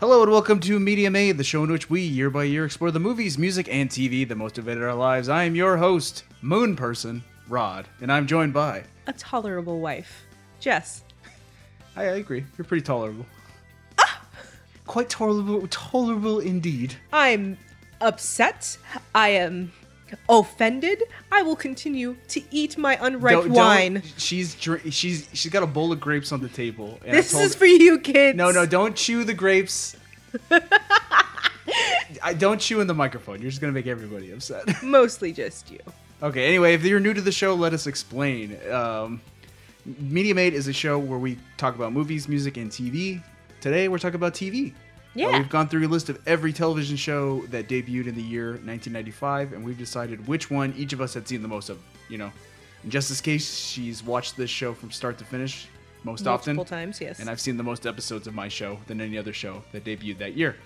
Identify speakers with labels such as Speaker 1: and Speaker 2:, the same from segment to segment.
Speaker 1: Hello and welcome to Media Made, the show in which we year by year explore the movies, music, and TV that most invaded our lives. I am your host, Moon Person Rod, and I'm joined by.
Speaker 2: a tolerable wife. Jess.
Speaker 1: I, I agree, you're pretty tolerable.
Speaker 2: Ah!
Speaker 1: Quite tolerable, tolerable indeed.
Speaker 2: I'm upset. I am offended. I will continue to eat my unripe
Speaker 1: Don't- don't-
Speaker 2: wine.
Speaker 1: she's dr- she's she's got a bowl of grapes on the table. And I
Speaker 2: this
Speaker 1: told-
Speaker 2: is for you kids.
Speaker 1: no, no, don't chew the grapes. I don't chew in the microphone. You're just gonna make everybody upset.
Speaker 2: Mostly just you.
Speaker 1: Okay, anyway, if you're new to the show, let us explain. Um, Media Made is a show where we talk about movies, music, and TV. Today, we're talking about TV.
Speaker 2: Yeah.
Speaker 1: we've gone through a list of every television show that debuted in the year 1995, and we've decided which one each of us had seen the most of, you know. In Justice Case, she's watched this show from start to finish most often.
Speaker 2: Multiple times, yes.
Speaker 1: And I've seen the most episodes of my show than any other show that debuted that year.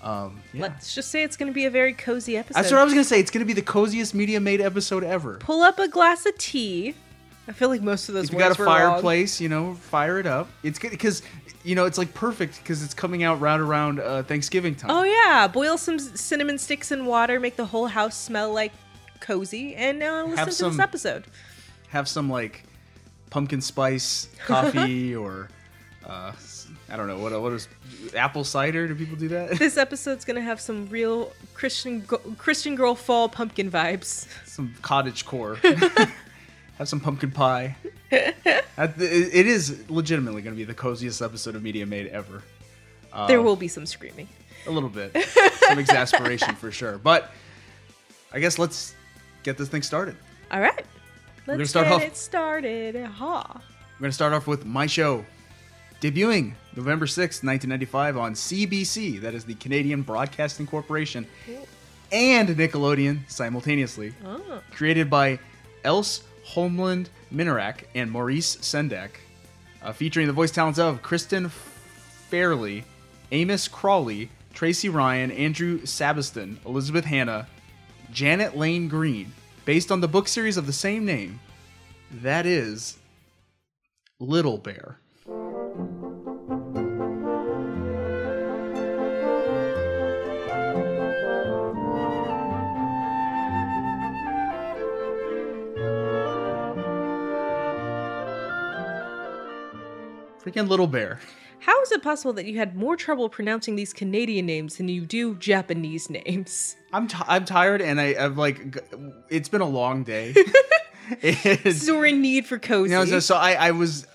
Speaker 1: Um, yeah.
Speaker 2: Let's just say it's going to be a very cozy episode.
Speaker 1: That's what I was going to say. It's going to be the coziest Media Made episode ever.
Speaker 2: Pull up a glass of tea. I feel like most of those
Speaker 1: if you
Speaker 2: words
Speaker 1: got a
Speaker 2: were wrong.
Speaker 1: fireplace, you know, fire it up. It's good because you know it's like perfect because it's coming out right around uh, Thanksgiving time.
Speaker 2: Oh yeah, boil some s- cinnamon sticks in water, make the whole house smell like cozy, and uh, listen to
Speaker 1: some-
Speaker 2: this episode.
Speaker 1: Have some like pumpkin spice coffee or uh, s- I don't know what what is apple cider. Do people do that?
Speaker 2: This episode's gonna have some real Christian go- Christian girl fall pumpkin vibes.
Speaker 1: some cottage core. Have some pumpkin pie. That- it it is legitimately going to be the coziest episode of Media Made ever. Oh.
Speaker 2: there will be some screaming.
Speaker 1: A little bit, some exasperation for sure. But I guess let's get this thing started.
Speaker 2: All right,
Speaker 1: gonna
Speaker 2: let's
Speaker 1: start
Speaker 2: get
Speaker 1: off-
Speaker 2: it started. Ha!
Speaker 1: We're going to start off with My Show, debuting November sixth, 1995 on CBC, that is the Canadian Broadcasting Corporation, and Nickelodeon simultaneously.
Speaker 2: Oh.
Speaker 1: Created by Else Holmland Minarak and Maurice Sendak, uh, featuring the voice talents of Kristen Fairley, Amos Crawley, Tracy Ryan, Andrew Sabiston, Elizabeth Hanna, Janet Lane Green, based on the book series of the same name. That is Little Bear. Freaking Little Bear.
Speaker 2: How is it possible that you had more trouble pronouncing these Canadian names than you do Japanese names?
Speaker 1: I'm t- I'm tired and I, I've like g- it's been a long day.
Speaker 2: This
Speaker 1: It's-
Speaker 2: is where we're in need for cozy.
Speaker 1: No, so, so I, I was,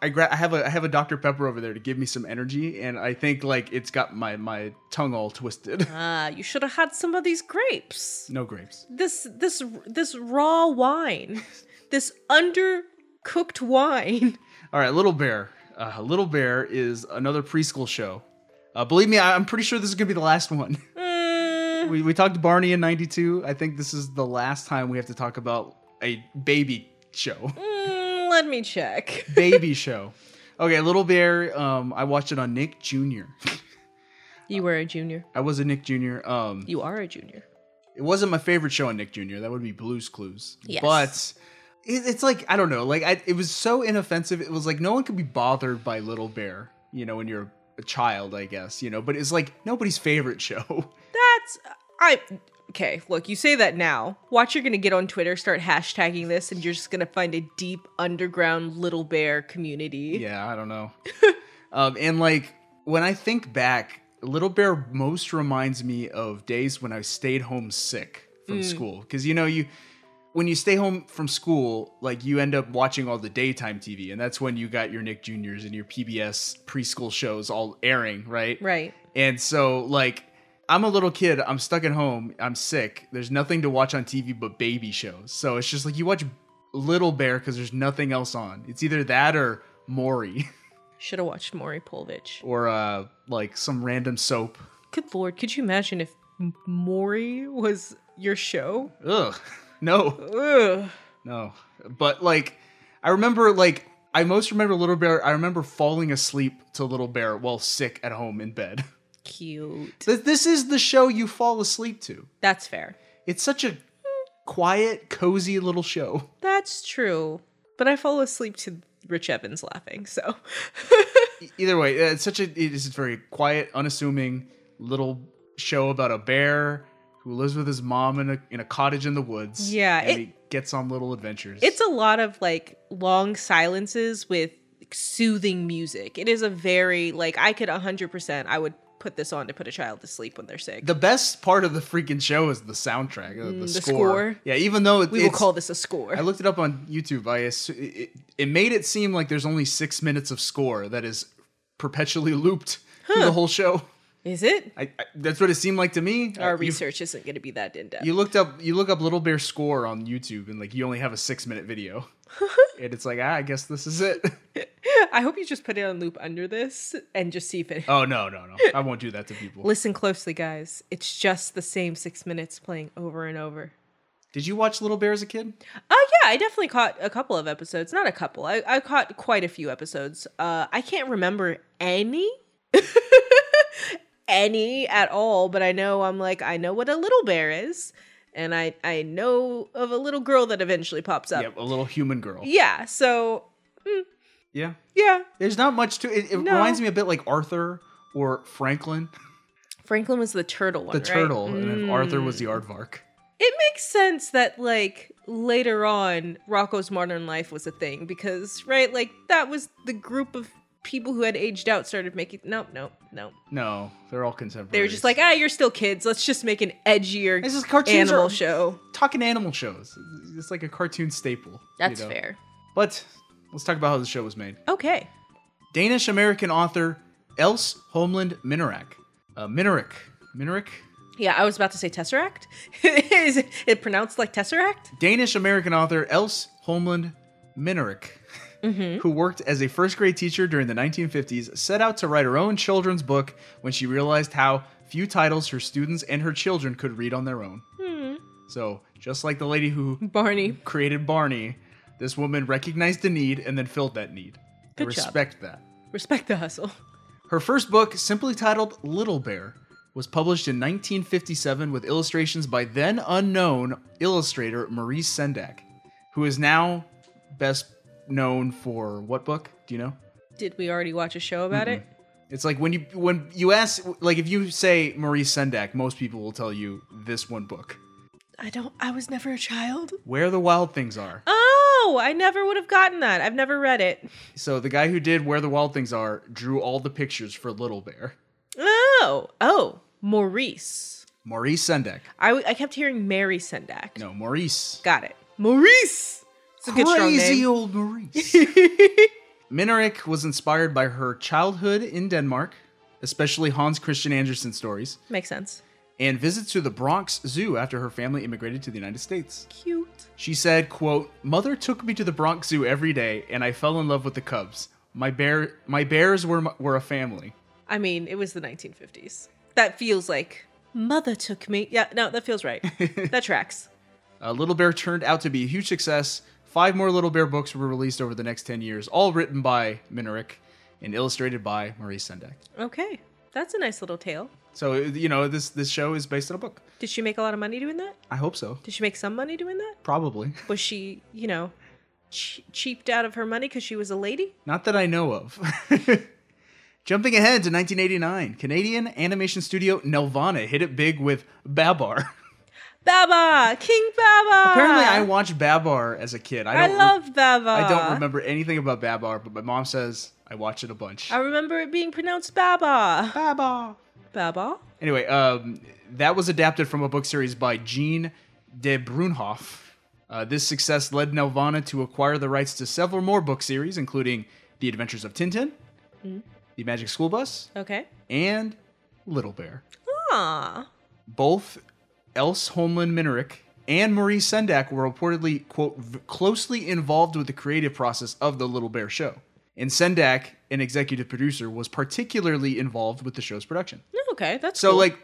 Speaker 1: I, gra- I have a, I have a Dr Pepper over there to give me some energy, and I think like it's got my my tongue all twisted.
Speaker 2: Ah, you should have had some of these grapes.
Speaker 1: no grapes.
Speaker 2: This this this raw wine. this undercooked wine.
Speaker 1: All right, Little Bear. Uh, Little Bear is another preschool show. Uh, believe me, I, I'm pretty sure this is gonna be the last one.
Speaker 2: Mm,
Speaker 1: we we talked Barney in '92. I think this is the last time we have to talk about a baby show.
Speaker 2: mm, let me check.
Speaker 1: baby show. Okay, Little Bear. Um, I watched it on Nick Jr.
Speaker 2: You were a junior.
Speaker 1: I was a Nick Jr. Um,
Speaker 2: You are a junior.
Speaker 1: it wasn't my favorite show on Nick Jr. That would be Blue's Clues.
Speaker 2: Yes.
Speaker 1: But it, it's like I don't know. Like I, it was so inoffensive. It was like no one could be bothered by Little Bear. You know, when you're a child, I guess. You know, but it's like nobody's favorite show.
Speaker 2: That's I okay. Look, you say that now. Watch, you're gonna get on Twitter, start hashtagging this, and you're just gonna find a deep underground little bear community.
Speaker 1: yeah, I don't know. um, and like when I think back, Little Bear most reminds me of days when I stayed home sick from school because you know you. When you stay home from school, like you end up watching all the daytime TV, and that's when you got your Nick Juniors and your PBS preschool shows all airing, right?
Speaker 2: Right.
Speaker 1: And so, like, I'm a little kid. I'm stuck at home. I'm sick. There's nothing to watch on TV but baby shows. So it's just like you watch Little Bear because there's nothing else on. It's either that or Maury
Speaker 2: Should have watched Maury Povich.
Speaker 1: or uh, like some random soap.
Speaker 2: Good lord, could you imagine if M- Maury was your show?
Speaker 1: Ugh. No,
Speaker 2: Ugh.
Speaker 1: no. But like, I remember like I most remember Little Bear. I remember falling asleep to Little Bear while sick at home in bed.
Speaker 2: Cute.
Speaker 1: Th- this is the show you fall asleep to.
Speaker 2: That's fair.
Speaker 1: It's such a quiet, cozy little show.
Speaker 2: That's true. But I fall asleep to Rich Evans laughing, so
Speaker 1: either way, uh, it's such a it is a very quiet, unassuming little show about a bear who lives with his mom in a in a cottage in the woods.
Speaker 2: Yeah,
Speaker 1: and
Speaker 2: it-
Speaker 1: he gets on little adventures.
Speaker 2: It's a lot of like long silences with soothing music. It is a very like I could 100% I would put this on to put a child to sleep when they're sick.
Speaker 1: the best part of the freaking show is the soundtrack, uh, the,
Speaker 2: Mm, the
Speaker 1: score.
Speaker 2: score.
Speaker 1: Yeah, even though it,
Speaker 2: we will
Speaker 1: it's-
Speaker 2: call this a score.
Speaker 1: I looked it up on YouTube. I assu- it, it- it made it seem like there's only six minutes of score that is perpetually looped through the whole show.
Speaker 2: is it?
Speaker 1: I, I, that's what it seemed like to me.
Speaker 2: Our
Speaker 1: Uh, you-
Speaker 2: research isn't going to be that in depth.
Speaker 1: You looked up you look up Little Bear score on YouTube and like you only have a six minute video, and it's like ah, I guess this is it.
Speaker 2: I hope you just put it on loop under this and just see if it.
Speaker 1: Oh no no no! I won't do that to people.
Speaker 2: Listen closely, guys. It's just the same six minutes playing over and over.
Speaker 1: Did you watch Little Bear as a kid?
Speaker 2: Oh yeah, I definitely caught a couple of episodes. Not a couple. I, I caught quite a few episodes. Uh, I can't remember any, any at all. But I know I'm like I know what a little bear is, and I I know of a little girl that eventually pops up.
Speaker 1: Yeah, a little human girl.
Speaker 2: Yeah. So
Speaker 1: Yeah,
Speaker 2: yeah,
Speaker 1: there's not much to it. It
Speaker 2: No.
Speaker 1: reminds me a bit like Arthur or Franklin,
Speaker 2: Franklin was the turtle one.
Speaker 1: the
Speaker 2: right?
Speaker 1: turtle, and then Arthur
Speaker 2: Mm.
Speaker 1: was the aardvark.
Speaker 2: It makes sense that like later on Rocco's Modern Life was a thing because right like that was the group of people who had aged out started making nope nope nope
Speaker 1: No, they're all contemporary.
Speaker 2: they were just like ah you're still kids let's just make an edgier
Speaker 1: this is cartoons
Speaker 2: animal
Speaker 1: are-
Speaker 2: show
Speaker 1: talking animal shows. It's like a cartoon staple. you
Speaker 2: that's
Speaker 1: know?
Speaker 2: fair
Speaker 1: But let's talk about how the show was made.
Speaker 2: okay
Speaker 1: Danish American author Else Homeland Minarak. Uh, Minarik. Minarik?
Speaker 2: yeah I was about to say tesseract is it- it pronounced like tesseract
Speaker 1: Danish American author Else Homeland Minarik,
Speaker 2: Mm-hmm.
Speaker 1: who worked as a first grade teacher during the 1950s, set out to write her own children's book when she realized how few titles her students and her children could read on their own.
Speaker 2: Hmm.
Speaker 1: So, just like the lady who
Speaker 2: Barney
Speaker 1: created Barney, this woman recognized the need and then filled that need. I
Speaker 2: Good job.
Speaker 1: respect that.
Speaker 2: respect the hustle
Speaker 1: Her first book, simply titled Little Bear, was published in 1957 with illustrations by then unknown illustrator Maurice Sendak, who is now best known for what book? Do you know?
Speaker 2: did we already watch a show about it
Speaker 1: It's like when you when you ask like if you say Maurice Sendak, most people will tell you this one book,
Speaker 2: I don't I was never a child
Speaker 1: Where the Wild Things Are.
Speaker 2: oh I never would have gotten that I've never read it
Speaker 1: So the guy who did Where the Wild Things Are drew all the pictures for Little Bear.
Speaker 2: Oh, oh, Maurice.
Speaker 1: Maurice Sendak.
Speaker 2: I, w- I kept hearing Mary Sendak.
Speaker 1: No, Maurice.
Speaker 2: Got it. Maurice. It's a good strong
Speaker 1: Crazy
Speaker 2: name.
Speaker 1: old Maurice. Minarik was inspired by her childhood in Denmark, especially Hans Christian Andersen stories,
Speaker 2: Makes sense.
Speaker 1: and visits to the Bronx Zoo after her family immigrated to the United States.
Speaker 2: Cute.
Speaker 1: She said, quote, "Mother took me to the Bronx Zoo every day and I fell in love with the cubs. My bear my bears were m- were a family."
Speaker 2: I mean, it was the 1950s. That feels like mother took me. Yeah, no, that feels right. that tracks.
Speaker 1: Uh, Little Bear turned out to be a huge success. Five more Little Bear books were released over the next 10 years, all written by Minarik and illustrated by Maurice Sendak.
Speaker 2: Okay, that's a nice little tale.
Speaker 1: So, you know, this this show is based on a book.
Speaker 2: Did she make a lot of money doing that?
Speaker 1: I hope so.
Speaker 2: Did she make some money doing that?
Speaker 1: Probably.
Speaker 2: Was she, you know, che- cheaped out of her money because she was a lady?
Speaker 1: Not that I know of. Jumping ahead to 1989, Canadian animation studio Nelvana hit it big with Babar.
Speaker 2: Baba, King Baba.
Speaker 1: Apparently, I watched Babar as a kid. I
Speaker 2: Uh-huh. I
Speaker 1: don't. re-
Speaker 2: love Baba.
Speaker 1: I don't remember anything about Babar, but my mom says I watch it a bunch.
Speaker 2: I remember it being pronounced Baba.
Speaker 1: Babar.
Speaker 2: Baba?
Speaker 1: Anyway, um, that was adapted from a book series by Jean de Brunhoff. Uh, this success led Nelvana to acquire the rights to several more book series, including The Adventures of Tintin,
Speaker 2: Hmm.
Speaker 1: The Magic School Bus,
Speaker 2: Okay.
Speaker 1: and Little Bear.
Speaker 2: Ah.
Speaker 1: Both Else Homeland Minerick and Marie Sendak were reportedly, quote, v- closely involved with the creative process of the Little Bear show. And Sendak, an executive producer, was particularly involved with the show's production.
Speaker 2: Okay, that's
Speaker 1: So
Speaker 2: cool.
Speaker 1: like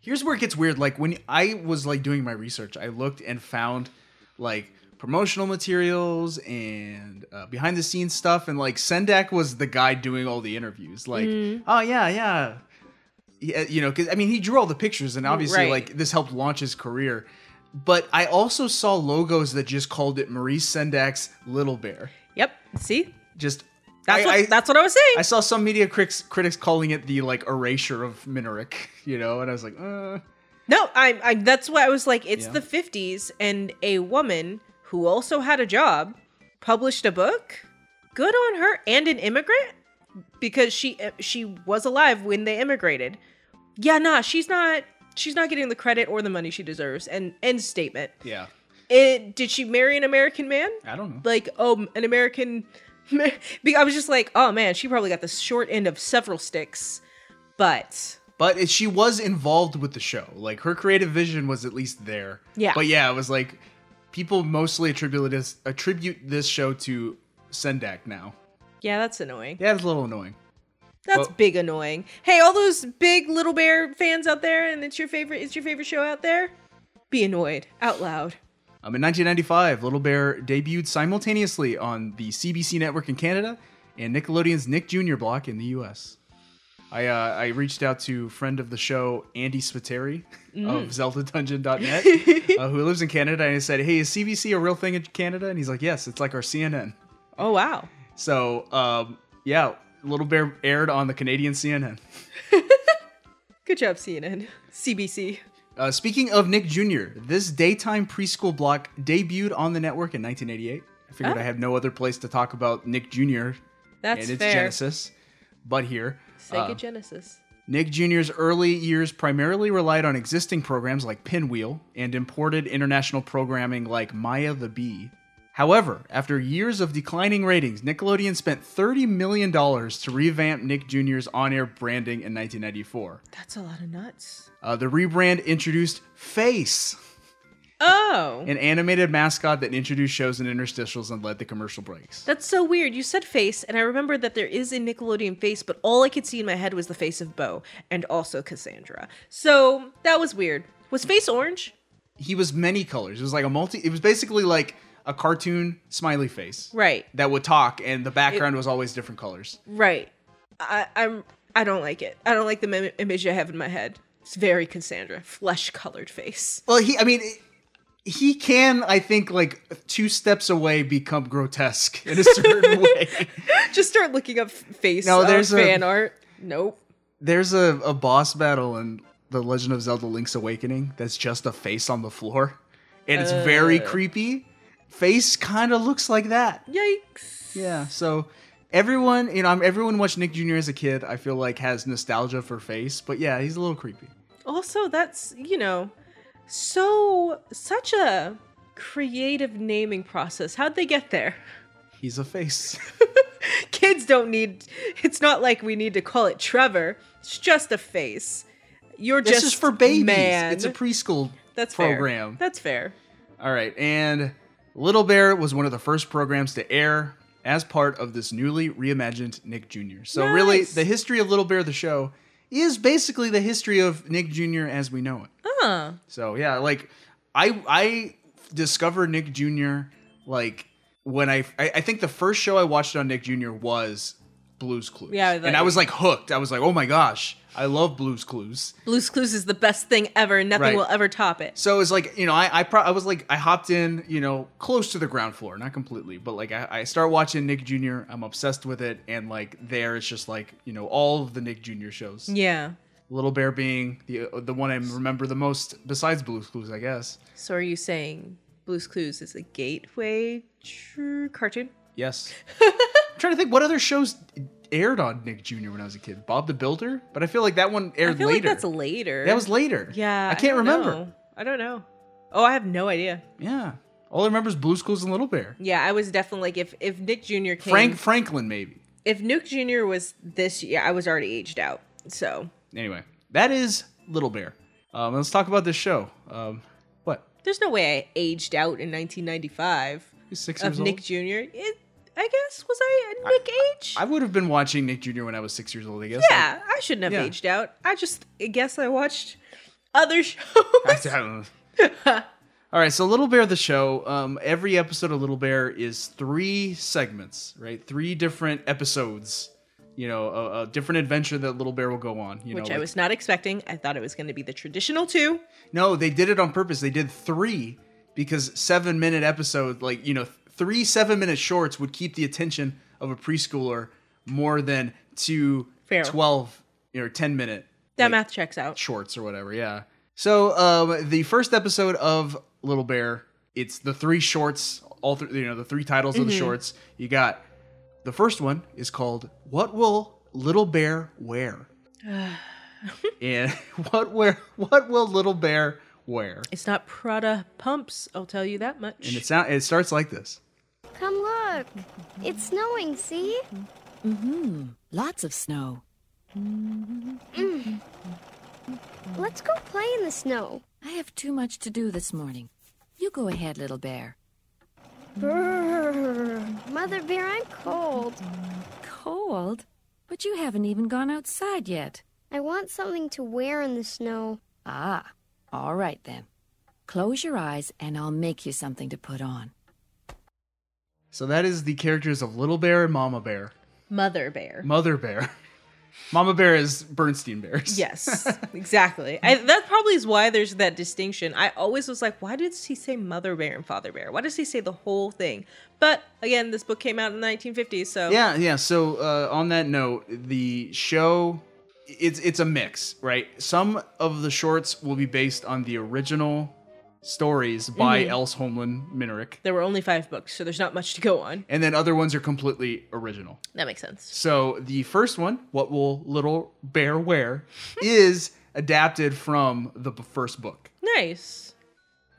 Speaker 1: here's where it gets weird. Like when I was like doing my research, I looked and found like promotional materials and uh, behind the scenes stuff and like Sendak was the guy doing all the interviews. Like,
Speaker 2: Mm.
Speaker 1: oh yeah, yeah. Yeah, you know, because I mean, he drew all the pictures, and obviously,
Speaker 2: Right.
Speaker 1: like this helped launch his career. But I also saw logos that just called it Maurice Sendak's Little Bear.
Speaker 2: Yep. See?
Speaker 1: Just
Speaker 2: That's
Speaker 1: I-
Speaker 2: what
Speaker 1: I-
Speaker 2: that's what I was saying.
Speaker 1: I saw some media critics critics calling it the like erasure of Minerick, you know, and I was like, uh,
Speaker 2: no, I, I that's why I was like, it's
Speaker 1: Yeah.
Speaker 2: the '50s, and a woman who also had a job published a book. Good on her, and an immigrant because she eh, she was alive when they immigrated. Yeah, nah, she's not. She's not getting the credit or the money she deserves. And end statement.
Speaker 1: yeah,
Speaker 2: It, did she marry an American man?
Speaker 1: I don't know.
Speaker 2: like oh an american Be- i was just like oh man she probably got the short end of several sticks but
Speaker 1: But it, she was involved with the show. Like her creative vision was at least there.
Speaker 2: Yeah.
Speaker 1: But yeah, it was like people mostly attribute this attribute this show to Sendak now.
Speaker 2: yeah that's annoying
Speaker 1: Yeah, it's a little annoying.
Speaker 2: that's
Speaker 1: Well-
Speaker 2: big annoying hey all those big little bear fans out there and it's your favorite it's your favorite show out there be annoyed out loud
Speaker 1: Um, in 1995, Little Bear debuted simultaneously on the CBC network in Canada and Nickelodeon's Nick Jr. block in the U.S. I uh, I reached out to friend of the show Andy Spiteri of ZeldaDungeon.net, uh, who lives in Canada, and I said, "Hey, is CBC a real thing in Canada?" And he's like, "Yes, it's like our CNN."
Speaker 2: oh wow
Speaker 1: So um, yeah, Little Bear aired on the Canadian CNN.
Speaker 2: good job cnn cbc
Speaker 1: Uh, speaking of Nick Jr., this daytime preschool block debuted on the network in 1988. I figured
Speaker 2: Oh.
Speaker 1: I have no other place to talk about Nick Jr.
Speaker 2: that's
Speaker 1: and its
Speaker 2: fair
Speaker 1: Genesis, but here.
Speaker 2: sega
Speaker 1: Uh,
Speaker 2: genesis
Speaker 1: Nick Jr.'s early years primarily relied on existing programs like Pinwheel and imported international programming like Maya the Bee. However, after years of declining ratings, Nickelodeon spent $30 million to revamp Nick Jr.'s on air branding in 1994.
Speaker 2: that's a lot of nuts
Speaker 1: Uh, the rebrand introduced Face,
Speaker 2: oh
Speaker 1: an animated mascot that introduced shows and interstitials and led to commercial breaks.
Speaker 2: That's so weird. You said face, and I remember that there is a Nickelodeon face, but all I could see in my head was the face of Bo and also Cassandra. So that was weird. Was face orange?
Speaker 1: He was many colors. It was like a multi. It was basically like a cartoon smiley face
Speaker 2: Right,
Speaker 1: that would talk, and the background was always different colors.
Speaker 2: right. I, I'm. I don't like it. I don't like the mem- image I have in my head. It's very Cassandra, flesh-colored face.
Speaker 1: Well, he. I mean. he can, I think, like two steps away, become grotesque in a certain way.
Speaker 2: Just start looking up f- face.
Speaker 1: No,
Speaker 2: No,
Speaker 1: there's
Speaker 2: there's
Speaker 1: a-
Speaker 2: fan art. Nope.
Speaker 1: There's a, a boss battle in The Legend of Zelda: Link's Awakening that's just a face on the floor, and it's very creepy. Face kind of looks like that.
Speaker 2: Yikes.
Speaker 1: Yeah. So everyone, you know, I'm, everyone watched Nick Jr. as a kid. I feel like has nostalgia for Face, but yeah, he's a little creepy.
Speaker 2: Also, that's, you know, so such a creative naming process. How'd they get there?
Speaker 1: He's a face.
Speaker 2: Kids don't need it's not like we need to call it Trevor. It's just a face. You're
Speaker 1: This
Speaker 2: just
Speaker 1: is for babies.
Speaker 2: Man.
Speaker 1: It's a preschool
Speaker 2: That's fair.
Speaker 1: program.
Speaker 2: That's fair.
Speaker 1: All right, and Little Bear was one of the first programs to air as part of this newly reimagined Nick Jr. So really,
Speaker 2: Nice.
Speaker 1: the history of Little Bear the show is basically the history of Nick Jr. as we know it.
Speaker 2: Huh.
Speaker 1: So yeah, like I I discovered Nick Jr. like when I I, I think the first show I watched on Nick Jr. was Blue's Clues.
Speaker 2: Yeah, that-
Speaker 1: and I was like hooked. I was like, oh my gosh, I love Blue's Clues.
Speaker 2: Blue's Clues is the best thing ever, and nothing
Speaker 1: Right.
Speaker 2: will ever top it.
Speaker 1: So it's like you know I I, pro- I was like I hopped in you know close to the ground floor, not completely, but like I, I start watching Nick Jr. I'm obsessed with it, and like there it's just like you know all of the Nick Jr. shows.
Speaker 2: Yeah.
Speaker 1: Little Bear being the the one I remember the most besides Blue's Clues, I guess.
Speaker 2: So are you saying Blue's Clues is a gateway tr- cartoon?
Speaker 1: Yes. I'm trying to think what other shows aired on Nick Jr. when I was a kid. Bob the Builder, but I feel like that one aired
Speaker 2: I feel
Speaker 1: later.
Speaker 2: like that's later.
Speaker 1: that was later.
Speaker 2: Yeah.
Speaker 1: I can't
Speaker 2: don't
Speaker 1: remember.
Speaker 2: know. I don't know. Oh, I have no idea.
Speaker 1: Yeah, all I remember is Blue Schools and Little Bear.
Speaker 2: Yeah, I was definitely like if if Nick Jr. came
Speaker 1: Frank Franklin maybe.
Speaker 2: if Nuke Jr. was this year, I was already aged out. So
Speaker 1: Anyway, that is Little Bear. Um, let's talk about this show. Um, what?
Speaker 2: there's no way I aged out in 1995
Speaker 1: He's six
Speaker 2: of
Speaker 1: years
Speaker 2: Nick
Speaker 1: old.
Speaker 2: Jr. It, I guess was I a Nick age?
Speaker 1: I would have been watching Nick Jr. when I was six years old. I guess.
Speaker 2: yeah, I shouldn't have
Speaker 1: Yeah.
Speaker 2: aged out. I just I guess I watched other shows.
Speaker 1: Like, I don't know. All right, so Little Bear the show. Um, every episode of Little Bear is three segments, right? Three different episodes. You know, a, a different adventure that Little Bear will go on. You
Speaker 2: Which
Speaker 1: know,
Speaker 2: I
Speaker 1: like-
Speaker 2: was not expecting. I thought it was going to be the traditional two.
Speaker 1: no, they did it on purpose. They did three because seven minute episodes, like you know, th- three seven minute shorts would keep the attention of a preschooler more than two
Speaker 2: Fair.
Speaker 1: 12 or 10 minute
Speaker 2: That
Speaker 1: like,
Speaker 2: math checks out.
Speaker 1: shorts or whatever. Yeah. So um, the first episode of Little Bear, it's the three shorts, all three, you know, the three titles of the shorts. You got the first one is called "What Will Little Bear Wear?" and what wear? What will Little Bear wear?
Speaker 2: It's not Prada pumps, I'll tell you that much.
Speaker 1: And it sound it starts like this.
Speaker 3: Come look. It's snowing, see?
Speaker 4: Mm-hmm. Lots of snow.
Speaker 3: Let's go play in the snow.
Speaker 4: I have too much to do this morning. You go ahead, little bear.
Speaker 3: Brrr. Mother Bear, I'm cold.
Speaker 4: Cold? But you haven't even gone outside yet.
Speaker 3: I want something to wear in the snow.
Speaker 4: Ah, all right then. Close your eyes and I'll make you something to put on.
Speaker 1: So that is the characters of Little Bear and Mama Bear,
Speaker 2: Mother bear.
Speaker 1: Mother Bear. Mama Bear is Bernstein Bears.
Speaker 2: Yes, exactly. I, that probably is why there's that distinction. I always was like, why does he say mother bear and father bear? Why does he say the whole thing? But again, this book came out in the 1950s, so
Speaker 1: Yeah, yeah. So uh, on that note, the show it's it's a mix, right? Some of the shorts will be based on the original stories by Else Homeland Minerick,
Speaker 2: there were only five books, so there's not much to go on.
Speaker 1: and then other ones are completely original.
Speaker 2: That makes sense.
Speaker 1: So the first one, "What Will Little Bear Wear," is adapted from the b- first book.
Speaker 2: Nice.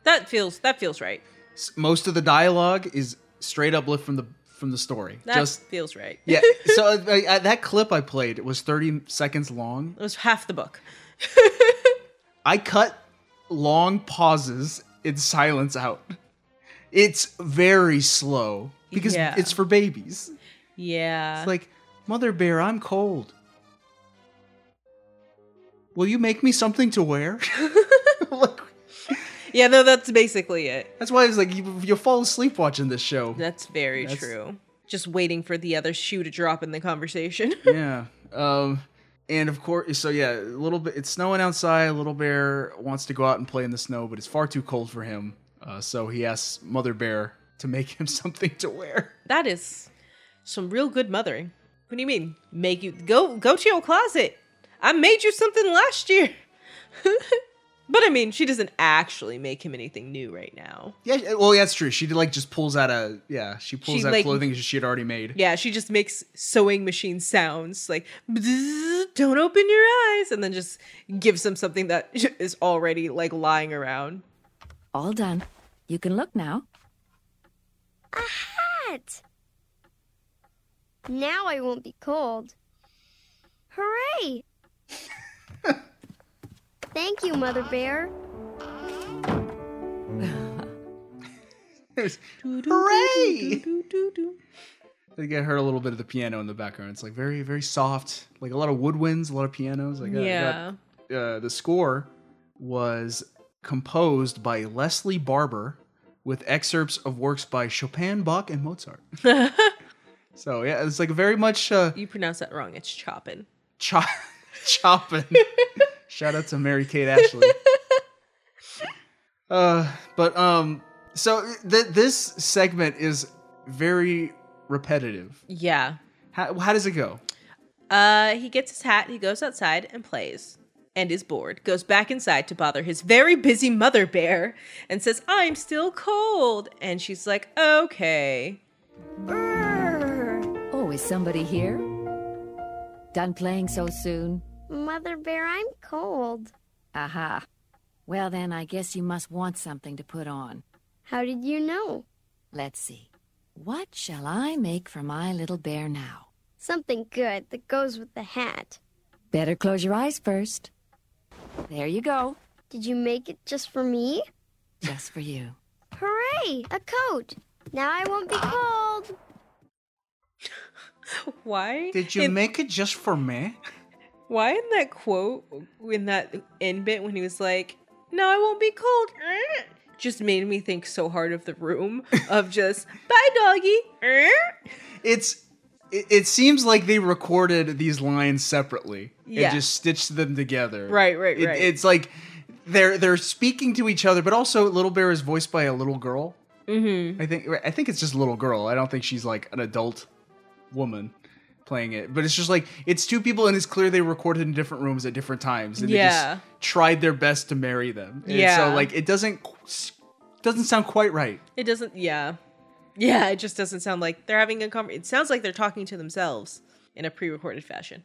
Speaker 2: That feels that feels right.
Speaker 1: S- Most of the dialogue is straight up lift from the from the story.
Speaker 2: That
Speaker 1: Just
Speaker 2: feels right.
Speaker 1: yeah. So uh, uh, that clip I played was thirty seconds long.
Speaker 2: It was half the book.
Speaker 1: I cut long pauses in silence out. It's very slow because
Speaker 2: Yeah.
Speaker 1: it's for babies.
Speaker 2: Yeah.
Speaker 1: It's like, Mother Bear, I'm cold. Will you make me something to wear? like,
Speaker 2: yeah, no, that's basically it.
Speaker 1: that's why I was like, you, you'll fall asleep watching this show.
Speaker 2: That's very
Speaker 1: That's-
Speaker 2: true. Just waiting for the other shoe to drop in the conversation.
Speaker 1: yeah. Um, and of course, so yeah, a little bit. It's snowing outside. Little Bear wants to go out and play in the snow, but it's far too cold for him. Uh, so he asks Mother Bear to make him something to wear.
Speaker 2: That is some real good mothering. What do you mean? Make you go go to your closet. I made you something last year. but I mean, she doesn't actually make him anything new right now.
Speaker 1: Yeah, well, that's true. She did, like just pulls out a yeah. She pulls
Speaker 2: She,
Speaker 1: out
Speaker 2: like-
Speaker 1: clothing she had already made.
Speaker 2: Yeah, she just makes sewing machine sounds like "Bzzz, don't open your eyes and then just gives him something that is already like lying around.
Speaker 4: All done. You can look now.
Speaker 3: Hat! Now I won't be cold. Hooray! Thank you, Mother Bear.
Speaker 1: Hooray!
Speaker 2: Doo-doo-doo-doo-doo-doo.
Speaker 1: I think I heard a little bit of the piano in the background. It's like very, very soft, like a lot of woodwinds, a lot of pianos. Like that.
Speaker 2: Yeah.
Speaker 1: uh, the score was composed by Leslie Barber with excerpts of works by Chopin, Bach, and Mozart. so yeah, it's like very much uh,
Speaker 2: You pronounce that wrong. It's chopping.
Speaker 1: chop chopping. Shout out to Mary Kate Ashley. Uh, but um, so th- this segment is very repetitive.
Speaker 2: Yeah.
Speaker 1: How, how does it go?
Speaker 2: Uh, he gets his hat, he goes outside and plays, and is bored. Goes back inside to bother his very busy mother bear and says, I'm still cold. And she's like, okay.
Speaker 3: Brrr.
Speaker 4: Oh, is somebody here? Done playing so soon?
Speaker 3: Mother Bear, I'm cold.
Speaker 4: Aha. Well, then, I guess you must want something to put on.
Speaker 3: How did you know?
Speaker 4: Let's see. What shall I make for my little bear now?
Speaker 3: Something good that goes with the hat.
Speaker 4: Better close your eyes first. There you go.
Speaker 3: Did you make it just for me?
Speaker 4: Just for you.
Speaker 3: Hooray! A coat! Now I won't be cold!
Speaker 2: Why?
Speaker 1: Did you
Speaker 2: in,
Speaker 1: make it just for me?
Speaker 2: Why in that quote, in that end bit when he was like, no, I won't be cold. eh, Just made me think so hard of the room of just, bye, doggy. eh."
Speaker 1: It's it, it seems like they recorded these lines separately
Speaker 2: Yeah.
Speaker 1: and just stitched them together.
Speaker 2: Right, right,
Speaker 1: It-
Speaker 2: right.
Speaker 1: It's like they're they're speaking to each other, but also Little Bear is voiced by a little girl. Mm-hmm. I think I think it's just little girl. I don't think she's like an adult woman playing it. But it's just like it's two people, and it's clear they recorded in different rooms at different times, and they
Speaker 2: Yeah.
Speaker 1: just tried their best to marry them. And
Speaker 2: Yeah.
Speaker 1: so like it doesn't qu- s- doesn't sound quite right.
Speaker 2: It doesn't. Yeah, yeah. It just doesn't sound like they're having a conversation. It sounds like they're talking to themselves in a pre-recorded fashion.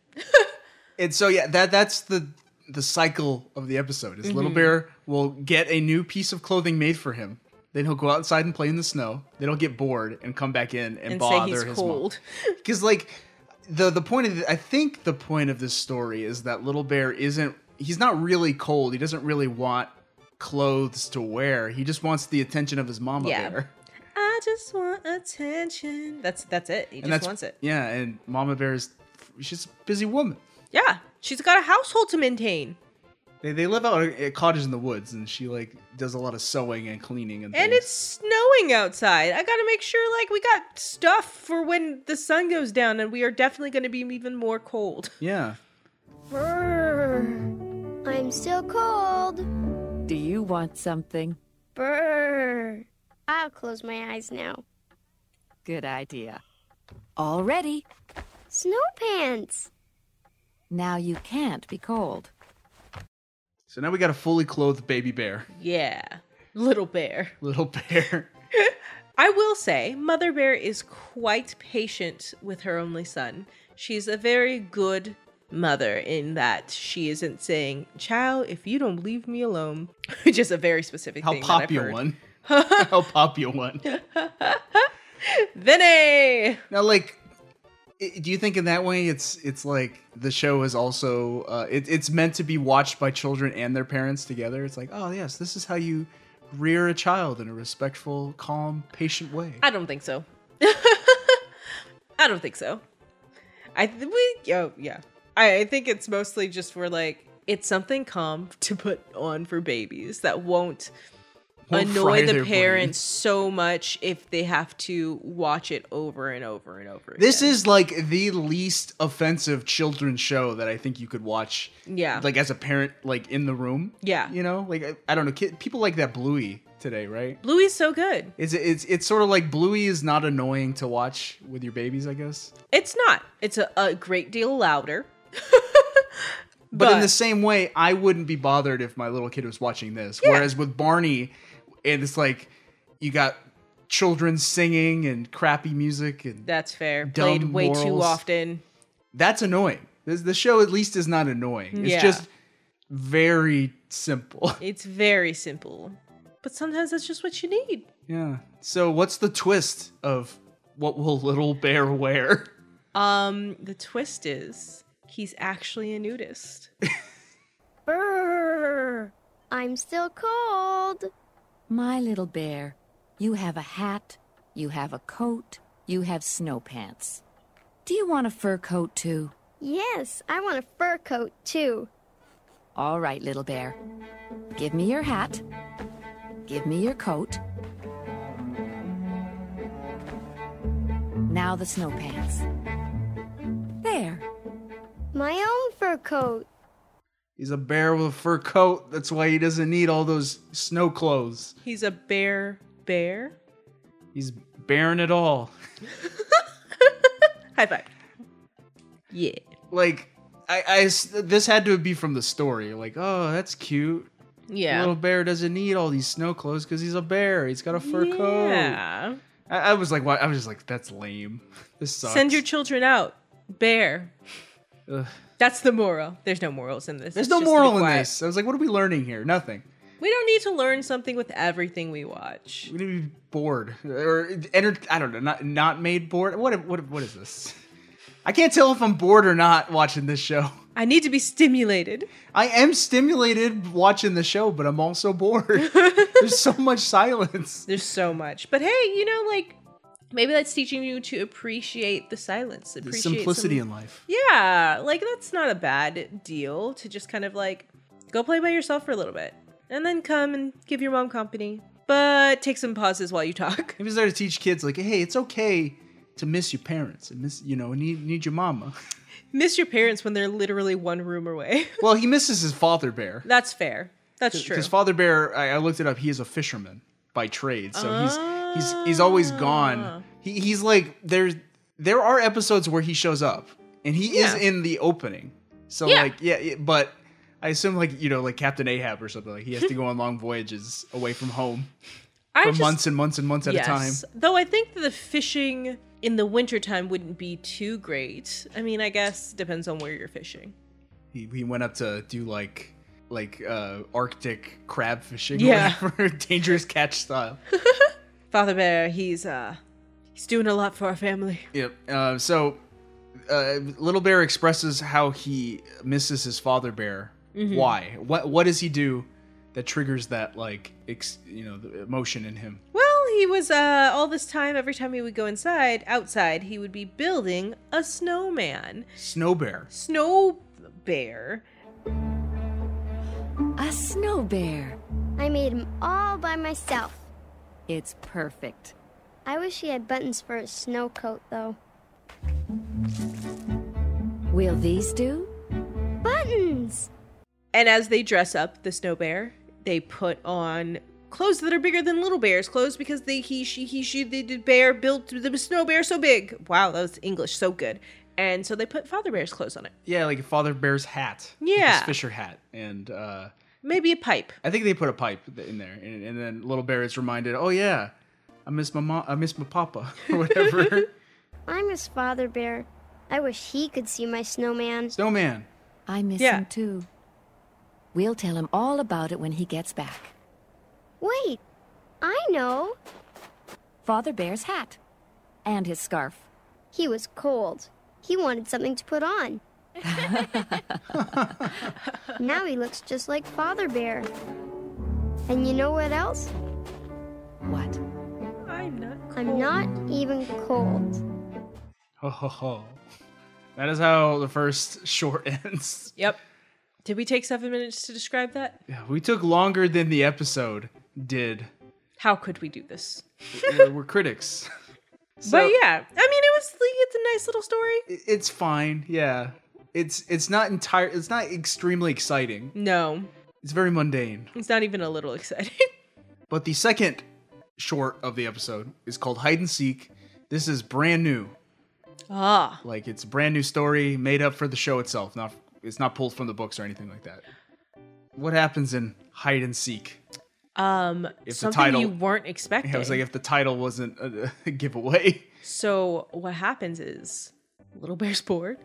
Speaker 1: And so yeah, that that's the the cycle of the episode. Is
Speaker 2: Mm-hmm.
Speaker 1: Little Bear will get a new piece of clothing made for him. Then he'll go outside and play in the snow. Then he'll get bored and come back in and,
Speaker 2: And
Speaker 1: bother
Speaker 2: say he's
Speaker 1: his mom.
Speaker 2: cold.
Speaker 1: because like the the point of the, I think the point of this story is that little bear isn't he's not really cold. He doesn't really want clothes to wear. He just wants the attention of his mama
Speaker 2: Yeah.
Speaker 1: bear.
Speaker 2: I just want attention. That's that's it. He
Speaker 1: And
Speaker 2: just
Speaker 1: that's
Speaker 2: wants it.
Speaker 1: Yeah, and mama bear is she's a busy woman.
Speaker 2: Yeah, she's got a household to maintain,
Speaker 1: They, they live out at a cottage in the woods and she like does a lot of sewing and cleaning and,
Speaker 2: and
Speaker 1: things.
Speaker 2: it's snowing outside. I gotta make sure like we got stuff for when the sun goes down, and we are definitely gonna be even more cold.
Speaker 1: yeah.
Speaker 3: Brr. I'm still cold.
Speaker 4: Do you want something?
Speaker 3: Brr. I'll close my eyes now.
Speaker 4: Good idea. All ready.
Speaker 3: Snow pants.
Speaker 4: Now you can't be cold.
Speaker 1: So now we got a fully clothed baby bear,
Speaker 2: Yeah, little bear.
Speaker 1: little bear.
Speaker 2: I will say, Mother Bear is quite patient with her only son. She's a very good mother in that she isn't saying, Child, if you don't leave me alone, which is a very specific
Speaker 1: How
Speaker 2: thing. that
Speaker 1: pop
Speaker 2: I've
Speaker 1: you
Speaker 2: heard.
Speaker 1: one. How pop you one.
Speaker 2: Vinny!
Speaker 1: Now, like, i- do you think in that way it's it's like the show is also uh, it, it's meant to be watched by children and their parents together? It's like, oh yes, this is how you rear a child in a respectful, calm, patient way.
Speaker 2: I don't think so. I don't think so. I th- we oh yeah. I, I think it's mostly just for like it's something calm to put on for babies that won't
Speaker 1: Won't fry
Speaker 2: annoy
Speaker 1: their
Speaker 2: the
Speaker 1: brain.
Speaker 2: parents so much if they have to watch it over and over and over.
Speaker 1: This
Speaker 2: again.
Speaker 1: is like the least offensive children's show that I think you could watch.
Speaker 2: Yeah.
Speaker 1: like as a parent, like in the room.
Speaker 2: Yeah.
Speaker 1: you know, like I, I don't know, kid, people like that Bluey today, right?
Speaker 2: Bluey's so good.
Speaker 1: It's it's it's sort of like Bluey is not annoying to watch with your babies, I guess.
Speaker 2: It's not. It's a, a great deal louder.
Speaker 1: But, in
Speaker 2: But-
Speaker 1: the same way, I wouldn't be bothered if my little kid was watching this. Whereas with Barney, and it's like you got children singing and crappy music, and
Speaker 2: That's fair.
Speaker 1: Dumb
Speaker 2: Played way too
Speaker 1: morals.
Speaker 2: often.
Speaker 1: that's annoying. This, the show at least is not annoying. It's
Speaker 2: Yeah.
Speaker 1: just very simple.
Speaker 2: It's very simple. But sometimes that's just what you need.
Speaker 1: yeah. So what's the twist of what will little bear wear?
Speaker 2: Um, the twist is he's actually a nudist.
Speaker 3: Brr. I'm still cold.
Speaker 4: My little bear, you have a hat, you have a coat, you have snow pants. Do you want a fur coat too?
Speaker 3: Yes, I want a fur coat too.
Speaker 4: All right, little bear. Give me your hat. Give me your coat. Now the snow pants. There.
Speaker 3: My own fur coat.
Speaker 1: He's a bear with a fur coat. That's why he doesn't need all those snow clothes.
Speaker 2: He's a bear bear.
Speaker 1: He's bearing it all.
Speaker 2: High five. Yeah.
Speaker 1: like I, I s- this had to be from the story like oh that's cute
Speaker 2: Yeah.
Speaker 1: little bear doesn't need all these snow clothes because he's a bear he's got a fur coat
Speaker 2: Yeah.
Speaker 1: I, I was like why i was just like that's lame this sucks
Speaker 2: Send your children out. Bear.
Speaker 1: Ugh.
Speaker 2: That's the moral. There's no morals in this.
Speaker 1: there's
Speaker 2: It's
Speaker 1: no
Speaker 2: just to be
Speaker 1: moral in
Speaker 2: quiet.
Speaker 1: this i was like what are we learning here nothing
Speaker 2: We don't need to learn something with everything we watch.
Speaker 1: we're gonna be bored or enter i don't know not not made bored what what what is this i can't tell if i'm bored or not watching this show
Speaker 2: I need to be stimulated.
Speaker 1: i am stimulated watching the show but i'm also bored there's so much silence
Speaker 2: There's so much. But hey, you know, like maybe that's teaching you to appreciate the silence.
Speaker 1: the
Speaker 2: Appreciate some-
Speaker 1: simplicity in life
Speaker 2: Yeah, like that's not a bad deal to just kind of like go play by yourself for a little bit and then come and give your mom company, but take some pauses while you talk.
Speaker 1: Maybe it's there to teach kids like, hey, it's okay to miss your parents and miss, you know, and need need your mama.
Speaker 2: Miss your parents when they're literally one room away.
Speaker 1: well, he misses his father bear
Speaker 2: that's fair. That's true.
Speaker 1: because father bear, I, I looked it up. He is a
Speaker 2: Ah.
Speaker 1: fisherman by trade, so he's he's he's always gone. He, he's like there's there are episodes where he shows up and he is
Speaker 2: Yeah.
Speaker 1: in the opening. So
Speaker 2: Yeah.
Speaker 1: like yeah, yeah, but I assume like you know like Captain Ahab or something like he has to go on long voyages away from home
Speaker 2: I
Speaker 1: for
Speaker 2: just-
Speaker 1: months and months and months at a time.
Speaker 2: Though I think the fishing in the wintertime wouldn't be too great. I mean, I guess depends on where you're fishing.
Speaker 1: He, he went up to do like like uh Arctic crab fishing,
Speaker 2: Yeah.
Speaker 1: or whatever, dangerous catch style.
Speaker 2: Father Bear, he's uh he's doing a lot for our family.
Speaker 1: Yep. Uh, so, uh, Little Bear expresses how he misses his father bear. Why? What What does he do that triggers that like ex, you know the emotion in him?
Speaker 2: Well, he was uh all this time every time he would go inside, outside, he would be building a snowman.
Speaker 1: Snow Bear.
Speaker 2: Snow bear.
Speaker 4: A snow bear.
Speaker 3: I made him all by myself.
Speaker 4: It's perfect.
Speaker 3: I wish he had buttons for his snow coat, though.
Speaker 4: Will these do?
Speaker 3: Buttons!
Speaker 2: And as they dress up the snow bear, they put on clothes that are bigger than little bear's clothes because they he she he she the the bear built the snow bear so big. Wow, that was English so good. And so they put father bear's clothes on it.
Speaker 1: Yeah, like Father Bear's hat. Like
Speaker 2: Yeah.
Speaker 1: his Fisher hat, and uh,
Speaker 2: Maybe a pipe.
Speaker 1: I think they put a pipe in there, and, and then Little Bear is reminded, oh yeah, I miss my mom, I miss my papa, or whatever.
Speaker 3: I'm his father bear. I wish he could see my snowman.
Speaker 1: Snowman.
Speaker 4: I miss
Speaker 2: Yeah.
Speaker 4: him too. We'll tell him all about it when he gets back.
Speaker 3: Wait, I know.
Speaker 4: Father Bear's hat and his scarf.
Speaker 3: He was cold. He wanted something to put on. now he looks just like Father Bear. And you know what else?
Speaker 4: What?
Speaker 2: I'm not cold.
Speaker 3: I'm not even cold.
Speaker 1: Ho ho ho. That is how the first short ends.
Speaker 2: Yep. Did we take seven minutes to describe that?
Speaker 1: Yeah, we took longer than the episode did.
Speaker 2: How could we do this?
Speaker 1: Uh, we're critics. So,
Speaker 2: but yeah, I mean, it was like, it's a nice little story.
Speaker 1: i- it's fine. Yeah, it's it's not entire. It's not extremely exciting.
Speaker 2: No,
Speaker 1: It's very mundane.
Speaker 2: it's not even a little exciting.
Speaker 1: But the second short of the episode is called Hide and Seek. This is brand new.
Speaker 2: ah,
Speaker 1: Like it's a brand new story made up for the show itself. Not it's not pulled from the books or anything like that. What happens in Hide and Seek?
Speaker 2: um,
Speaker 1: If the
Speaker 2: something
Speaker 1: title-
Speaker 2: you weren't expecting.
Speaker 1: I was like, if the title wasn't a, a giveaway.
Speaker 2: so what happens is Little Bear's bored,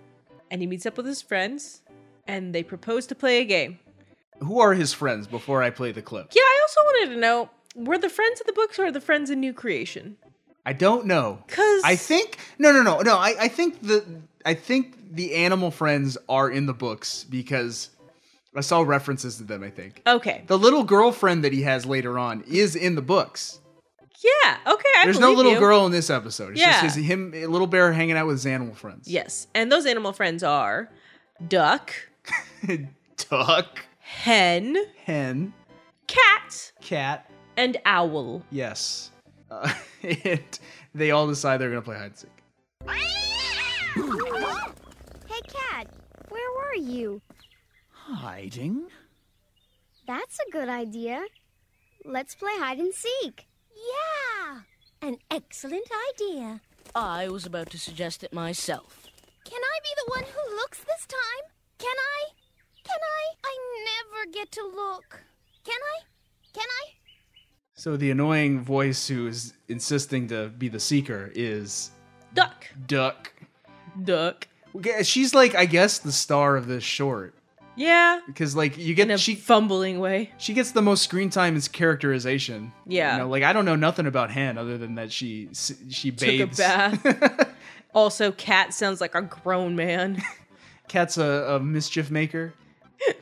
Speaker 2: and he meets up with his friends, and they propose to play a game.
Speaker 1: Who are his friends? Before I play the clip.
Speaker 2: Yeah, I also wanted to know were the friends of the books or the friends in New Creation?
Speaker 1: I don't know.
Speaker 2: 'Cause-
Speaker 1: I think no, no, no, no. I, I think the I think the animal friends are in the books because I saw references to them. I think
Speaker 2: Okay,
Speaker 1: the little girlfriend that he has later on is in the books.
Speaker 2: yeah, okay. I
Speaker 1: There's no
Speaker 2: believe
Speaker 1: little
Speaker 2: you.
Speaker 1: girl in this episode. It's
Speaker 2: Yeah.
Speaker 1: just his, him, little bear hanging out with his animal friends.
Speaker 2: Yes, and those animal friends are duck,
Speaker 1: duck,
Speaker 2: hen,
Speaker 1: hen,
Speaker 2: cat,
Speaker 1: cat.
Speaker 2: and owl.
Speaker 1: Yes, uh, and they all decide they're gonna play hide and seek.
Speaker 3: Hey, Cat, where were you?
Speaker 5: Hiding?
Speaker 3: That's a good idea. Let's play hide and seek. Yeah! An excellent idea.
Speaker 6: I was about to suggest it myself.
Speaker 7: Can I be the one who looks this time? Can I? Can I? I never get to look. Can I? Can I?
Speaker 1: So the annoying voice who is insisting to be the seeker is
Speaker 2: Duck.
Speaker 1: duck.
Speaker 2: Duck.
Speaker 1: Okay, She's like, I guess, the star of this short
Speaker 2: Yeah.
Speaker 1: because, like, you
Speaker 2: In a
Speaker 1: get she
Speaker 2: fumbling way.
Speaker 1: she gets the most screen time as characterization.
Speaker 2: Yeah.
Speaker 1: you know, like I don't know nothing about Hen other than that she s- she bathes.
Speaker 2: Took a bath. also, cat sounds like a grown man.
Speaker 1: Cat's a, a mischief maker.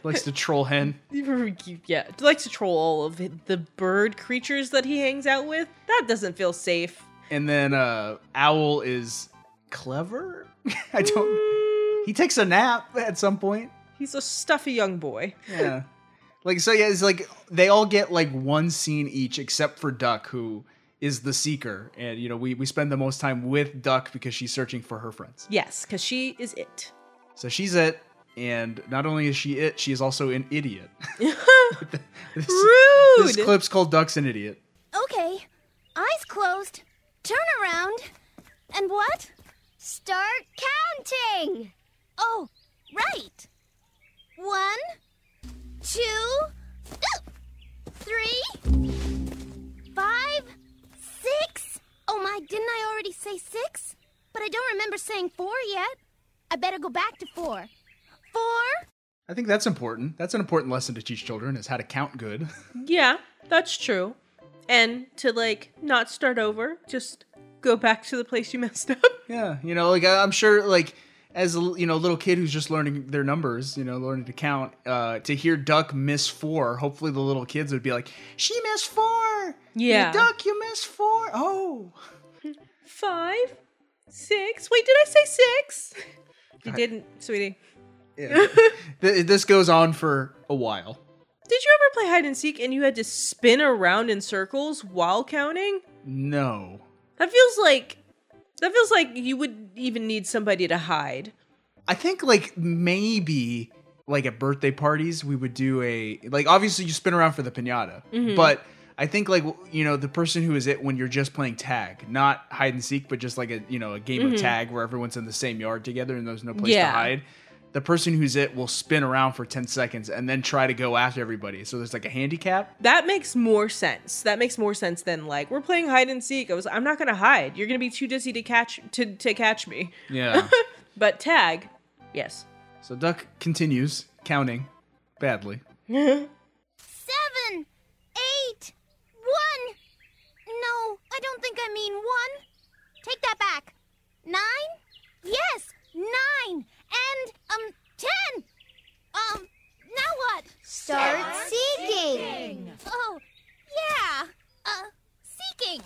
Speaker 1: Likes to troll Hen.
Speaker 2: yeah. Likes to troll all of the bird creatures that he hangs out with. That doesn't feel safe.
Speaker 1: And then uh Owl is clever. I don't. He takes a nap at some point.
Speaker 2: He's a stuffy young boy.
Speaker 1: Yeah. Like so, yeah. It's like they all get like one scene each, except for Duck, who is the seeker, and you know we we spend the most time with Duck because she's searching for her friends.
Speaker 2: Yes, because she is it.
Speaker 1: So she's it, and not only is she it, she is also an idiot. this,
Speaker 2: Rude.
Speaker 1: This clip's called Duck's an idiot.
Speaker 7: Okay. Eyes closed. Turn around. And what?
Speaker 3: Start counting.
Speaker 7: Oh, right. One, two, oh, three, five, six. Oh my, didn't I already say six? But I don't remember saying four yet. I better go back to four. Four.
Speaker 1: I think that's important. That's an important lesson to teach children is how to count good.
Speaker 2: Yeah, that's true. And to like not start over, just go back to the place you messed up.
Speaker 1: yeah, you know, like I- I'm sure, like as a l- you know, little kid who's just learning their numbers, you know, learning to count, uh, to hear Duck miss four, hopefully the little kids would be like, "She missed four.
Speaker 2: Yeah.
Speaker 1: Duck, you missed four. Oh,
Speaker 2: Five, six. Wait, did I say six? You didn't, sweetie.
Speaker 1: yeah. Th- this goes on for a while.
Speaker 2: Did you ever play hide and seek and you had to spin around in circles while counting?
Speaker 1: No,
Speaker 2: That feels like that feels like you would even need somebody to hide.
Speaker 1: I think like maybe like at birthday parties we would do a like obviously you spin around for the pinata, but I think like w- you know the person who is it when you're just playing tag, not hide and seek, but just like a you know a game of tag where everyone's in the same yard together and there's no place
Speaker 2: Yeah.
Speaker 1: to hide. The person who's it will spin around for ten seconds and then try to go after everybody. So there's like a handicap.
Speaker 2: That makes more sense. That makes more sense than like we're playing hide and seek. I was I'm not gonna hide. You're gonna be too dizzy to catch to to catch me.
Speaker 1: Yeah.
Speaker 2: But tag, yes.
Speaker 1: so Duck continues counting badly.
Speaker 7: seven, eight, one. No, I don't think I mean one. Take that back. Nine? Yes, nine. And, um, ten. Um, now what?
Speaker 3: Start seeking.
Speaker 7: Oh, yeah. Uh, seeking.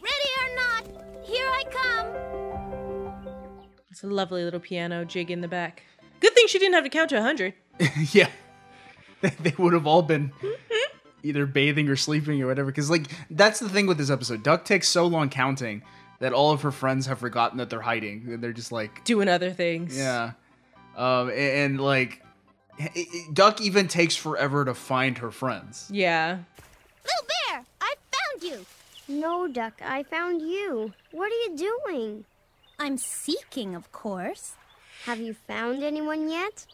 Speaker 7: Ready or not, here I come.
Speaker 2: It's a lovely little piano jig in the back. Good thing she didn't have to count to hundred.
Speaker 1: yeah they, they would have all been either bathing or sleeping or whatever because like that's the thing with this episode duck takes so long counting that all of her friends have forgotten that they're hiding and they're just like
Speaker 2: Doing other things.
Speaker 1: yeah um a- and, like i- i- duck even takes forever to find her friends
Speaker 2: Yeah.
Speaker 7: Little bear, I found you.
Speaker 3: No, Duck, I found you. What are you doing?
Speaker 7: I'm seeking, of course.
Speaker 3: Have you found anyone yet?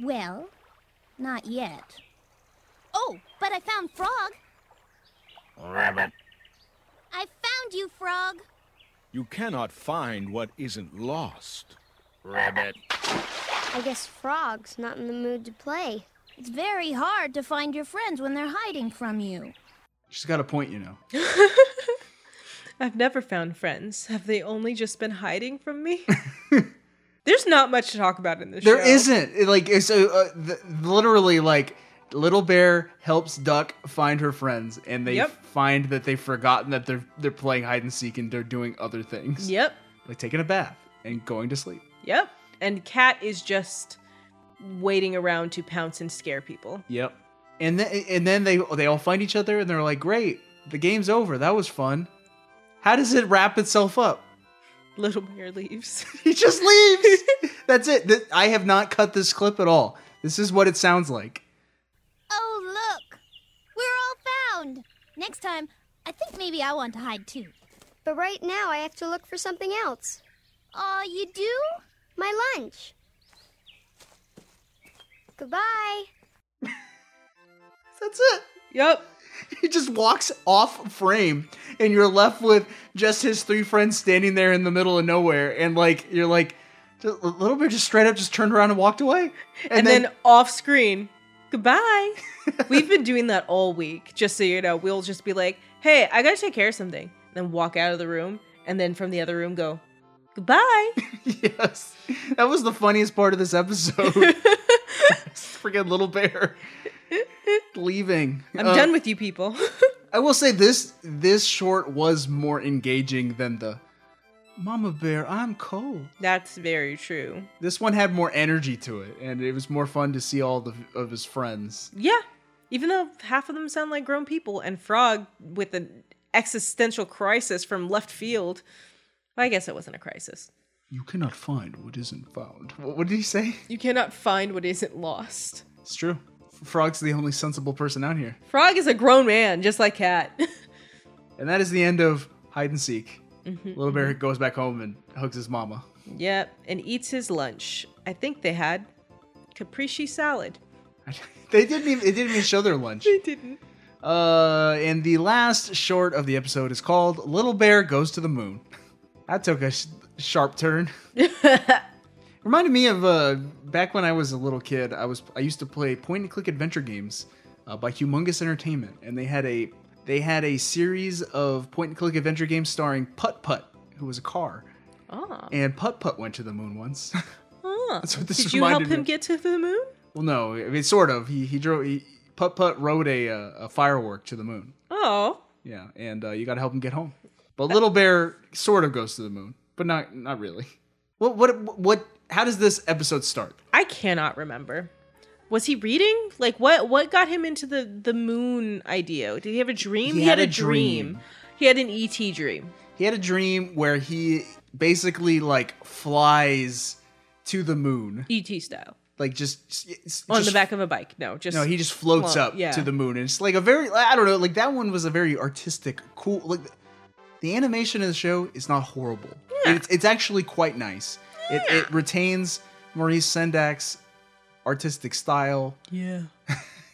Speaker 7: Well, not yet. Oh, but I found Frog. Rabbit. I found you, Frog.
Speaker 8: You cannot find what isn't lost.
Speaker 3: I guess Frog's not in the mood to play.
Speaker 7: It's very hard to find your friends when they're hiding from you.
Speaker 1: she's got a point you know
Speaker 2: I've never found friends. Have they only just been hiding from me? There's not much to talk about in this
Speaker 1: There
Speaker 2: show.
Speaker 1: not like it's uh, uh, th- literally like little bear helps duck find her friends and they
Speaker 2: Yep.
Speaker 1: find that they've forgotten that they're they're playing hide and seek and they're doing other things
Speaker 2: Yep.
Speaker 1: like taking a bath and going to sleep
Speaker 2: Yep. And Cat is just waiting around to pounce and scare people.
Speaker 1: yep and then and then they they all find each other and they're like great the game's over that was fun how does it wrap itself up
Speaker 2: Little Bear leaves.
Speaker 1: he just leaves that's it Th- i have not cut this clip at all this is what it sounds like
Speaker 7: Oh, look. We're all found. Next time, I think maybe I want to hide too.
Speaker 3: But right now I have to look for something else.
Speaker 7: Aw, you do?
Speaker 3: My lunch. Goodbye.
Speaker 1: that's it
Speaker 2: yep.
Speaker 1: He just walks off frame, and you're left with just his three friends standing there in the middle of nowhere, and like you're like, just, a little bit just straight up just turned around and walked away,
Speaker 2: And, then, off screen, goodbye. We've been doing that all week. Just so you know, we'll just be like, hey, I gotta take care of something. Then walk out of the room, and then from the other room go, goodbye.
Speaker 1: yes, that was the funniest part of this episode. Freaking little bear leaving.
Speaker 2: I'm
Speaker 1: Uh,
Speaker 2: done with you people.
Speaker 1: I will say this: this short was more engaging than the Mama Bear. I'm cold.
Speaker 2: That's very true.
Speaker 1: This one had more energy to it, and it was more fun to see all the, of his friends.
Speaker 2: Yeah. Even though half of them sound like grown people and Frog with an existential crisis from left field. Well, I guess it wasn't a crisis.
Speaker 1: You cannot find what isn't found. What, what did he say?
Speaker 2: You cannot find what isn't lost.
Speaker 1: It's true. Frog's the only sensible person out here.
Speaker 2: Frog is a grown man, just like Cat.
Speaker 1: And that is the end of Hide and Seek. Little Bear goes back home and hugs his mama.
Speaker 2: Yep, and eats his lunch. I think they had capricci salad.
Speaker 1: they didn't even. It didn't even show their lunch.
Speaker 2: They didn't.
Speaker 1: Uh, and the last short of the episode is called "Little Bear Goes to the Moon." That took a sh- sharp turn. Reminded me of uh, back when I was a little kid. I was I used to play point and click adventure games uh, by Humongous Entertainment, and they had a they had a series of point and click adventure games starring Putt Putt, who was a car,
Speaker 2: Ah.
Speaker 1: and Putt Putt went to the moon once.
Speaker 2: Ah.
Speaker 1: That's what this
Speaker 2: Did you help
Speaker 1: reminded me
Speaker 2: him
Speaker 1: of.
Speaker 2: get to the moon?
Speaker 1: well, no, I mean sort of. He he drove he, Putt Putt rode a uh, a firework to the moon.
Speaker 2: Oh.
Speaker 1: Yeah, and uh, you got to help him get home. But Little Bear sort of goes to the moon, but not not really. What what what? How does this episode start?
Speaker 2: I cannot remember. Was he reading? Like what what got him into the the moon idea? Did he have a dream?
Speaker 1: He had a dream.
Speaker 2: He had an ET dream.
Speaker 1: He had a dream where he basically like flies to the moon,
Speaker 2: ET E style.
Speaker 1: like just, s-
Speaker 2: On
Speaker 1: just-
Speaker 2: the back of a bike. No, just
Speaker 1: No, he just floats
Speaker 2: Flo-
Speaker 1: up
Speaker 2: yeah.
Speaker 1: to the moon, and it's like a very I don't know, like that one was a very artistic, cool. Like the animation of the show is not horrible. It's, it's actually quite nice. It, it retains Maurice Sendak's artistic style.
Speaker 2: Yeah.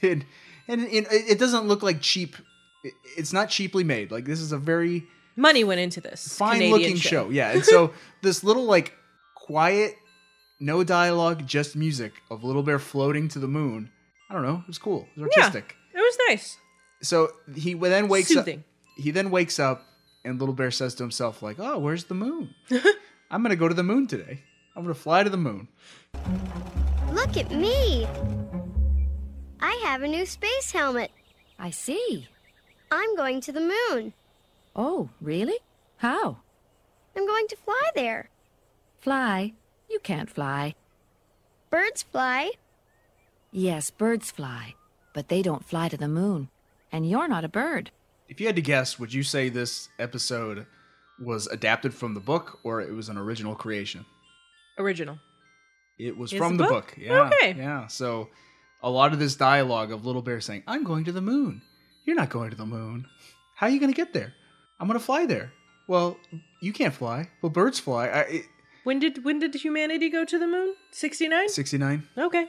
Speaker 1: and and it, it doesn't look like cheap. it- It's not cheaply made. Like this is a very
Speaker 2: Money went into this.
Speaker 1: fine
Speaker 2: Canadian
Speaker 1: looking show. Yeah, and so this little like quiet, no dialogue, just music of Little Bear floating to the moon. I don't know. It was cool. It was
Speaker 2: Yeah.
Speaker 1: artistic.
Speaker 2: It was nice.
Speaker 1: So he then wakes
Speaker 2: Soothing.
Speaker 1: up. He then wakes up, and Little Bear says to himself, like, "Oh, where's the moon? I'm gonna go to the moon today. I'm gonna fly to the moon."
Speaker 3: Look at me. I have a new space helmet.
Speaker 4: I see.
Speaker 3: I'm going to the moon.
Speaker 4: Oh, really? How?
Speaker 3: I'm going to fly there.
Speaker 4: Fly? You can't fly.
Speaker 3: Birds fly.
Speaker 4: Yes, birds fly, but they don't fly to the moon. And you're not a bird.
Speaker 1: If you had to guess, would you say this episode was adapted from the book or it was an original creation?
Speaker 2: Original.
Speaker 1: It was
Speaker 2: Is
Speaker 1: from
Speaker 2: the
Speaker 1: the
Speaker 2: book?
Speaker 1: book. Yeah.
Speaker 2: Okay.
Speaker 1: Yeah. So a lot of this dialogue of Little Bear saying, I'm going to the moon. You're not going to the moon. How are you going to get there? I'm going to fly there. Well, you can't fly. Well, birds fly. I, it,
Speaker 2: When did when did humanity go to the moon? 69?
Speaker 1: 69.
Speaker 2: Okay.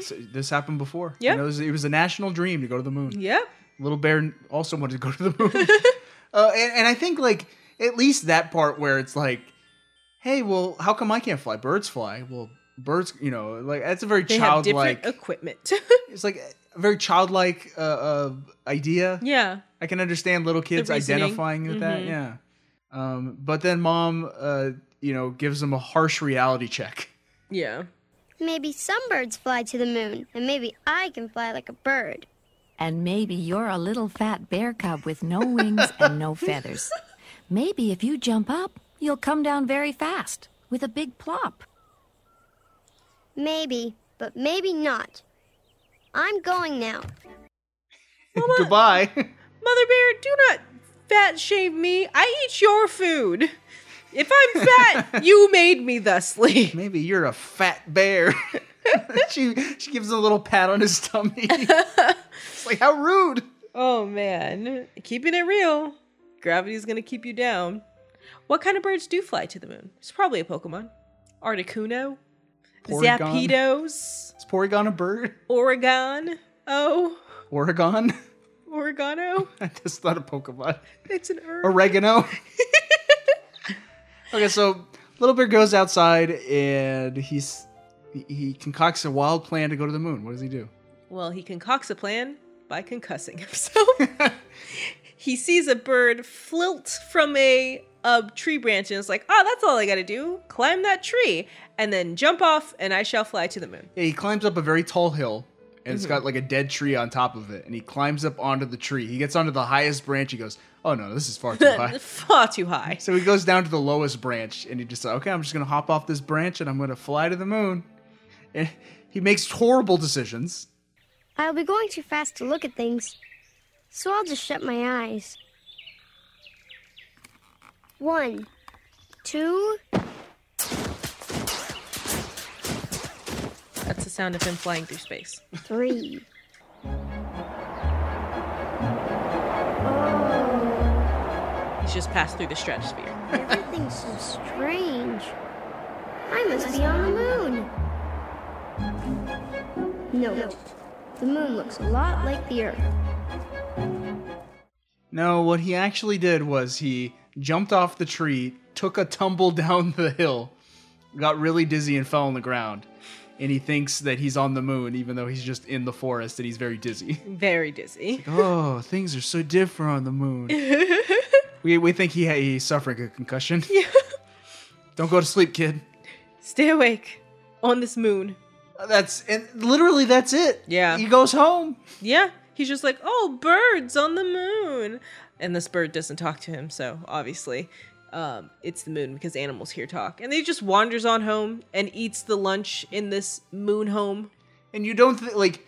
Speaker 1: So this happened before.
Speaker 2: Yeah.
Speaker 1: You know, it, was, it was a national dream to go to the moon.
Speaker 2: Yep.
Speaker 1: Little Bear also wanted to go to the moon. uh, and, and I think, like, at least that part where it's like, hey, well, how come I can't fly? Birds fly. Well, birds, you know, like, that's a very
Speaker 2: They have
Speaker 1: childlike,
Speaker 2: different equipment.
Speaker 1: it's like a very childlike uh, uh, idea.
Speaker 2: yeah.
Speaker 1: I can understand little kids
Speaker 2: reasoning.
Speaker 1: identifying with that.
Speaker 2: Mhm.
Speaker 1: Yeah. Um, but then mom, uh, you know, gives them a harsh reality check.
Speaker 2: Yeah.
Speaker 3: Maybe some birds fly to the moon, and maybe I can fly like a bird.
Speaker 4: And maybe you're a little fat bear cub with no wings and no feathers. Maybe if you jump up, you'll come down very fast with a big plop.
Speaker 3: Maybe, but maybe not. I'm going now.
Speaker 1: Goodbye.
Speaker 2: Mother Bear, do not fat shame me. I eat your food. If I'm fat, you made me thusly.
Speaker 1: Maybe you're a fat bear. she she gives him a little pat on his tummy. it's like how rude.
Speaker 2: Oh man. Keeping it real. Gravity's gonna keep you down. What kind of birds do fly to the moon? It's probably a Pokemon. Articuno.
Speaker 1: Porygon.
Speaker 2: Zapdos.
Speaker 1: Is Porygon a bird?
Speaker 2: Oregon. Oh.
Speaker 1: Oregon?
Speaker 2: Oregano.
Speaker 1: That's not a Pokemon.
Speaker 2: It's an herb.
Speaker 1: oregano. okay, so Little Bear goes outside and he's he concocts a wild plan to go to the moon. What does he do?
Speaker 2: Well, he concocts a plan by concussing himself. he sees a bird flilt from a, a tree branch and is like, oh, that's all I gotta do. Climb that tree and then jump off, and I shall fly to the moon.
Speaker 1: Yeah, he climbs up a very tall hill and it's got like a dead tree on top of it and he climbs up onto the tree. He gets onto the highest branch. He goes, "Oh no, this is far too high."
Speaker 2: Far too high.
Speaker 1: So he goes down to the lowest branch and he just like, okay, I'm just gonna hop off this branch and I'm gonna fly to the moon. And he makes horrible decisions.
Speaker 3: I'll be going too fast to look at things, so I'll just shut my eyes. One, two,
Speaker 2: That's the sound of him flying through space.
Speaker 3: three.
Speaker 2: He just passed through the stratosphere.
Speaker 3: Everything's so strange. I must be on the moon. Note. The moon looks a lot like the Earth.
Speaker 1: No, what he actually did was he jumped off the tree, took a tumble down the hill, got really dizzy and fell on the ground. And he thinks that he's on the moon, even though he's just in the forest and he's very dizzy.
Speaker 2: Very dizzy.
Speaker 1: oh, things are so different on the moon. we, we think he he's suffering a concussion. Don't go to sleep, kid.
Speaker 2: Stay awake on this moon.
Speaker 1: That's and literally that's it.
Speaker 2: Yeah.
Speaker 1: He goes home.
Speaker 2: Yeah, he's just like, oh, birds on the moon. And this bird doesn't talk to him, so obviously um, it's the moon because animals here talk. And he just wanders on home and eats the lunch in this moon home.
Speaker 1: And you don't th- like.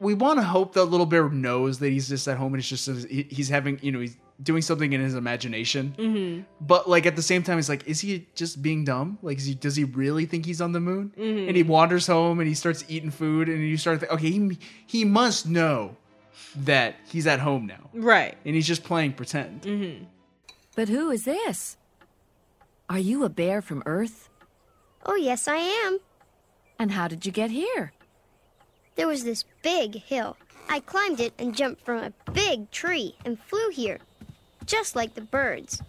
Speaker 1: We want to hope that little bear knows that he's just at home and it's just uh, he- he's having you know he's doing something in his imagination. Mm-hmm. But like at the same time, it's like, is he just being dumb? Like, is he does he really think he's on the moon? And he wanders home and he starts eating food and you start th- okay, he he must know that he's at home now
Speaker 2: Right.
Speaker 1: and he's just playing pretend.
Speaker 4: But who is this? Are you a bear from Earth?
Speaker 3: Oh, yes, I am.
Speaker 4: And how did you get here?
Speaker 3: There was this big hill. I climbed it and jumped from a big tree and flew here, just like the birds.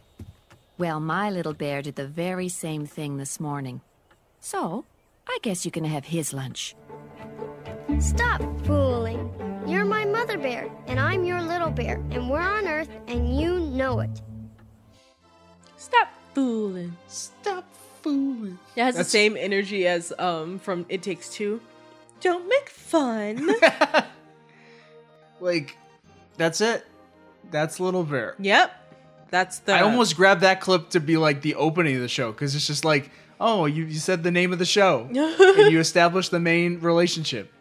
Speaker 4: Well, my little bear did the very same thing this morning. So, I guess you can have his lunch.
Speaker 3: Stop fooling. You're my mother bear, and I'm your little bear, and we're on Earth, and you know it.
Speaker 2: Stop fooling.
Speaker 1: Stop fooling.
Speaker 2: It has
Speaker 1: That's-
Speaker 2: the same energy as um from It Takes Two. Don't make fun.
Speaker 1: Like, that's it. That's Little Bear.
Speaker 2: yep. That's the
Speaker 1: I almost grabbed that clip to be like the opening of the show because it's just like, oh, you, you said the name of the show and you established the main relationship.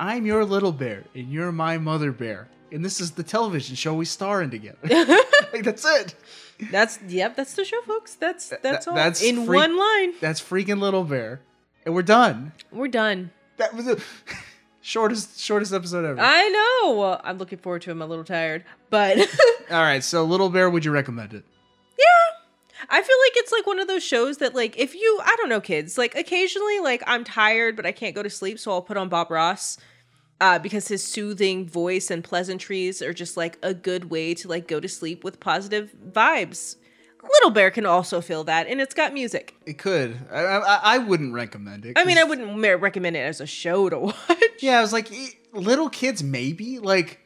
Speaker 1: I'm your little bear and you're my mother bear. And this is the television show we star in together. like, that's it.
Speaker 2: That's yep, that's the show, folks. That's that's all.
Speaker 1: that's
Speaker 2: in
Speaker 1: freak-
Speaker 2: one line.
Speaker 1: That's freaking Little Bear. And we're done.
Speaker 2: We're done.
Speaker 1: That was the shortest, shortest episode ever.
Speaker 2: I know. Uh, I'm looking forward to him. I'm a little tired, but yeah,
Speaker 1: All right. So, Little Bear, would you recommend it?
Speaker 2: I feel like it's like one of those shows that like if you, I don't know, kids, like occasionally like I'm tired but I can't go to sleep, so I'll put on Bob Ross. Uh, because his soothing voice and pleasantries are just like a good way to like go to sleep with positive vibes. Little Bear can also feel that, and it's got music.
Speaker 1: It could. I, I, I wouldn't recommend it.
Speaker 2: I mean, I
Speaker 1: 'cause-
Speaker 2: wouldn't mer- recommend it as a show to watch.
Speaker 1: Yeah, I was like, e- little kids, maybe. Like,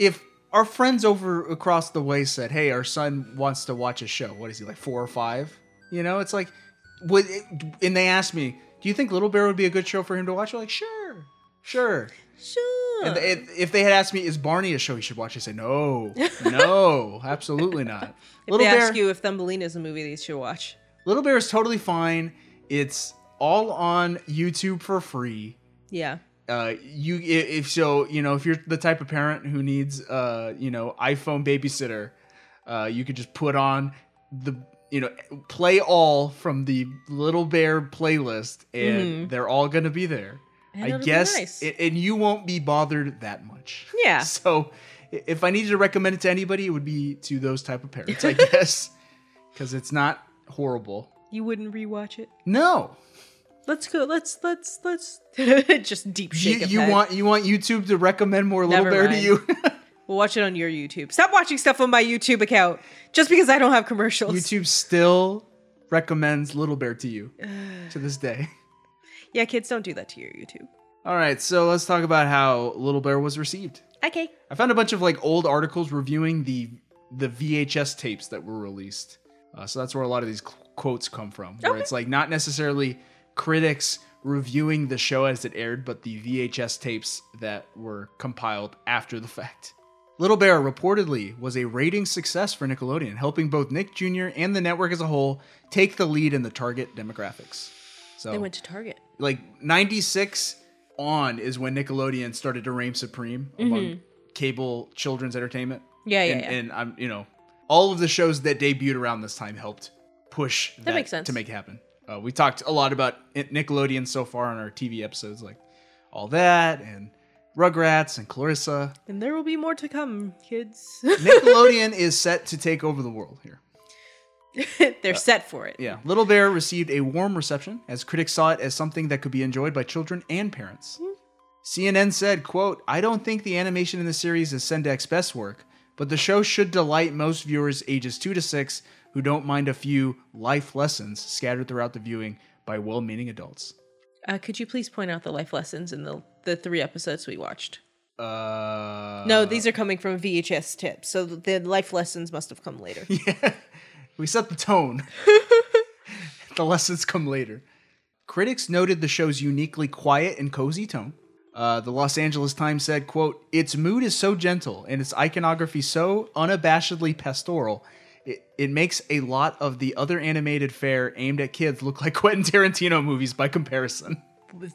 Speaker 1: if our friends over across the way said, "Hey, our son wants to watch a show. What is he like, four or five? You know, it's like, would and they asked me, "Do you think Little Bear would be a good show for him to watch?" I'm like, sure, sure.
Speaker 2: Sure.
Speaker 1: And they- if- if they had asked me, "Is Barney a show you should watch?" I say, "No, no, absolutely not."
Speaker 2: they ask you if Thumbelina is a movie that you should watch.
Speaker 1: Little Bear is totally fine. It's all on YouTube for free.
Speaker 2: Yeah.
Speaker 1: Uh, you i- if so, you know, if you're the type of parent who needs uh, you know, iPhone babysitter, uh, you could just put on the you know, play all from the Little Bear playlist, and they're all gonna be there. I
Speaker 2: Mm-hmm. it'll be
Speaker 1: guess,
Speaker 2: nice.
Speaker 1: a- and you won't be bothered that much.
Speaker 2: Yeah.
Speaker 1: So, i- if I needed to recommend it to anybody, it would be to those type of parents, I guess, because it's not horrible.
Speaker 2: You wouldn't rewatch it.
Speaker 1: No,
Speaker 2: Let's go. Let's let's let's just deep
Speaker 1: you,
Speaker 2: shake. of
Speaker 1: you
Speaker 2: head.
Speaker 1: want you want YouTube to recommend more Little
Speaker 2: Never
Speaker 1: Bear
Speaker 2: mind.
Speaker 1: to you.
Speaker 2: We'll watch it on your YouTube. Stop watching stuff on my YouTube account just because I don't have commercials.
Speaker 1: YouTube still recommends Little Bear to you to this day.
Speaker 2: Yeah, kids, don't do that to your YouTube.
Speaker 1: All right, so let's talk about how Little Bear was received.
Speaker 2: Okay.
Speaker 1: I found a bunch of like old articles reviewing the the VHS tapes that were released. Uh, so that's where a lot of these qu- quotes come from, where it's like not necessarily critics reviewing the show as it aired, but the VHS tapes that were compiled after the fact. Little Bear reportedly was a rating success for Nickelodeon, helping both Nick Jr. and the network as a whole take the lead in the target demographics. So
Speaker 2: They went to Target.
Speaker 1: like 96 on is when Nickelodeon started to reign supreme among cable children's entertainment.
Speaker 2: Mm-hmm. Yeah, yeah,
Speaker 1: and,
Speaker 2: yeah.
Speaker 1: and I'm, you know, all of the shows that debuted around this time helped push that,
Speaker 2: makes sense.
Speaker 1: to make it happen. Uh, we talked a lot about Nickelodeon so far on our TV episodes, like all that and Rugrats and Clarissa.
Speaker 2: And there will be more to come, kids.
Speaker 1: Nickelodeon is set to take over the world here.
Speaker 2: They're set for it.
Speaker 1: Uh, Yeah. Mm-hmm. Little Bear received a warm reception as critics saw it as something that could be enjoyed by children and parents. CNN said, quote, I don't think the animation in the series is Sendak's best work, but the show should delight most viewers ages 2 to 6 who don't mind a few life lessons scattered throughout the viewing by well-meaning adults.
Speaker 2: Uh, could you please point out the life lessons in the the three episodes we watched?
Speaker 1: Uh
Speaker 2: No, these are coming from VHS tips, so the life lessons must have come later.
Speaker 1: We set the tone. the lessons come later. Critics noted the show's uniquely quiet and cozy tone. Uh, the Los Angeles Times said, quote, Its mood is so gentle and its iconography so unabashedly pastoral, it, it makes a lot of the other animated fare aimed at kids look like Quentin Tarantino movies by comparison.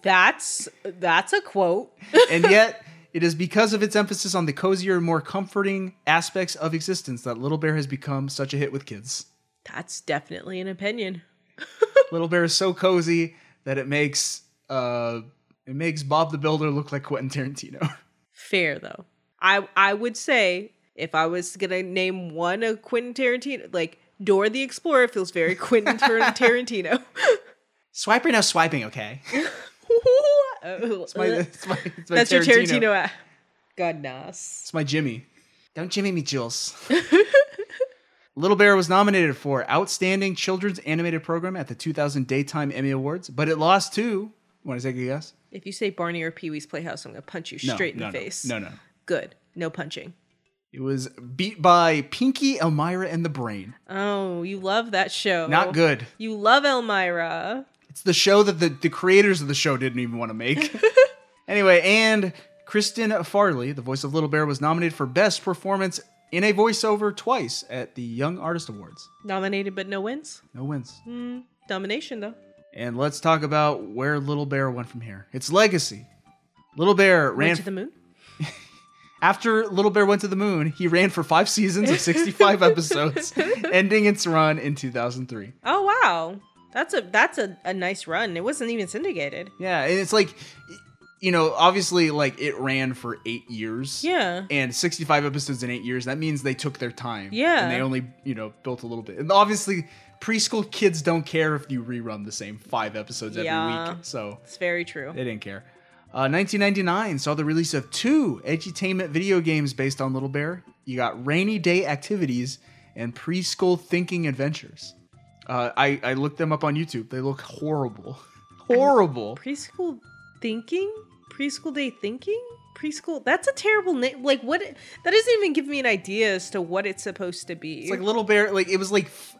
Speaker 2: that's that's a quote.
Speaker 1: and yet, it is because of its emphasis on the cozier, more comforting aspects of existence that Little Bear has become such a hit with kids.
Speaker 2: That's definitely an opinion.
Speaker 1: Little Bear is so cozy that it makes uh it makes Bob the Builder look like Quentin Tarantino.
Speaker 2: Fair though. I I would say if I was gonna name one a Quentin Tarantino, like Dora the Explorer feels very Quentin Tar- Tarantino.
Speaker 1: Swiper no swiping, okay? It's my, it's my, it's my
Speaker 2: Uh, That's
Speaker 1: Tarantino.
Speaker 2: your Tarantino app. Goodness.
Speaker 1: It's my Jimmy. Don't Jimmy me, Jules. Little Bear was nominated for Outstanding Children's Animated Program at the 2000 Daytime Emmy Awards, but it lost to. Want to take a guess?
Speaker 2: If you say Barney or Pee Wee's Playhouse, I'm gonna punch you straight in
Speaker 1: no,
Speaker 2: the
Speaker 1: no,
Speaker 2: face.
Speaker 1: No, no.
Speaker 2: Good. No punching.
Speaker 1: It was beat by Pinky, Elmira, and the Brain.
Speaker 2: Oh, you love that show.
Speaker 1: Not good.
Speaker 2: You love Elmira.
Speaker 1: It's the show that the, the creators of the show didn't even want to make. anyway, and Kristen Farley, the voice of Little Bear, was nominated for Best Performance in a Voiceover twice at the Young Artist Awards.
Speaker 2: Nominated but no wins.
Speaker 1: No wins.
Speaker 2: Domination though.
Speaker 1: And let's talk about where Little Bear went from here. Its legacy. Little Bear
Speaker 2: Went
Speaker 1: ran.
Speaker 2: to the moon.
Speaker 1: after Little Bear went to the moon, he ran for five seasons of 65 episodes, ending its run in 2003.
Speaker 2: Oh wow. That's a that's a, a nice run. It wasn't even syndicated.
Speaker 1: Yeah, and it's like, you know, obviously, like it ran for eight years.
Speaker 2: Yeah.
Speaker 1: and 65 episodes in eight years that means they took their time
Speaker 2: Yeah.
Speaker 1: and they only you know built a little bit and obviously preschool kids don't care if you rerun the same five episodes every
Speaker 2: Yeah.
Speaker 1: week so
Speaker 2: It's very true.
Speaker 1: they didn't care uh, 1999 saw the release of two edutainment video games based on little bear you got rainy day activities and preschool thinking adventures uh, I, I looked them up on youtube they look horrible horrible
Speaker 2: Preschool thinking? Preschool day thinking? Preschool that's a terrible name. Like what that doesn't even give me an idea as to what it's supposed to be.
Speaker 1: It's like Little Bear. Like it was like f-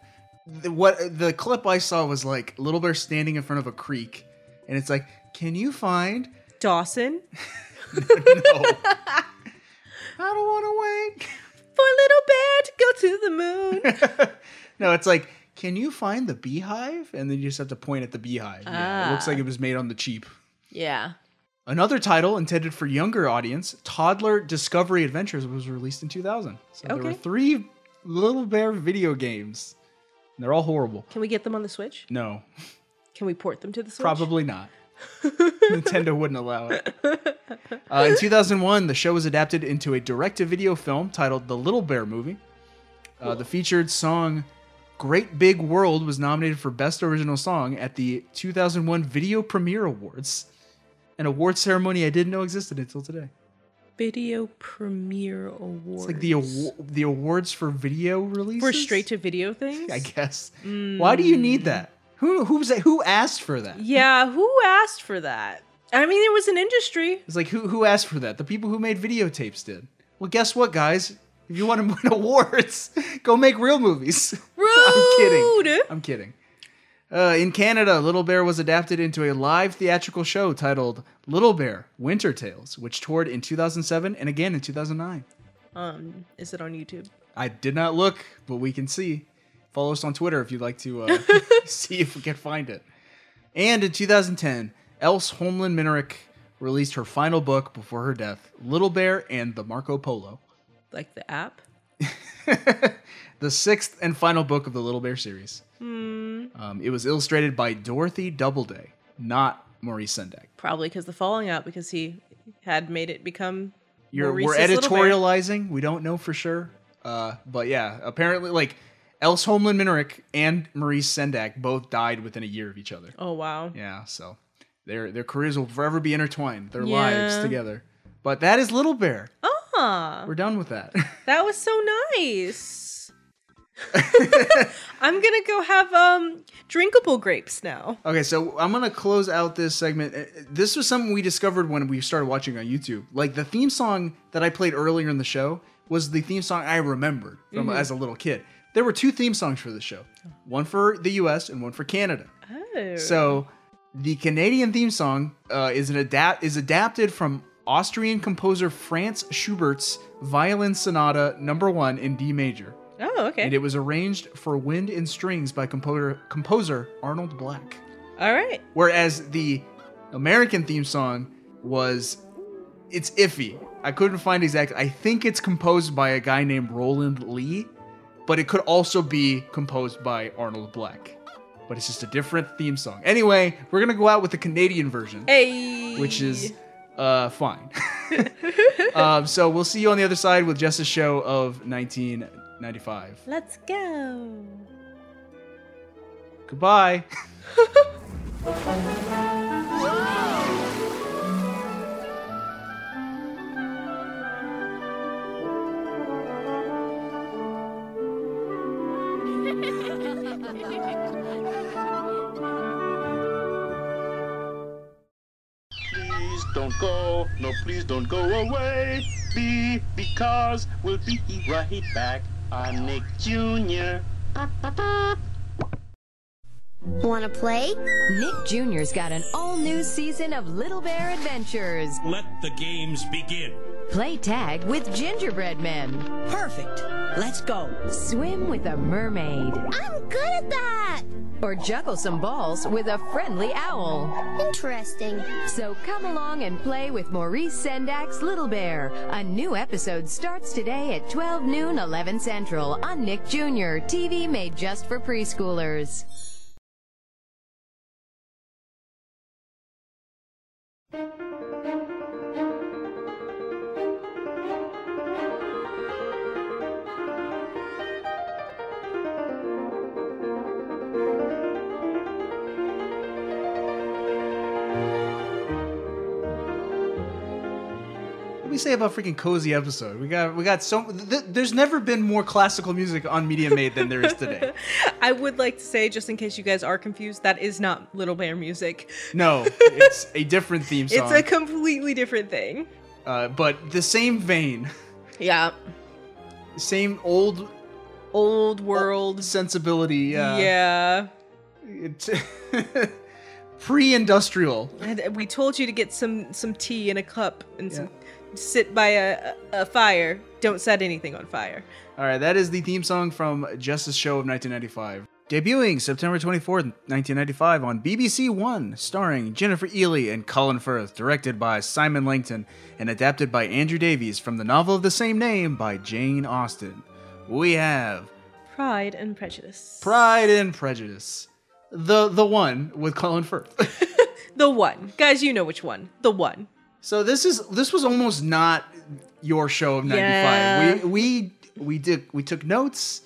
Speaker 1: the, what the clip I saw was like Little Bear standing in front of a creek, and it's like, can you find?
Speaker 2: Dawson.
Speaker 1: No, I don't want to wait.
Speaker 2: For little bear to go to the moon.
Speaker 1: No, it's like, can you find the beehive? And then you just have to point at the beehive. Yeah, it looks like it was made on the cheap.
Speaker 2: yeah.
Speaker 1: Another title intended for younger audience, Toddler Discovery Adventures, was released in 2000. So there were
Speaker 2: Okay.
Speaker 1: three Little Bear video games. And they're all horrible.
Speaker 2: Can we get them on the Switch?
Speaker 1: No,
Speaker 2: Can we port them to the Switch?
Speaker 1: Probably not. Nintendo wouldn't allow it. Uh, in 2001, the show was adapted into a direct to video film titled The Little Bear Movie. Uh, the featured song Great Big World was nominated for Best Original Song at the 2001 Video Premiere Awards, an award ceremony I didn't know existed until today.
Speaker 2: Video Premiere Awards.
Speaker 1: It's like the, awa- the awards for video releases?
Speaker 2: for straight to Mm. video things.
Speaker 1: I guess. Why do you need that? Who, who's that? Who asked for that?
Speaker 2: Yeah, who asked for that? I mean, it was an industry.
Speaker 1: It's like who who asked for that? The people who made videotapes did. Well, guess what, guys? If you want to win awards, go make real movies. I'm kidding.
Speaker 2: Rude.
Speaker 1: I'm kidding. Uh, in Canada, Little Bear was adapted into a live theatrical show titled Little Bear Winter Tales, which toured in 2007 and again in 2009.
Speaker 2: Um, is it on YouTube?
Speaker 1: I did not look, but we can see. Follow us on Twitter if you'd like to uh, see if we can find it. And in 2010, Else Holmland Minerick released her final book before her death, Little Bear and the Marco Polo,
Speaker 2: Like the app?
Speaker 1: the sixth and final book of the Little Bear series. Um, it was illustrated by Dorothy Doubleday, not Maurice Sendak.
Speaker 2: Probably because the falling out because he had made it become
Speaker 1: You're, we're
Speaker 2: Maurice's Little Bear.
Speaker 1: editorializing. We don't know for sure. Uh, but yeah, apparently, like, Else Homeland Minerick and Maurice Sendak both died within a year of each other.
Speaker 2: Oh wow.
Speaker 1: Yeah, so their their careers will forever be intertwined, their lives
Speaker 2: Yeah.
Speaker 1: together. But that is Little Bear.
Speaker 2: Ah,
Speaker 1: We're done with that.
Speaker 2: that was so nice. I'm gonna go have um drinkable grapes now.
Speaker 1: okay, so I'm gonna close out this segment. Uh, uh, This was something we discovered when we started watching on YouTube. Like the theme song that I played earlier in the show was the theme song I remembered from as a little kid. There were two theme songs for the show, one for the U.S. and one for Canada.
Speaker 2: Oh.
Speaker 1: So the Canadian theme song uh, is an adapt is adapted from Austrian composer Franz Schubert's Violin Sonata Number One in D major,
Speaker 2: Oh, okay.
Speaker 1: and it was arranged for wind and strings by composer composer Arnold Black.
Speaker 2: All right.
Speaker 1: Whereas the American theme song was it's iffy. I couldn't find exact. I think it's composed by a guy named Roland Lee, but it could also be composed by Arnold Black. But it's just a different theme song. Anyway, we're gonna go out with the Canadian version,
Speaker 2: Hey.
Speaker 1: which is uh, fine. um, so we'll see you on the other side with Jess's show of 1995.
Speaker 2: Let's go.
Speaker 1: Goodbye.
Speaker 9: Please don't go. No, please don't go away. Be because we'll be right back. I'm Nick Jr.
Speaker 3: Want to play?
Speaker 4: Nick Jr.'s got an all new season of Little Bear Adventures.
Speaker 10: Let the games begin.
Speaker 4: Play tag with gingerbread men.
Speaker 6: Perfect. Let's go.
Speaker 4: Swim with a mermaid.
Speaker 3: I'm good at that.
Speaker 4: Or juggle some balls with a friendly owl.
Speaker 3: Interesting.
Speaker 4: So come along and play with Maurice Sendak's Little Bear. A new episode starts today at 12 noon, 11 Central on Nick Jr., TV made just for preschoolers.
Speaker 1: What do we say about freaking cozy episode? We got we got so th- there's never been more classical music on Media Made than there is today.
Speaker 2: I would like to say, just in case you guys are confused, that is not Little Bear music.
Speaker 1: No, it's a different theme
Speaker 2: It's
Speaker 1: song,
Speaker 2: a completely different thing.
Speaker 1: uh, but the same vein,
Speaker 2: Yeah.
Speaker 1: same old
Speaker 2: Old world.
Speaker 1: sensibility. Yeah,
Speaker 2: yeah.
Speaker 1: It's pre-industrial.
Speaker 2: And We told you to get some some tea in a cup and some,
Speaker 1: Yeah.
Speaker 2: sit by a, a fire. Don't set anything on fire.
Speaker 1: All right, that is the theme song from Justice Show of 1995. Debuting September 24th, 1995 on BBC One, starring Jennifer Ely and Colin Firth, directed by Simon Langton, and adapted by Andrew Davies from the novel of the same name by Jane Austen. We have
Speaker 2: Pride and Prejudice.
Speaker 1: Pride and Prejudice, the the one with Colin Firth.
Speaker 2: the one. Guys, you know which one. The one.
Speaker 1: so this is this was almost not your show of 95.
Speaker 2: Yeah.
Speaker 1: We we we did we took notes.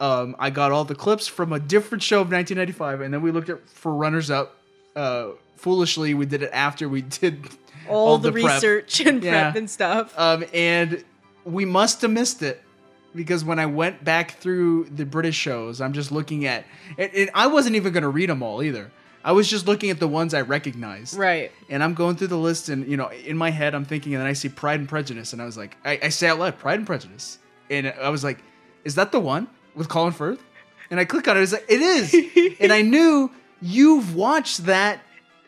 Speaker 1: Um, I got all the clips from a different show of 1995, and then we looked at for runners up. Uh, foolishly, we did it after we did
Speaker 2: All, the,
Speaker 1: prep.
Speaker 2: research and
Speaker 1: Yeah.
Speaker 2: prep and stuff.
Speaker 1: Um, and we must have missed it because when I went back through the British shows, I'm just looking at and, and I wasn't even going to read them all either. I was just looking at the ones I recognized.
Speaker 2: right.
Speaker 1: And I'm going through the list, and you know, in my head, I'm thinking, and then I see Pride and Prejudice, and I was like, I, I say out loud, Pride and Prejudice, and I was like, is that the one with Colin Firth? And I click on it, it's like, it is, and I knew you've watched that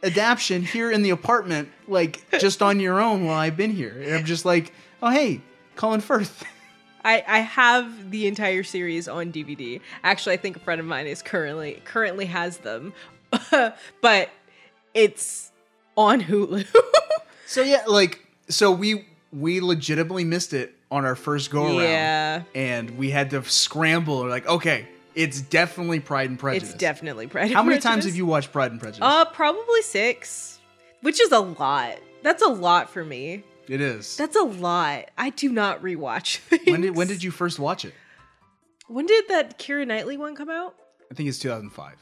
Speaker 1: adaption here in the apartment, like just on your own while I've been here, and I'm just like, oh hey, Colin Firth.
Speaker 2: I, I have the entire series on DVD. Actually, I think a friend of mine is currently currently has them, but it's on Hulu.
Speaker 1: So yeah, like, so we we legitimately missed it on our first go around.
Speaker 2: yeah,
Speaker 1: and we had to scramble. We're like, okay, it's definitely Pride and Prejudice.
Speaker 2: it's definitely Pride. and
Speaker 1: How many
Speaker 2: Prejudice. Um,
Speaker 1: times have you watched Pride and Prejudice?
Speaker 2: Uh, probably six, which is a lot. That's a lot for me.
Speaker 1: It is.
Speaker 2: That's a lot. I do not rewatch things.
Speaker 1: when did when did you first watch it?
Speaker 2: When did that Kira Knightley one come out?
Speaker 1: I think it's 2005.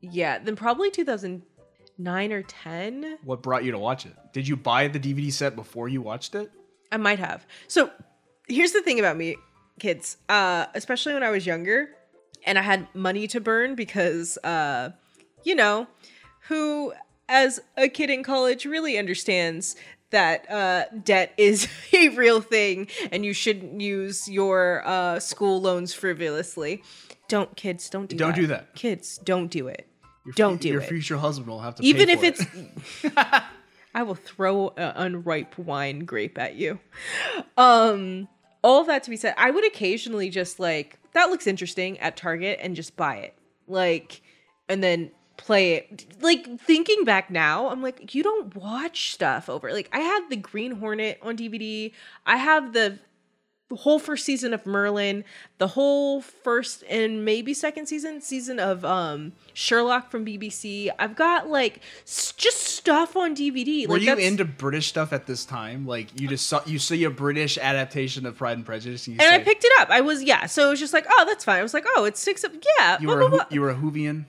Speaker 2: Yeah, then probably 2009 or 10.
Speaker 1: What brought you to watch it? Did you buy the DVD set before you watched it?
Speaker 2: I might have. So here's the thing about me, kids, uh, especially when I was younger and I had money to burn because, uh, you know, who as a kid in college really understands that uh, debt is a real thing and you shouldn't use your uh, school loans frivolously. Don't, kids, don't do
Speaker 1: Don't
Speaker 2: that.
Speaker 1: do that.
Speaker 2: Kids, don't do it.
Speaker 1: Your fu-
Speaker 2: don't do
Speaker 1: Your
Speaker 2: it.
Speaker 1: future husband will have to.
Speaker 2: Even
Speaker 1: pay
Speaker 2: if
Speaker 1: for
Speaker 2: it's
Speaker 1: it.
Speaker 2: I will throw an unripe wine grape at you. Um, all that to be said, I would occasionally just like that looks interesting at Target and just buy it, like, and then play it. Like thinking back now, I'm like, you don't watch stuff over. Like I had the Green Hornet on DVD. I have the whole first season of Merlin, the whole first and maybe second season season of um Sherlock from BBC. I've got like s- just stuff on DVD.
Speaker 1: Were
Speaker 2: like
Speaker 1: you
Speaker 2: that's-
Speaker 1: into British stuff at this time? Like you just saw you see a British adaptation of Pride and Prejudice, and you
Speaker 2: and I
Speaker 1: say,
Speaker 2: picked it up. I was yeah, so it was just like, oh, that's fine. I was like, oh, it's six. Of, yeah,
Speaker 1: you
Speaker 2: blah,
Speaker 1: were a,
Speaker 2: blah,
Speaker 1: Ho-
Speaker 2: blah.
Speaker 1: you were a Hoovian.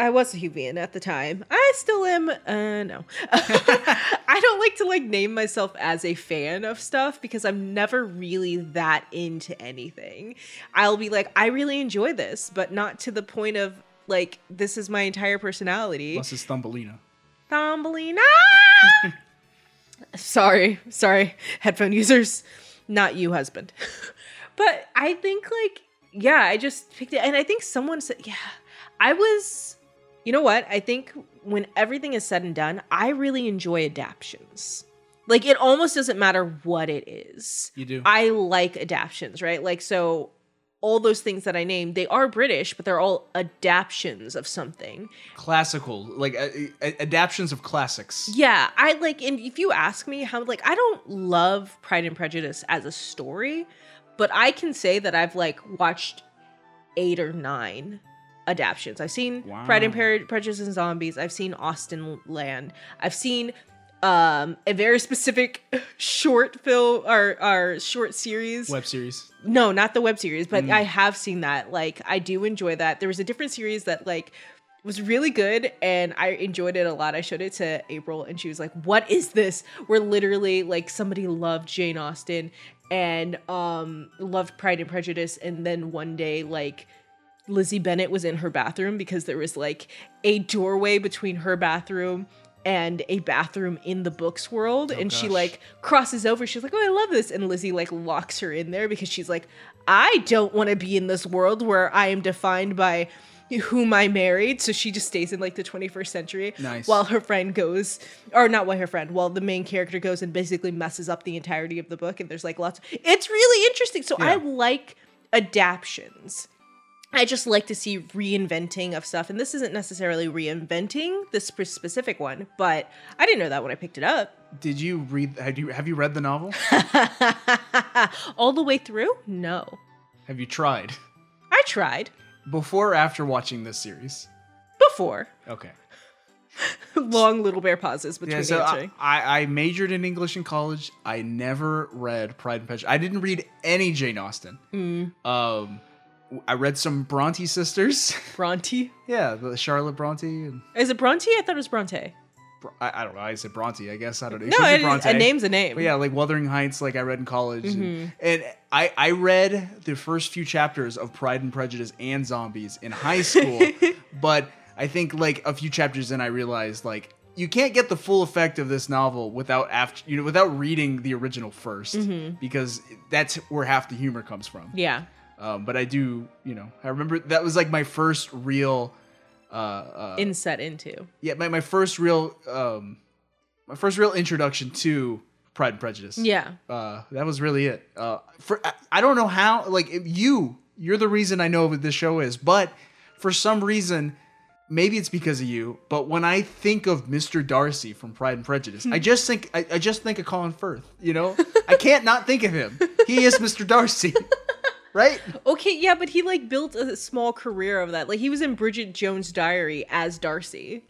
Speaker 2: I was a Hubian at the time. I still am. Uh, no, I don't like to like name myself as a fan of stuff because I'm never really that into anything. I'll be like, I really enjoy this, but not to the point of like this is my entire personality.
Speaker 1: Plus, it's Thumbelina.
Speaker 2: Thumbelina. sorry, sorry, headphone users, not you, husband. but I think like yeah, I just picked it, and I think someone said yeah, I was. You know what? I think when everything is said and done, I really enjoy adaptions. Like it almost doesn't matter what it is.
Speaker 1: You do.
Speaker 2: I like adaptions, right? Like so all those things that I named, they are British, but they're all adaptions of something.
Speaker 1: Classical, like uh, uh, adaptions of classics.
Speaker 2: Yeah, I like, and if you ask me how, like, I don't love Pride and Prejudice as a story, but I can say that I've like watched eight or nine adaptions. I've seen
Speaker 1: Wow.
Speaker 2: Pride and Pre- Prejudice and Zombies. I've seen Austin Land. I've seen um a very specific short film or, or short series
Speaker 1: Web series.
Speaker 2: no, not the web series, but I have seen that. Like, I do enjoy that. There was a different series that like was really good, and I enjoyed it a lot. I showed it to April, and she was like, "What is this?" Where literally like somebody loved Jane Austen and um loved Pride and Prejudice, and then one day like Lizzie Bennett was in her bathroom because there was like a doorway between her bathroom and a bathroom in the books world. and she
Speaker 1: Oh, gosh.
Speaker 2: like crosses over. She's like, Oh, I love this. And Lizzie like locks her in there because she's like, I don't want to be in this world where I am defined by whom I married. So she just stays in like the 21st century
Speaker 1: Nice.
Speaker 2: while her friend goes, or not while her friend, while the main character goes and basically messes up the entirety of the book. And there's like lots. It's really interesting. So I
Speaker 1: Yeah.
Speaker 2: like adaptions. I just like to see reinventing of stuff. And this isn't necessarily reinventing this spe- specific one, but I didn't know that when I picked it up.
Speaker 1: Did you read? Have you have you read the novel?
Speaker 2: All the way through? No.
Speaker 1: have you tried
Speaker 2: I tried
Speaker 1: before or after watching this series?
Speaker 2: before.
Speaker 1: Okay.
Speaker 2: Long little bear pauses between
Speaker 1: Yeah, so uh, I,
Speaker 2: answering.
Speaker 1: I, I majored in English in college. I never read Pride and Prejudice. I didn't read any Jane Austen.
Speaker 2: Hmm.
Speaker 1: Um, w- I read some Bronte sisters.
Speaker 2: Bronte?
Speaker 1: yeah, the Charlotte Bronte. And
Speaker 2: Is it Bronte? I thought it was Bronte.
Speaker 1: Br- I, I don't know. I said Bronte. I guess I don't know. It
Speaker 2: No,
Speaker 1: should be
Speaker 2: it is-
Speaker 1: Bronte.
Speaker 2: a name's a name. Mm-hmm.
Speaker 1: But yeah, like Wuthering Heights, like I read in college, and, and I I read the first few chapters of Pride and Prejudice and Zombies in high school, but I think like a few chapters in, I realized like you can't get the full effect of this novel without after you know without reading the original 1st because that's where half the humor comes from.
Speaker 2: Mm-hmm. Yeah.
Speaker 1: Um, but I do, you know, I remember that was like my first real. Uh, uh,
Speaker 2: In set into.
Speaker 1: yeah, my, my first real um my first real introduction to Pride and Prejudice.
Speaker 2: Yeah.
Speaker 1: Uh that was really it. Uh for I, I don't know how like if you you're the reason I know what this show is, but for some reason maybe it's because of you, but when I think of Mr. Darcy from Pride and Prejudice, I just think I, I just think of Colin Firth, you know? I can't not think of him. He is Mr. Darcy. right?
Speaker 2: Okay, yeah, but he like built a small career of that. Like he was in Bridget Jones' Diary as Darcy.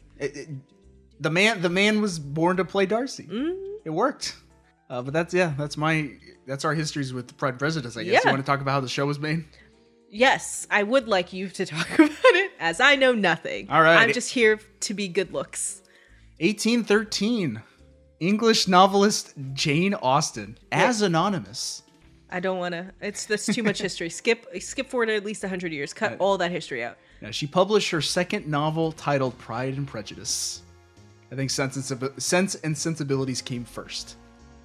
Speaker 1: The man the man was born to play Darcy. it worked. Uh, but that's yeah, that's my that's our histories with Pride and Prejudice. I guess
Speaker 2: Yeah.
Speaker 1: you want to talk about how the show was made.
Speaker 2: Yes, I would like you to talk about it, as I know nothing.
Speaker 1: All right.
Speaker 2: I'm just here to be good looks.
Speaker 1: 1813, English novelist Jane Austen as anonymous.
Speaker 2: I don't want to. It's that's too much history. Skip skip forward at least 100 years. Cut all that history out.
Speaker 1: Now she published her second novel titled Pride and Prejudice. I think Sense and, Sensibi- Sense and Sensibilities came first.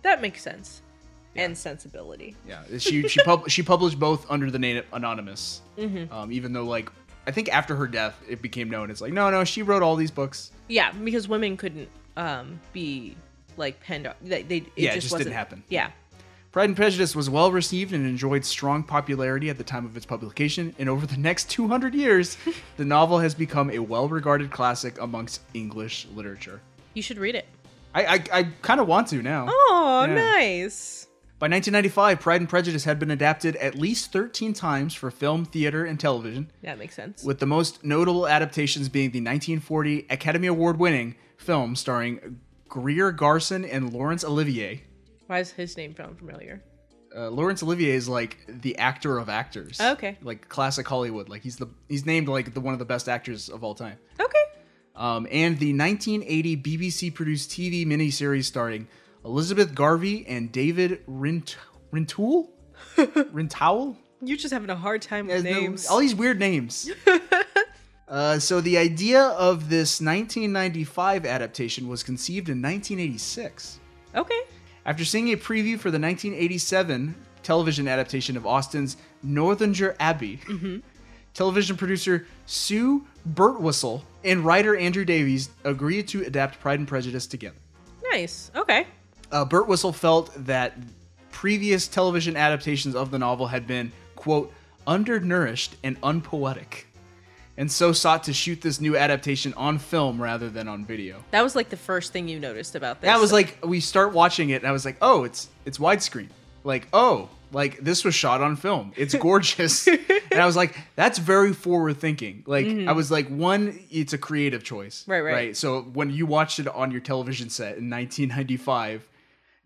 Speaker 2: That makes sense. And sensibility.
Speaker 1: Yeah, she she pub- she published both under the name anonymous.
Speaker 2: Mhm.
Speaker 1: Um, even though like I think after her death it became known. It's like no no she wrote all these books.
Speaker 2: Yeah, because women couldn't um be like penned. They, they it
Speaker 1: Yeah, it
Speaker 2: just,
Speaker 1: just didn't
Speaker 2: wasn't,
Speaker 1: happen.
Speaker 2: Yeah.
Speaker 1: Pride and Prejudice was well received and enjoyed strong popularity at the time of its publication, and over the next 200 years, the novel has become a well regarded classic amongst English literature.
Speaker 2: You should read it.
Speaker 1: I, I, I kind of want to now.
Speaker 2: Oh,
Speaker 1: Yeah.
Speaker 2: nice.
Speaker 1: By 1995, Pride and Prejudice had been adapted at least 13 times for film, theater, and television,
Speaker 2: That makes sense.
Speaker 1: with the most notable adaptations being the 1940 Academy Award winning film starring Greer Garson and Laurence Olivier.
Speaker 2: Why does his name sound familiar?
Speaker 1: uh, Laurence Olivier is like the actor of actors.
Speaker 2: Oh, okay.
Speaker 1: Like classic Hollywood. Like he's the he's named like the one of the best actors of all time.
Speaker 2: Okay.
Speaker 1: Um, and the 1980 BBC produced TV miniseries starring Elizabeth Garvey and David Rint- Rintoul. Rintoul.
Speaker 2: You're just having a hard time with
Speaker 1: There's no-
Speaker 2: names.
Speaker 1: all these weird names. Uh, so the idea of this 1995 adaptation was conceived in 1986.
Speaker 2: okay.
Speaker 1: After seeing a preview for the 1987 television adaptation of Austin's Northanger Abbey, television producer Sue Burtwistle and writer Andrew Davies agreed to adapt Pride and Prejudice together.
Speaker 2: Nice. Okay.
Speaker 1: Uh, Burtwistle felt that previous television adaptations of the novel had been, quote, undernourished and unpoetic, and so sought to shoot this new adaptation on film rather than on video.
Speaker 2: That was like the first thing you noticed about this.
Speaker 1: That was like we start watching it, and I was like, oh, it's it's widescreen. Like, oh, like this was shot on film. It's gorgeous. and I was like, that's very forward thinking. Like, I was like, one, it's a creative choice,
Speaker 2: Mm-hmm. Right, right.
Speaker 1: So when you watched it on your television set in 1995,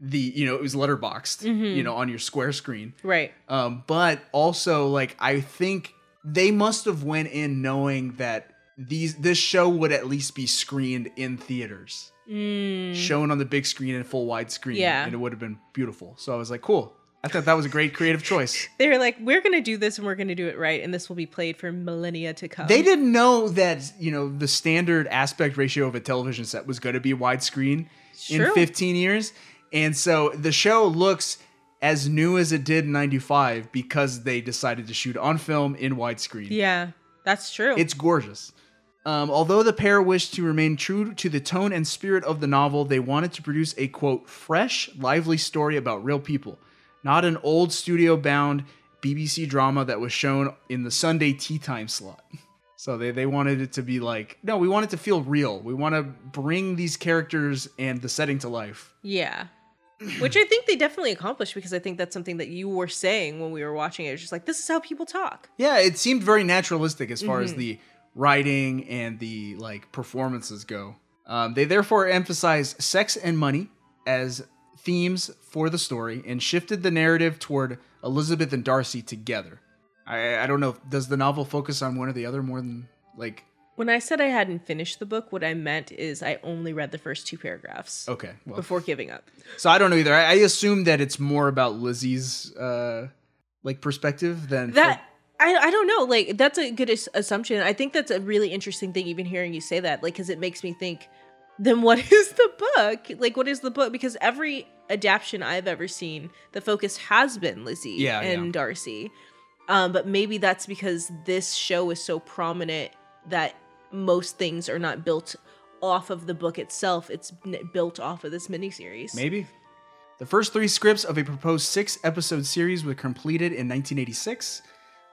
Speaker 1: the you know it was letterboxed,
Speaker 2: Mm-hmm.
Speaker 1: you know, on your square screen.
Speaker 2: right.
Speaker 1: Um, but also, like, I think they must have went in knowing that these this show would at least be screened in theaters
Speaker 2: Mm.
Speaker 1: shown on the big screen in full widescreen.
Speaker 2: Yeah.
Speaker 1: And it would have been beautiful. So I was like, cool. I thought that was a great creative choice.
Speaker 2: They were like, we're going to do this and we're going to do it right, and this will be played for millennia to come.
Speaker 1: They didn't know that, you know, the standard aspect ratio of a television set was going to be widescreen in
Speaker 2: Sure.
Speaker 1: 15 years. And so the show looks as new as it did in 95 because they decided to shoot on film in widescreen.
Speaker 2: Yeah, that's true.
Speaker 1: It's gorgeous. Um, although the pair wished to remain true to the tone and spirit of the novel, they wanted to produce a quote, fresh, lively story about real people, not an old studio bound BBC drama that was shown in the Sunday tea time slot. So they, they wanted it to be like, no, we want it to feel real. We want to bring these characters and the setting to life.
Speaker 2: yeah. Which I think they definitely accomplished because I think that's something that you were saying when we were watching it. It's just like, this is how people talk.
Speaker 1: Yeah, it seemed very naturalistic as far as
Speaker 2: Mm-hmm.
Speaker 1: the writing and the like performances go. Um, they therefore emphasized sex and money as themes for the story and shifted the narrative toward Elizabeth and Darcy together. I, I don't know. Does the novel focus on one or the other more than like?
Speaker 2: When I said I hadn't finished the book, what I meant is I only read the first two paragraphs
Speaker 1: Okay, well,
Speaker 2: before giving up.
Speaker 1: so I don't know either. I, I assume that it's more about Lizzie's uh, like perspective than
Speaker 2: That. I, I don't know like that's a good as- assumption i think that's a really interesting thing even hearing you say that like because it makes me think then what is the book like what is the book because every adaptation i've ever seen the focus has been lizzie
Speaker 1: Yeah,
Speaker 2: and
Speaker 1: yeah.
Speaker 2: darcy um, but maybe that's because this show is so prominent that most things are not built off of the book itself it's n- built off of this miniseries
Speaker 1: Maybe. The first three scripts of a proposed six episode series were completed in 1986,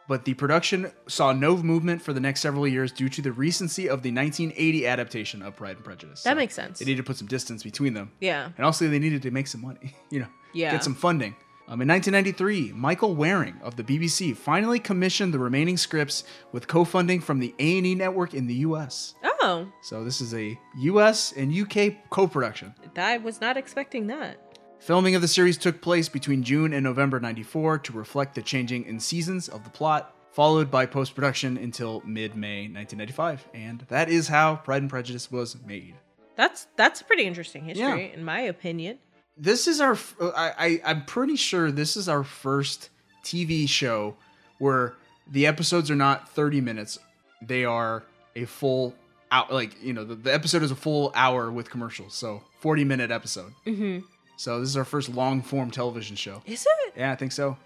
Speaker 1: but the production saw no movement for the next several years due to the recency of the 1980 adaptation of Pride and Prejudice.
Speaker 2: that makes sense
Speaker 1: They needed to put some distance between them.
Speaker 2: yeah
Speaker 1: And also, they needed to make some money, you know,
Speaker 2: Yeah.
Speaker 1: get some funding. Um, in 1993, Michael Waring of the BBC finally commissioned the remaining scripts with co-funding from the A&E network E in the U.S.
Speaker 2: Oh,
Speaker 1: So this is a US and UK co-production.
Speaker 2: I was not expecting that.
Speaker 1: Filming of the series took place between June and November 94 to reflect the changing in seasons of the plot, followed by post production until mid May 1995. And that is how Pride and Prejudice was made.
Speaker 2: That's that's a pretty interesting history,
Speaker 1: Yeah.
Speaker 2: in my opinion.
Speaker 1: This is our, f- I, I, I'm pretty sure this is our first TV show where the episodes are not 30 minutes, they are a full out like you know the, the episode is a full hour with commercials so 40 minute episode
Speaker 2: Mm-hmm.
Speaker 1: so this is our first long form television show
Speaker 2: Is it?
Speaker 1: yeah i think so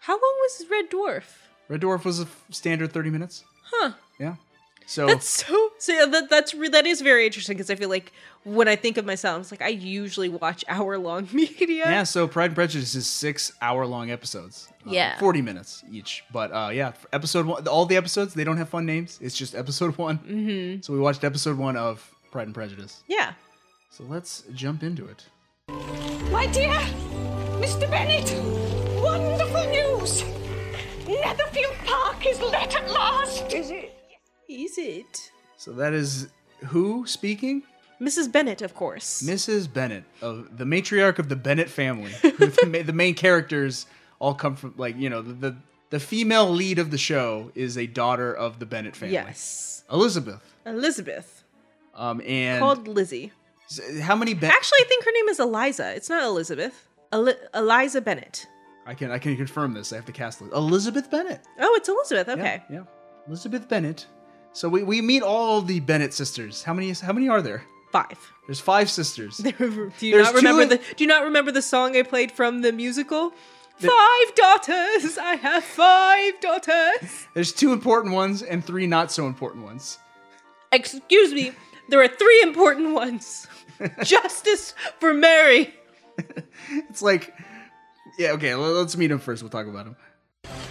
Speaker 2: How long was Red Dwarf?
Speaker 1: Red Dwarf was a f- standard 30 minutes.
Speaker 2: Huh.
Speaker 1: Yeah. So
Speaker 2: That's so so. Yeah, that that's re- that is very interesting because I feel like when I think of myself, it's like I usually watch hour long media.
Speaker 1: yeah, so Pride and Prejudice is six hour long episodes. Uh,
Speaker 2: Yeah.
Speaker 1: 40 minutes each. But uh, yeah, f- episode one, all the episodes, they don't have fun names. It's just episode one. Mm-hmm. So we watched episode one of Pride and Prejudice.
Speaker 2: Yeah.
Speaker 1: So let's jump into it.
Speaker 11: My dear, Mr. Bennett, wonderful news! Netherfield Park is let at last! Is it?
Speaker 2: Is it?
Speaker 1: So that is who speaking?
Speaker 2: Mrs. Bennett, of course.
Speaker 1: Mrs. Bennett, of the matriarch of the Bennett family. Who the, ma- the main characters all come from, like, you know, the, the, the female lead of the show is a daughter of the Bennett family.
Speaker 2: Yes.
Speaker 1: Elizabeth.
Speaker 2: Elizabeth
Speaker 1: Um, and
Speaker 2: called Lizzie.
Speaker 1: S- how many? Ben-
Speaker 2: Actually, I think her name is Eliza. It's not Elizabeth. Eli- Eliza Bennett.
Speaker 1: I can I can confirm this. I have to cast Liz- Elizabeth Bennett.
Speaker 2: Oh, it's Elizabeth.
Speaker 1: Yeah,
Speaker 2: Okay.
Speaker 1: Yeah, Elizabeth Bennett. So we, we meet all the Bennett sisters. How many? is- How many are there?
Speaker 2: Five.
Speaker 1: There's five sisters.
Speaker 2: do you
Speaker 1: There's
Speaker 2: not
Speaker 1: two
Speaker 2: remember
Speaker 1: in-
Speaker 2: the Do you not remember the song I played from the musical? Five daughters. I have five daughters.
Speaker 1: There's two important ones and three not so important ones.
Speaker 2: Excuse me. There are three important ones. Justice for Mary.
Speaker 1: It's like, yeah, okay. l- Let's meet him first. We'll talk about him.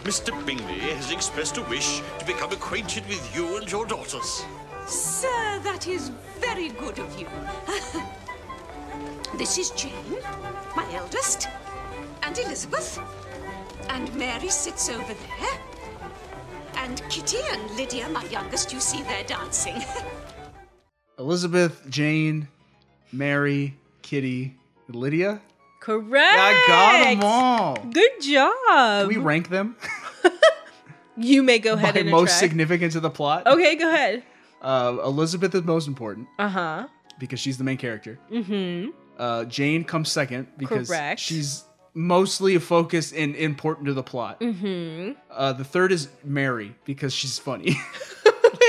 Speaker 10: Mr. Bingley has expressed a wish to become acquainted with you and your daughters.
Speaker 11: Sir, that is very good of you. this is Jane, my eldest, and Elizabeth, and Mary sits over there, and Kitty and Lydia, my youngest, you see they're dancing.
Speaker 1: Elizabeth, Jane, Mary, Kitty, Lydia.
Speaker 2: Correct.
Speaker 1: I got them all.
Speaker 2: Good job.
Speaker 1: Can we rank them
Speaker 2: you may go ahead
Speaker 1: by
Speaker 2: and
Speaker 1: most
Speaker 2: try.
Speaker 1: significant to the plot.
Speaker 2: Okay, go ahead.
Speaker 1: Uh, Elizabeth is most important
Speaker 2: Uh huh.
Speaker 1: because she's the main character.
Speaker 2: Mm-hmm.
Speaker 1: Uh, Jane comes second because
Speaker 2: Correct.
Speaker 1: she's mostly focused and important to the plot.
Speaker 2: Mm-hmm.
Speaker 1: Uh, the third is Mary because she's funny.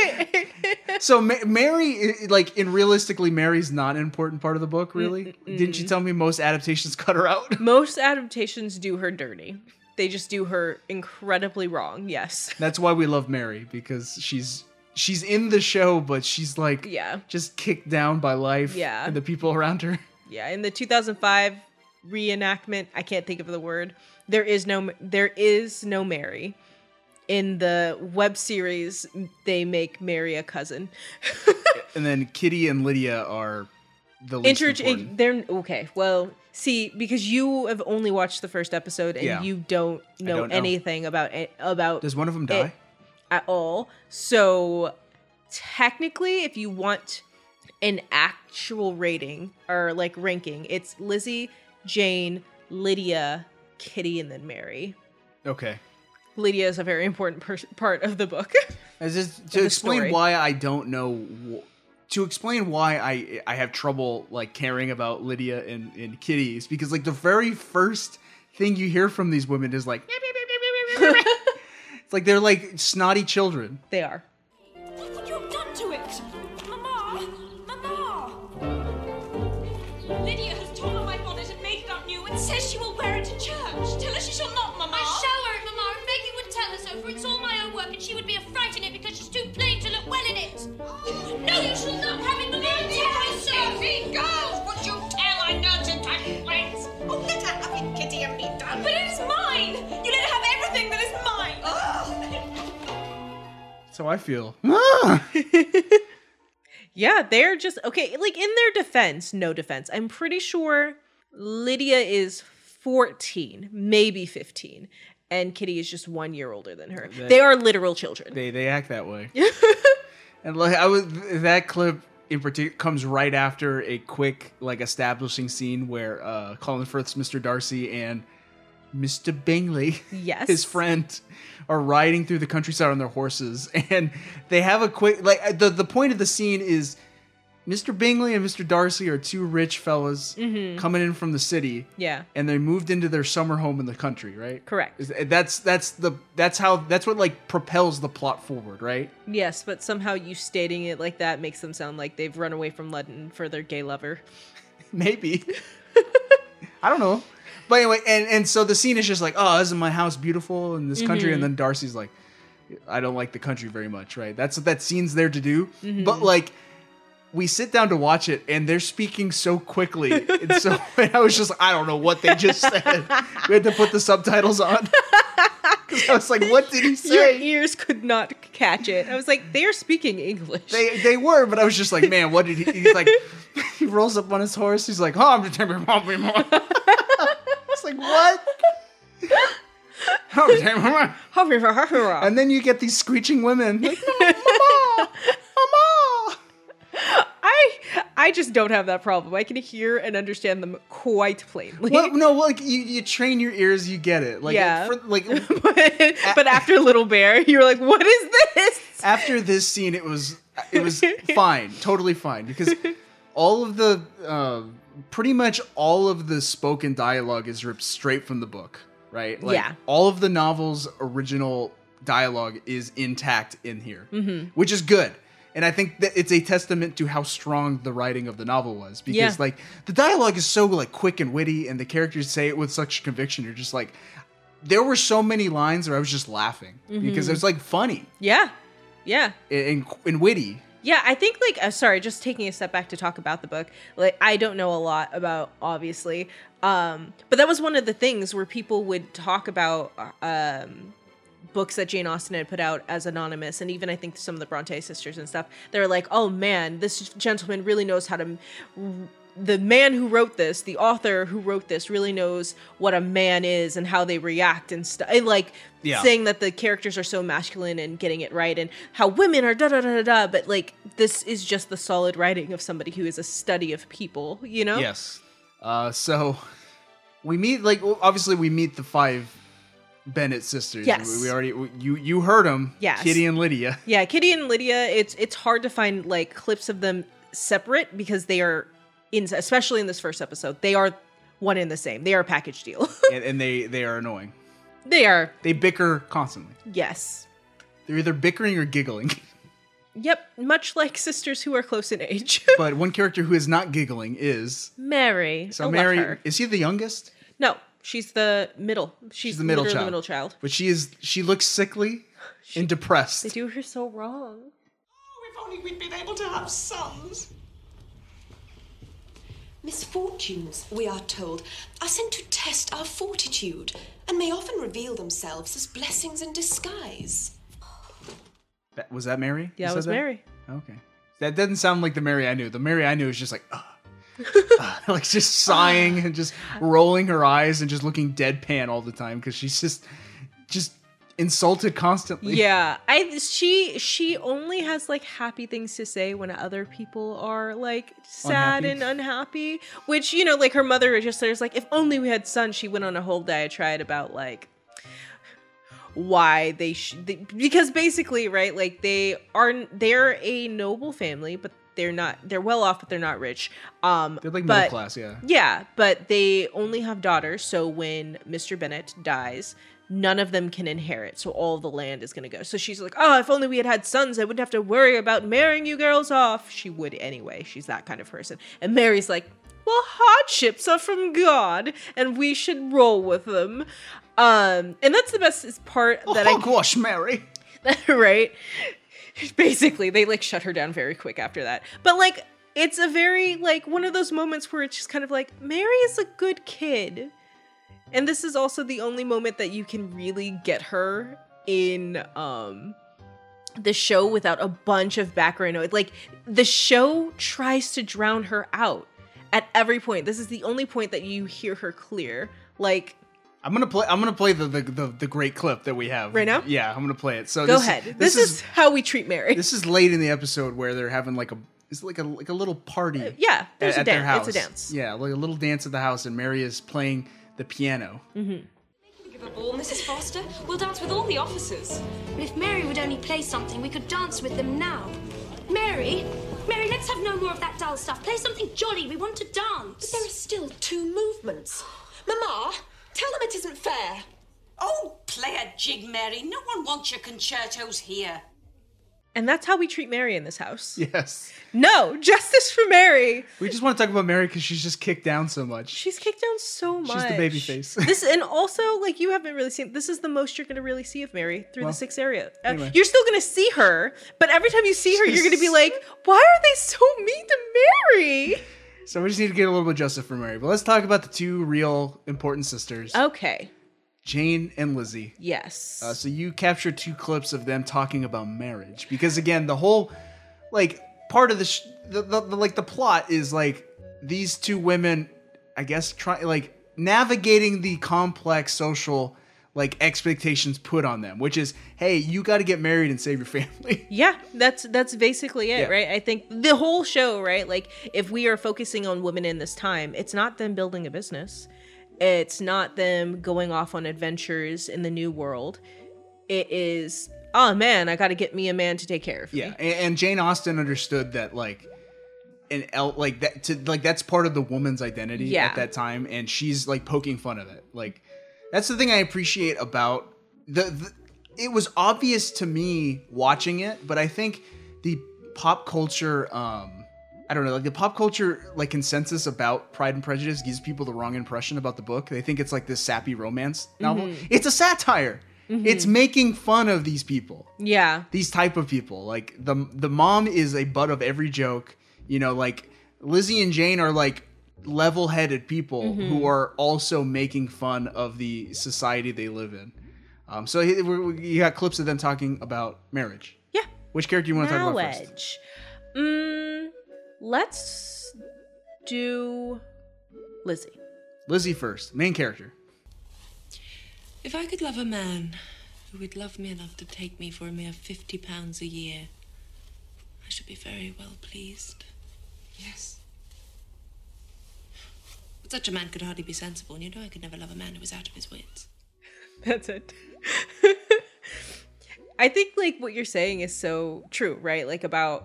Speaker 1: so Ma- Mary, i- like, in realistically, Mary's not an important part of the book. Really, didn't you tell me most adaptations cut her out?
Speaker 2: Most adaptations do her dirty. They just do her incredibly wrong. Yes.
Speaker 1: That's why we love Mary because she's she's in the show, but she's like
Speaker 2: Yeah.
Speaker 1: just kicked down by life
Speaker 2: Yeah.
Speaker 1: and the people around her.
Speaker 2: Yeah. In the 2005 reenactment, I can't think of the word. There is no there is no Mary. In the web series, they make Mary a cousin.
Speaker 1: And then Kitty and Lydia are the least
Speaker 2: Inter-
Speaker 1: important.
Speaker 2: they're okay. Well, see, because you have only watched the first episode and
Speaker 1: Yeah.
Speaker 2: you don't know
Speaker 1: don't know.
Speaker 2: anything about it, about
Speaker 1: Does one of them die?
Speaker 2: it at all. So technically, if you want an actual rating or like ranking, it's Lizzie, Jane, Lydia, Kitty, and then Mary.
Speaker 1: Okay.
Speaker 2: Lydia is a very important pers- part of the book.
Speaker 1: As is,
Speaker 2: the
Speaker 1: to explain
Speaker 2: story.
Speaker 1: why I don't know, wh- to explain why I I have trouble like caring about Lydia and and Kitty is because like the very first thing you hear from these women is like it's like they're like snotty children.
Speaker 2: they are.
Speaker 11: Look what you've done to it! Mama! Mama! Lydia has torn my bonnet and made it up new and says she will wear it to church. Tell her she shall not, Mama!
Speaker 12: I shall wear it, Mama, and Becky would tell her so, for it's all my own work, and she would be a fright in it because she's too plain to look well in it. No, you shall not have it, Mama, and tell her so.
Speaker 11: Every girl, would you tell I nurse and tiny friends? Oh, let her have it, Kitty, and be done. But it is mine! You let her have everything that is mine! Oh,
Speaker 1: That's how I feel. "Ah!"
Speaker 2: Yeah, they're just okay. Like in their defense, no defense. I'm pretty sure Lydia is 14, maybe 15, and Kitty is just one year older than her.
Speaker 1: They-
Speaker 2: they are literal children.
Speaker 1: They they act that way. And like I was that clip in particular comes right after a quick like establishing scene where uh Colin Firth's Mr. Darcy and Mr. Bingley,
Speaker 2: yes,
Speaker 1: his friend, are riding through the countryside on their horses, and they have a quick like the the point of the scene is Mr. Bingley and Mr. Darcy are two rich fellas
Speaker 2: Mhm.
Speaker 1: coming in from the city,
Speaker 2: Yeah.
Speaker 1: and they moved into their summer home in the country, right?
Speaker 2: Correct.
Speaker 1: Is- eh, That's that's the that's how that's what like propels the plot forward, right?
Speaker 2: Yes, but somehow you stating it like that makes them sound like they've run away from Ludden for their gay lover.
Speaker 1: Maybe. I don't know. But anyway, and and so the scene is just like, oh, isn't my house beautiful in this country?
Speaker 2: Mhm.
Speaker 1: And then Darcy's like, I don't like the country very much, right? That's what that scene's there to do.
Speaker 2: Mhm.
Speaker 1: But like, we sit down to watch it, and they're speaking so quickly, and so and I was just, like, I don't know what they just said. we had to put the subtitles on because I was like, what did he
Speaker 2: Your
Speaker 1: say?
Speaker 2: ears could not catch it. I was like, they are speaking English.
Speaker 1: They, they were, but I was just like, man, what did he? He's like, he rolls up on his horse. He's like, oh, I'm just It's like what? and then you get these screeching women. Like,
Speaker 2: I I just don't have that problem. I can hear and understand them quite plainly.
Speaker 1: well, no, well, like you, you train your ears, you get it. Like,
Speaker 2: Yeah.
Speaker 1: for- like
Speaker 2: but after Little Bear, you're like, what is this?
Speaker 1: after this scene, it was it was fine, totally fine, because all of the uh, pretty much all of the spoken dialogue is ripped straight from the book, right?
Speaker 2: Yeah.
Speaker 1: All of the novel's original dialogue is intact in here.
Speaker 2: Mm-hmm.
Speaker 1: which is good. And I think that it's a testament to how strong the writing of the novel was because
Speaker 2: Yeah.
Speaker 1: like the dialogue is so like quick and witty and the characters say it with such conviction. You're just like there were so many lines where I was just laughing because
Speaker 2: Mhm.
Speaker 1: it was like funny
Speaker 2: Yeah. Yeah.
Speaker 1: and, and, and witty.
Speaker 2: Yeah, I think like uh, sorry, just taking a step back to talk about the book. Like I don't know a lot about obviously, um, but that was one of the things where people would talk about um, books that Jane Austen had put out as anonymous, and even I think some of the Bronte sisters and stuff. They're like, oh man, this gentleman really knows how to. The man who wrote this, the author who wrote this, really knows what a man is and how they react and stuff. Like
Speaker 13: Yeah.
Speaker 2: saying that the characters are so masculine and getting it right, and how women are da da da da da. But like this is just the solid writing of somebody who is a study of people. You know?
Speaker 1: Yes. Uh, so we meet like well, obviously we meet the five Bennett sisters.
Speaker 2: Yes.
Speaker 1: We, we already we, you you heard them.
Speaker 2: Yes.
Speaker 1: Kitty and Lydia.
Speaker 2: Yeah, Kitty and Lydia, it's it's hard to find like clips of them separate because they are in especially in this first episode, they are one in the same. They are a package deal.
Speaker 1: and, and they they are annoying.
Speaker 2: they are
Speaker 1: They bicker constantly.
Speaker 2: yes.
Speaker 1: They're either bickering or giggling.
Speaker 2: Yep, much like sisters who are close in age.
Speaker 1: but one character who is not giggling is
Speaker 2: Mary. I
Speaker 1: so
Speaker 2: love
Speaker 1: Mary.
Speaker 2: her.
Speaker 1: Is she the youngest?
Speaker 2: No, she's the middle. She's,
Speaker 1: She's the middle
Speaker 2: literally
Speaker 1: child.
Speaker 2: The middle child.
Speaker 1: But she is. She looks sickly and
Speaker 2: They
Speaker 1: depressed.
Speaker 2: do her so wrong.
Speaker 11: If only we'd been able to have sons. Misfortunes, we are told, are sent to test our fortitude and may often reveal themselves as blessings in disguise.
Speaker 1: That, was that Mary? You
Speaker 11: Yeah, it
Speaker 1: said
Speaker 11: was
Speaker 1: that?
Speaker 11: Mary.
Speaker 1: Okay. That doesn't sound like the Mary I knew. The Mary I knew is just like, Ugh. Ugh, like just sighing and just rolling her eyes and just looking deadpan all the time because she's just, just insulted constantly.
Speaker 2: Yeah, I she she only has like happy things to say when other people are like sad
Speaker 1: Unhappy.
Speaker 2: and unhappy. Which you know, like her mother just there's like, if only we had sons. She went on a whole diatribe about like why they, sh- they because basically right like they are they're a noble family but they're not they're well off but they're not rich um
Speaker 1: They're like middle
Speaker 2: but-
Speaker 1: class. Yeah.
Speaker 2: yeah, but they only have daughters, so when Mr. Bennett dies, none of them can inherit, so all the land is going to go. So she's like, "Oh, if only we had had sons, I wouldn't have to worry about marrying you girls off." She would anyway. She's that kind of person. And Mary's like, "Well, hardships are from God, and we should roll with them." Um, and that's the best part that I
Speaker 1: gosh, Mary.
Speaker 2: right? Basically, they like shut her down very quick after that. But like, it's a very like one of those moments where it's just kind of like Mary is a good kid, and this is also the only moment that you can really get her in um the show without a bunch of background noise. Like the show tries to drown her out at every point. This is the only point that you hear her clear. Like
Speaker 1: I'm gonna play. I'm gonna play the the, the, the great clip that we have
Speaker 2: Right now?
Speaker 1: Yeah, I'm gonna play it. So
Speaker 2: Go
Speaker 1: this
Speaker 2: ahead.
Speaker 1: Is,
Speaker 2: this is, how we treat marriage.
Speaker 1: this is late in the episode where they're having like a it's like a like a little party.
Speaker 2: Uh, yeah, there's
Speaker 1: at,
Speaker 2: a
Speaker 1: at their
Speaker 2: dan- it's
Speaker 1: house.
Speaker 2: a dance.
Speaker 1: Yeah, like a little dance at the house, and Mary is playing the piano.
Speaker 2: Mm-hmm.
Speaker 11: Give a ball, Mrs. Foster. We'll dance with all the officers.
Speaker 12: But if Mary would only play something, we could dance with them now. Mary, Mary, let's have no more of that dull stuff. Play something jolly. We want to dance.
Speaker 11: There are still two movements. Mama, tell them it isn't fair.
Speaker 13: Oh, play a jig, Mary. No one wants your concertos here.
Speaker 2: And that's how we treat Mary in this house.
Speaker 1: Yes,
Speaker 2: No, justice for Mary.
Speaker 1: we just want to talk about Mary because she's just kicked down so much.
Speaker 2: She's kicked down so much.
Speaker 1: She's the baby face.
Speaker 2: this and also like you haven't really seen this is the most you're gonna really see of Mary through
Speaker 1: Well,
Speaker 2: the six area. Uh,
Speaker 1: anyway.
Speaker 2: You're still gonna see her, but every time you see her, you're gonna be like, why are they so mean to Mary?
Speaker 1: so we just need to get a little bit of justice for Mary. But let's talk about the two real important sisters,
Speaker 2: Oh. Okay.
Speaker 1: Jane and Lizzie.
Speaker 2: Yes.
Speaker 1: Uh, so you captured two clips of them talking about marriage because again, the whole like part of the, sh- the, the, the like the plot is like these two women, I guess, try like navigating the complex social like expectations put on them, which is, hey, you got to get married and save your family.
Speaker 2: Yeah, that's that's basically it,
Speaker 1: Yeah.
Speaker 2: right? I think the whole show, right? Like if we are focusing on women in this time, it's not them building a business. It's not them going off on adventures in the new world. It is, oh man, I got to get me a man to take care of me.
Speaker 1: Yeah, and, and Jane Austen understood that like an el- like that to like that's part of the woman's identity
Speaker 2: Yeah.
Speaker 1: at that time, and she's like poking fun of it. Like that's the thing I appreciate about the, the. It was obvious to me watching it, but I think the pop culture. um I don't know, like the pop culture like consensus about Pride and Prejudice gives people the wrong impression about the book. They think it's like this sappy romance novel.
Speaker 2: Mhm.
Speaker 1: It's a satire.
Speaker 2: Mm-hmm.
Speaker 1: It's making fun of these people
Speaker 2: Yeah.
Speaker 1: these type of people. Like the the mom is a butt of every joke. You know, like Lizzie and Jane are like level-headed people
Speaker 2: Mhm.
Speaker 1: who are also making fun of the society they live in. Um, so he- we- we- you got clips of them talking about marriage.
Speaker 2: Yeah.
Speaker 1: Which character you want to talk about first?
Speaker 2: Knowledge. Mm, let's do Lizzie.
Speaker 1: Lizzie first, main character.
Speaker 14: If I could love a man who would love me enough to take me for a mere fifty pounds a year, I should be very well pleased. Yes. But such a man could hardly be sensible, and you know I could never love a man who was out of his wits.
Speaker 2: That's it. I think like what you're saying is so true, right? Like about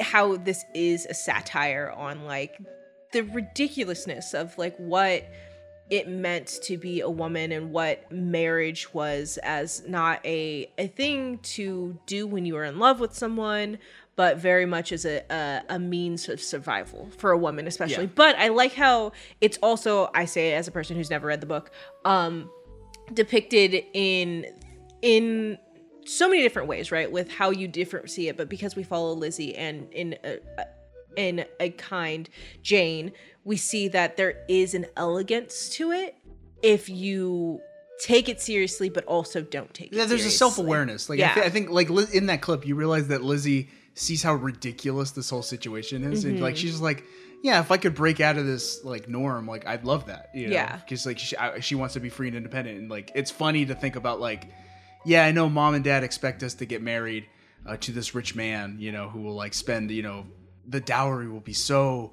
Speaker 2: how this is a satire on like the ridiculousness of like what it meant to be a woman and what marriage was as not a a thing to do when you were in love with someone but very much as a, a, a means of survival for a woman especially
Speaker 15: Yeah.
Speaker 2: but i like how it's also i say it as a person who's never read the book um depicted in in so many different ways right with how you different see it but because we follow lizzie and in a, a- in a kind jane we see that there is an elegance to it if you take it seriously but also don't take it
Speaker 1: Yeah, there's
Speaker 2: seriously.
Speaker 1: a self awareness. Like I,
Speaker 2: Yeah.
Speaker 1: thi- I think, like Liz- in that clip, you realize that Lizzie sees how ridiculous this whole situation is, and like
Speaker 2: Mhm.
Speaker 1: she's like, "Yeah, if I could break out of this like norm, like I'd love that." You know?
Speaker 2: Yeah.
Speaker 1: because like she, I, she wants to be free and independent, and like it's funny to think about like, yeah, I know mom and dad expect us to get married uh, to this rich man, you know, who will like spend, you know, the dowry will be so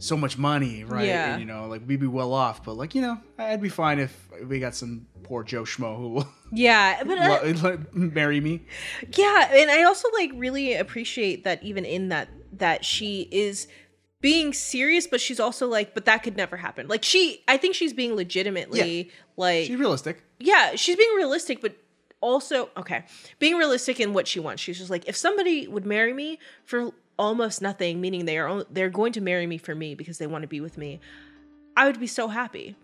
Speaker 1: so much money, right?
Speaker 2: Yeah.
Speaker 1: And, you know, like we'd be well off, but like you know, I'd be fine if we got some poor Joe schmo who will.
Speaker 2: yeah but uh,
Speaker 1: Lo- lo- marry me.
Speaker 2: yeah and i also like really appreciate that even in that that she is being serious but she's also like but that could never happen like she i think she's being legitimately like
Speaker 1: She's realistic.
Speaker 2: yeah she's being realistic but also okay being realistic in what she wants she's just like if somebody would marry me for almost nothing meaning they are on- they're going to marry me for me because they want to be with me i would be so happy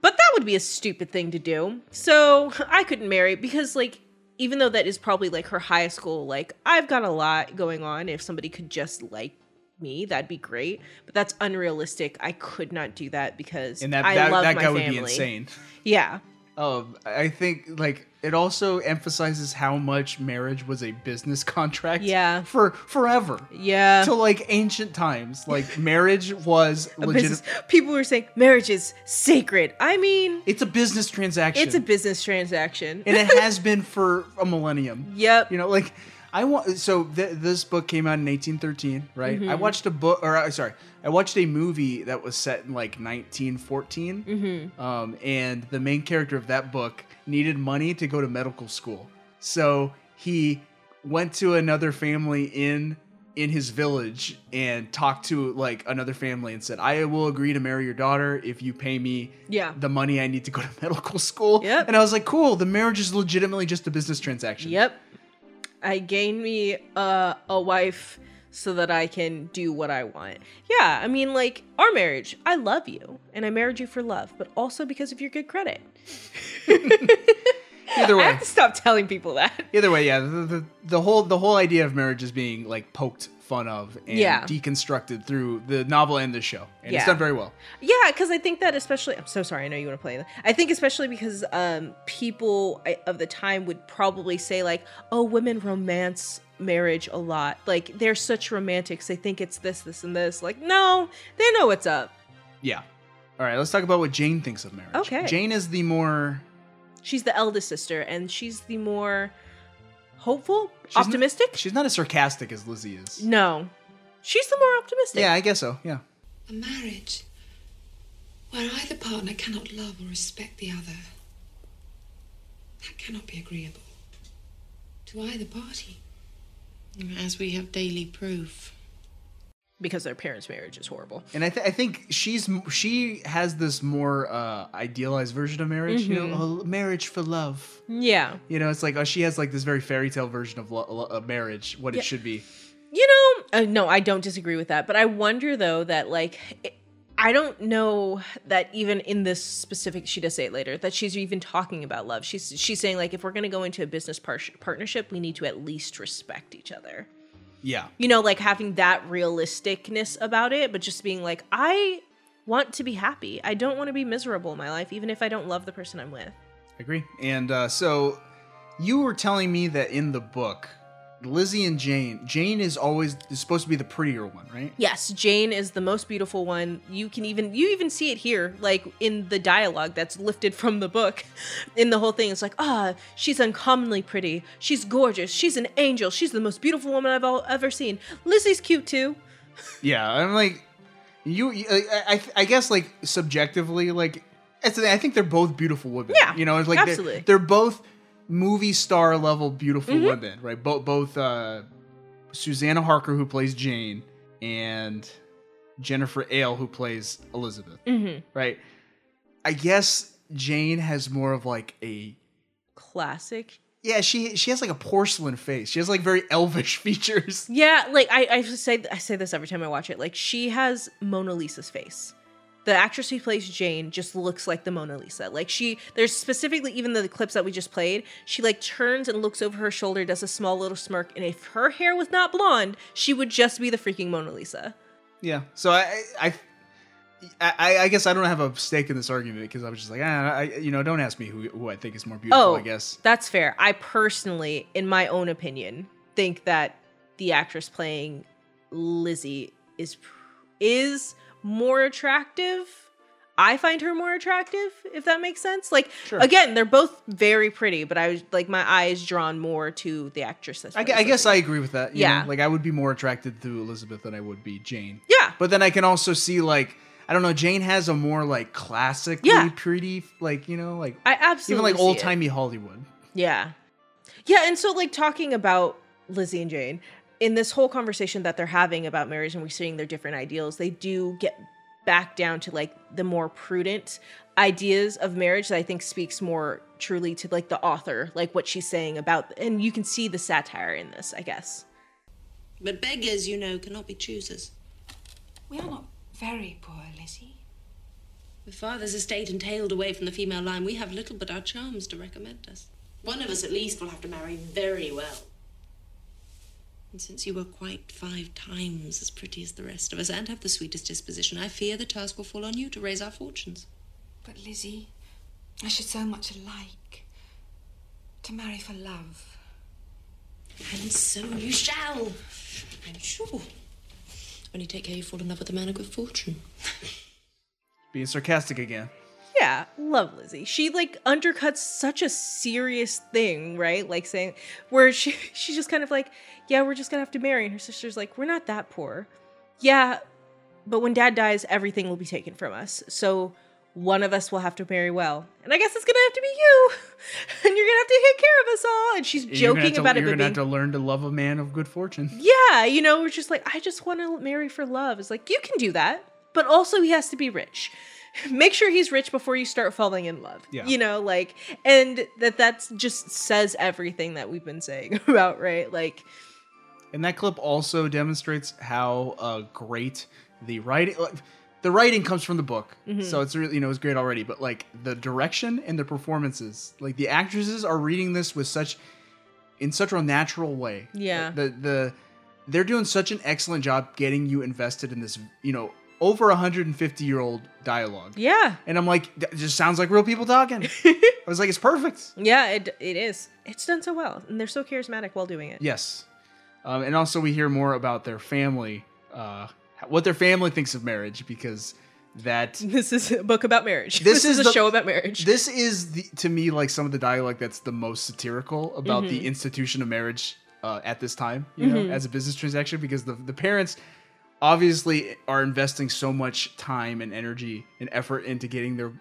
Speaker 2: but that would be a stupid thing to do so i couldn't marry because like even though that is probably like her high school like i've got a lot going on if somebody could just like me that'd be great but that's unrealistic i could not do that because
Speaker 1: And that
Speaker 2: i
Speaker 1: that,
Speaker 2: love
Speaker 1: that
Speaker 2: my
Speaker 1: guy
Speaker 2: family
Speaker 1: would be insane.
Speaker 2: yeah.
Speaker 1: Um, I think like it also emphasizes how much marriage was a business contract.
Speaker 2: Yeah.
Speaker 1: For forever.
Speaker 2: Yeah.
Speaker 1: Till like ancient times, like marriage was
Speaker 2: A
Speaker 1: legit.
Speaker 2: business- people were saying marriage is sacred. I mean,
Speaker 1: It's a business transaction.
Speaker 2: it's a business transaction.
Speaker 1: and it has been for a millennium.
Speaker 2: Yep.
Speaker 1: You know, like I want. So th- this book came out in 1813, right?
Speaker 2: Mhm.
Speaker 1: I watched a book, or uh, sorry, I watched a movie that was set in like 1914.
Speaker 2: mm-hmm.
Speaker 1: Um, and the main character of that book needed money to go to medical school. So he went to another family in in his village and talked to like another family and said, "I will agree to marry your daughter if you pay me
Speaker 2: Yeah.
Speaker 1: the money I need to go to medical school." Yep. And I was like, "Cool, the marriage is legitimately just a business transaction."
Speaker 2: Yep. I gain me uh, a wife so that I can do what I want. Yeah, I mean, like, our marriage, I love you, and I married you for love, but also because of your good credit.
Speaker 1: Either
Speaker 2: I
Speaker 1: way,
Speaker 2: have to stop telling people that.
Speaker 1: either way, yeah, the, the the whole the whole idea of marriage is being like poked fun of and
Speaker 2: Yeah.
Speaker 1: deconstructed through the novel and the show. And it's
Speaker 2: Yeah.
Speaker 1: done very well.
Speaker 2: Yeah, because I think that especially. I'm so sorry. I know you want to play. that. I think especially because um, people I- of the time would probably say like, "Oh, women romance marriage a lot. Like they're such romantics. They think it's this, this, and this." Like, no, they know what's up.
Speaker 1: Yeah. All right, let's talk about what Jane thinks of marriage.
Speaker 2: Okay.
Speaker 1: Jane is the more
Speaker 2: She's the eldest sister, and she's the more hopeful,
Speaker 1: she's not-
Speaker 2: optimistic.
Speaker 1: she's not as sarcastic as Lizzie is.
Speaker 2: no, she's the more optimistic.
Speaker 1: Yeah, I guess so. Yeah.
Speaker 14: A marriage where either partner cannot love or respect the other. That cannot be agreeable to either party. As we have daily proof.
Speaker 2: because their parents' marriage is horrible.
Speaker 1: And I, th- I think she's m- she has this more uh, idealized version of marriage. You know,
Speaker 2: Mhm.
Speaker 1: oh, marriage for love.
Speaker 2: Yeah,
Speaker 1: You know, it's like oh, she has like this very fairy tale version of, lo- lo- of marriage, what
Speaker 2: Yeah.
Speaker 1: it should be.
Speaker 2: you know uh, no i don't disagree with that but i wonder though that like it, i don't know that even in this specific she does say it later that she's even talking about love she's she's saying like if we're going to go into a business par- partnership we need to at least respect each other
Speaker 1: Yeah.
Speaker 2: you know like having that realisticness about it but just being like i want to be happy i don't want to be miserable in my life even if i don't love the person i'm with
Speaker 1: Agree. And uh, so you were telling me that in the book, Lizzie and Jane, Jane is always is supposed to be the prettier one, right?
Speaker 2: Yes, Jane is the most beautiful one. You can even you even see it here, like in the dialogue that's lifted from the book. In the whole thing, it's like, ah, she's uncommonly pretty. She's gorgeous. She's an angel. She's the most beautiful woman I've all, ever seen. Lizzie's cute too.
Speaker 1: Yeah, I'm like, you. I, I, I guess like subjectively, like it's, I think they're both beautiful women.
Speaker 2: Yeah,
Speaker 1: you know, it's like they're-
Speaker 2: absolutely.
Speaker 1: They're, both movie star level beautiful
Speaker 2: Mhm.
Speaker 1: women, right? Both both uh, Susanna Harker who plays Jane and Jennifer Ale who plays Elizabeth,
Speaker 2: Mm-hmm.
Speaker 1: right? I guess Jane has more of like a
Speaker 2: Classic.
Speaker 1: yeah. She she has like a porcelain face. She has like very elvish features.
Speaker 2: Yeah, like I, I just say I say this every time I watch it. Like she has Mona Lisa's face. The actress who plays Jane just looks like the Mona Lisa. Like she there's specifically even the clips that we just played, she like turns and looks over her shoulder, does a small little smirk, and if her hair was not blonde, she would just be the freaking Mona Lisa.
Speaker 1: Yeah. So I, I, I, I guess I don't have a stake in this argument because I was just like, ah, I, you know, don't ask me who, who I think is more beautiful.
Speaker 2: Oh.
Speaker 1: I guess.
Speaker 2: That's fair. I personally, in my own opinion, think that the actress playing Lizzie is pr- is more attractive. I find her more attractive, if that makes sense. Like
Speaker 1: Sure.
Speaker 2: again, they're both very pretty, but I was like my eye is drawn more to the actress. That's
Speaker 1: I, gu-
Speaker 2: plays
Speaker 1: I guess I
Speaker 2: Lizzie.
Speaker 1: agree with that. yeah.
Speaker 2: Yeah.
Speaker 1: Like I would be more attracted to Elizabeth than I would be Jane.
Speaker 2: Yeah.
Speaker 1: But then I can also see like I don't know. Jane has a more like classically
Speaker 2: Yeah.
Speaker 1: pretty, like you know, like
Speaker 2: I absolutely
Speaker 1: even like
Speaker 2: see it.
Speaker 1: old timey Hollywood.
Speaker 2: Yeah. Yeah, and so like talking about Lizzie and Jane in this whole conversation that they're having about marriage and we're seeing their different ideals, they do get back down to like the more prudent ideas of marriage that I think speaks more truly to like the author, like what she's saying about and you can see the satire in this, I guess.
Speaker 14: But beggars, you know, cannot be choosers. We are not very poor, Lizzie. With father's estate entailed away from the female line, we have little but our charms to recommend us. One of us, at least, will have to marry very well. And since you are quite five times as pretty as the rest of us and have the sweetest disposition, I fear the task will fall on you to raise our fortunes.
Speaker 11: But Lizzie, As she's so much alike. To marry for love.
Speaker 14: And so you shall, I'm sure. Only take care you fall in love with a man of good fortune.
Speaker 1: Being sarcastic again.
Speaker 2: Yeah, love Lizzie. She like undercuts such a serious thing, right? Like saying where she she's just kind of like, yeah, we're just gonna have to marry, and her sister's like, we're not that poor. Yeah, but when dad dies, everything will be taken from us. So one of us will have to marry well. And I guess it's gonna have to be you. And you're gonna have to take care of us all. And she's
Speaker 1: And you're gonna have
Speaker 2: joking
Speaker 1: to-
Speaker 2: about it,
Speaker 1: You're
Speaker 2: but
Speaker 1: gonna have
Speaker 2: being
Speaker 1: to learn to love a man of good fortune.
Speaker 2: yeah, you know, we're just like, I just want to marry for love. It's like, you can do that, but also he has to be rich. Make sure he's rich before you start falling in love.
Speaker 15: Yeah.
Speaker 2: You know, like, and that that's just says everything that we've been saying about, right? Like,
Speaker 1: And that clip also demonstrates how uh, great the writing. like, The writing comes from the book,
Speaker 2: Mhm.
Speaker 1: so it's really you know it's great already. But like the direction and the performances, like the actresses are reading this with such, in such a natural way.
Speaker 2: Yeah.
Speaker 1: The the they're doing such an excellent job getting you invested in this you know over 150 year old dialogue.
Speaker 2: Yeah.
Speaker 1: And I'm like, that just sounds like real people talking. I was like, it's perfect.
Speaker 2: yeah, it, it is. It's done so well. And they're so charismatic while doing it.
Speaker 1: Yes. Um, and also, we hear more about their family, uh, what their family thinks of marriage, because that.
Speaker 2: This is a book about marriage. This is a show about marriage.
Speaker 1: This is, the, to me, like some of the dialogue that's the most satirical about
Speaker 2: Mhm.
Speaker 1: the institution of marriage uh, at this time, you
Speaker 2: Mhm.
Speaker 1: know, as a business transaction, because the, the parents obviously are investing so much time and energy and effort into getting their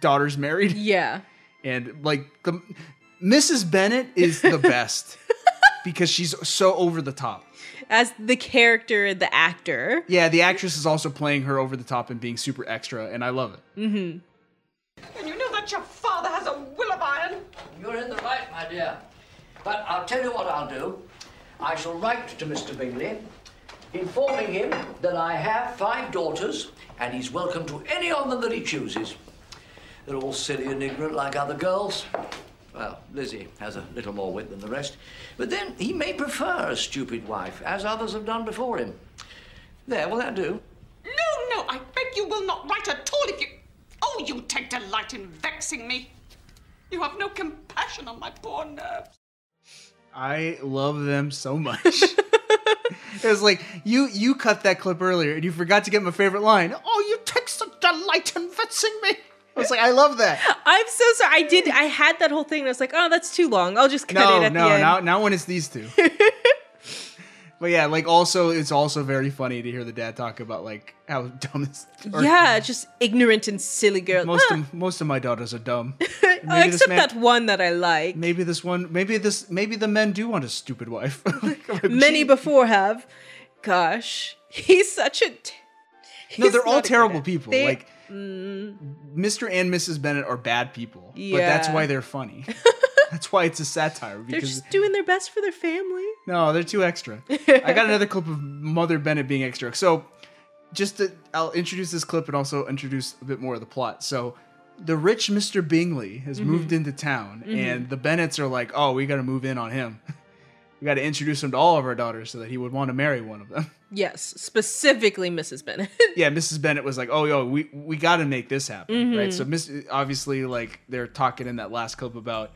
Speaker 1: daughters married.
Speaker 2: Yeah.
Speaker 1: And like the Mrs. Bennett is the best because she's so over the top.
Speaker 2: As the character, the actor.
Speaker 1: Yeah, the actress is also playing her over the top and being super extra, and I love it.
Speaker 2: Mm
Speaker 16: And you know that your father has a will of iron?
Speaker 17: You're in the right, my dear. But I'll tell you what I'll do. I shall write to Mr. Bingley, informing him that I have five daughters, and he's welcome to any of them that he chooses. They're all silly and ignorant like other girls. Well, Lizzie has a little more wit than the rest. But then he may prefer a stupid wife, as others have done before him. There, will that do?
Speaker 16: No, no, I beg you will not write at all if you. Oh, you take delight in vexing me. You have no compassion on my poor nerves.
Speaker 1: I love them so much. it was like you you cut that clip earlier and you forgot to get my favorite line. Oh, you take such delight in vexing me. I was like, I love that.
Speaker 2: I'm so sorry. I did. I had that whole thing. And I was like, oh, that's too long. I'll just cut
Speaker 1: no,
Speaker 2: it at
Speaker 1: no,
Speaker 2: the end.
Speaker 1: not not when it's these two. but yeah, like also it's also very funny to hear the dad talk about like how dumb is or
Speaker 2: yeah, just ignorant and silly girl.
Speaker 1: most
Speaker 2: Ah,
Speaker 1: of most of my daughters are dumb.
Speaker 2: oh, except that one that I like.
Speaker 1: Maybe this one. Maybe this. Maybe the men do want a stupid wife.
Speaker 2: many before have. Gosh, he's such a. T-
Speaker 1: no,
Speaker 2: he's
Speaker 1: they're all
Speaker 2: not a-
Speaker 1: terrible people.
Speaker 2: They-
Speaker 1: Like
Speaker 2: Mm,
Speaker 1: Mr. and Mrs. Bennett are bad people, but that's
Speaker 2: Yeah.
Speaker 1: why they're funny. that's why it's a satire
Speaker 2: they're
Speaker 1: because
Speaker 2: just doing their best for their family.
Speaker 1: no, they're too extra. I got another clip of Mother Bennett being extra. So, just to, I'll introduce this clip and also introduce a bit more of the plot. So, the rich Mr. Bingley has
Speaker 18: Mhm.
Speaker 1: moved into town,
Speaker 18: Mhm.
Speaker 1: and the Bennets are like, "Oh, we got to move in on him. we got to introduce him to all of our daughters so that he would want to marry one of them."
Speaker 2: Yes, specifically Mrs. Bennett.
Speaker 1: yeah, Mrs. Bennett was like, "Oh, yo, we we got to make this happen, right?"
Speaker 2: Mhm.
Speaker 1: So, Miss, obviously, like they're talking in that last clip about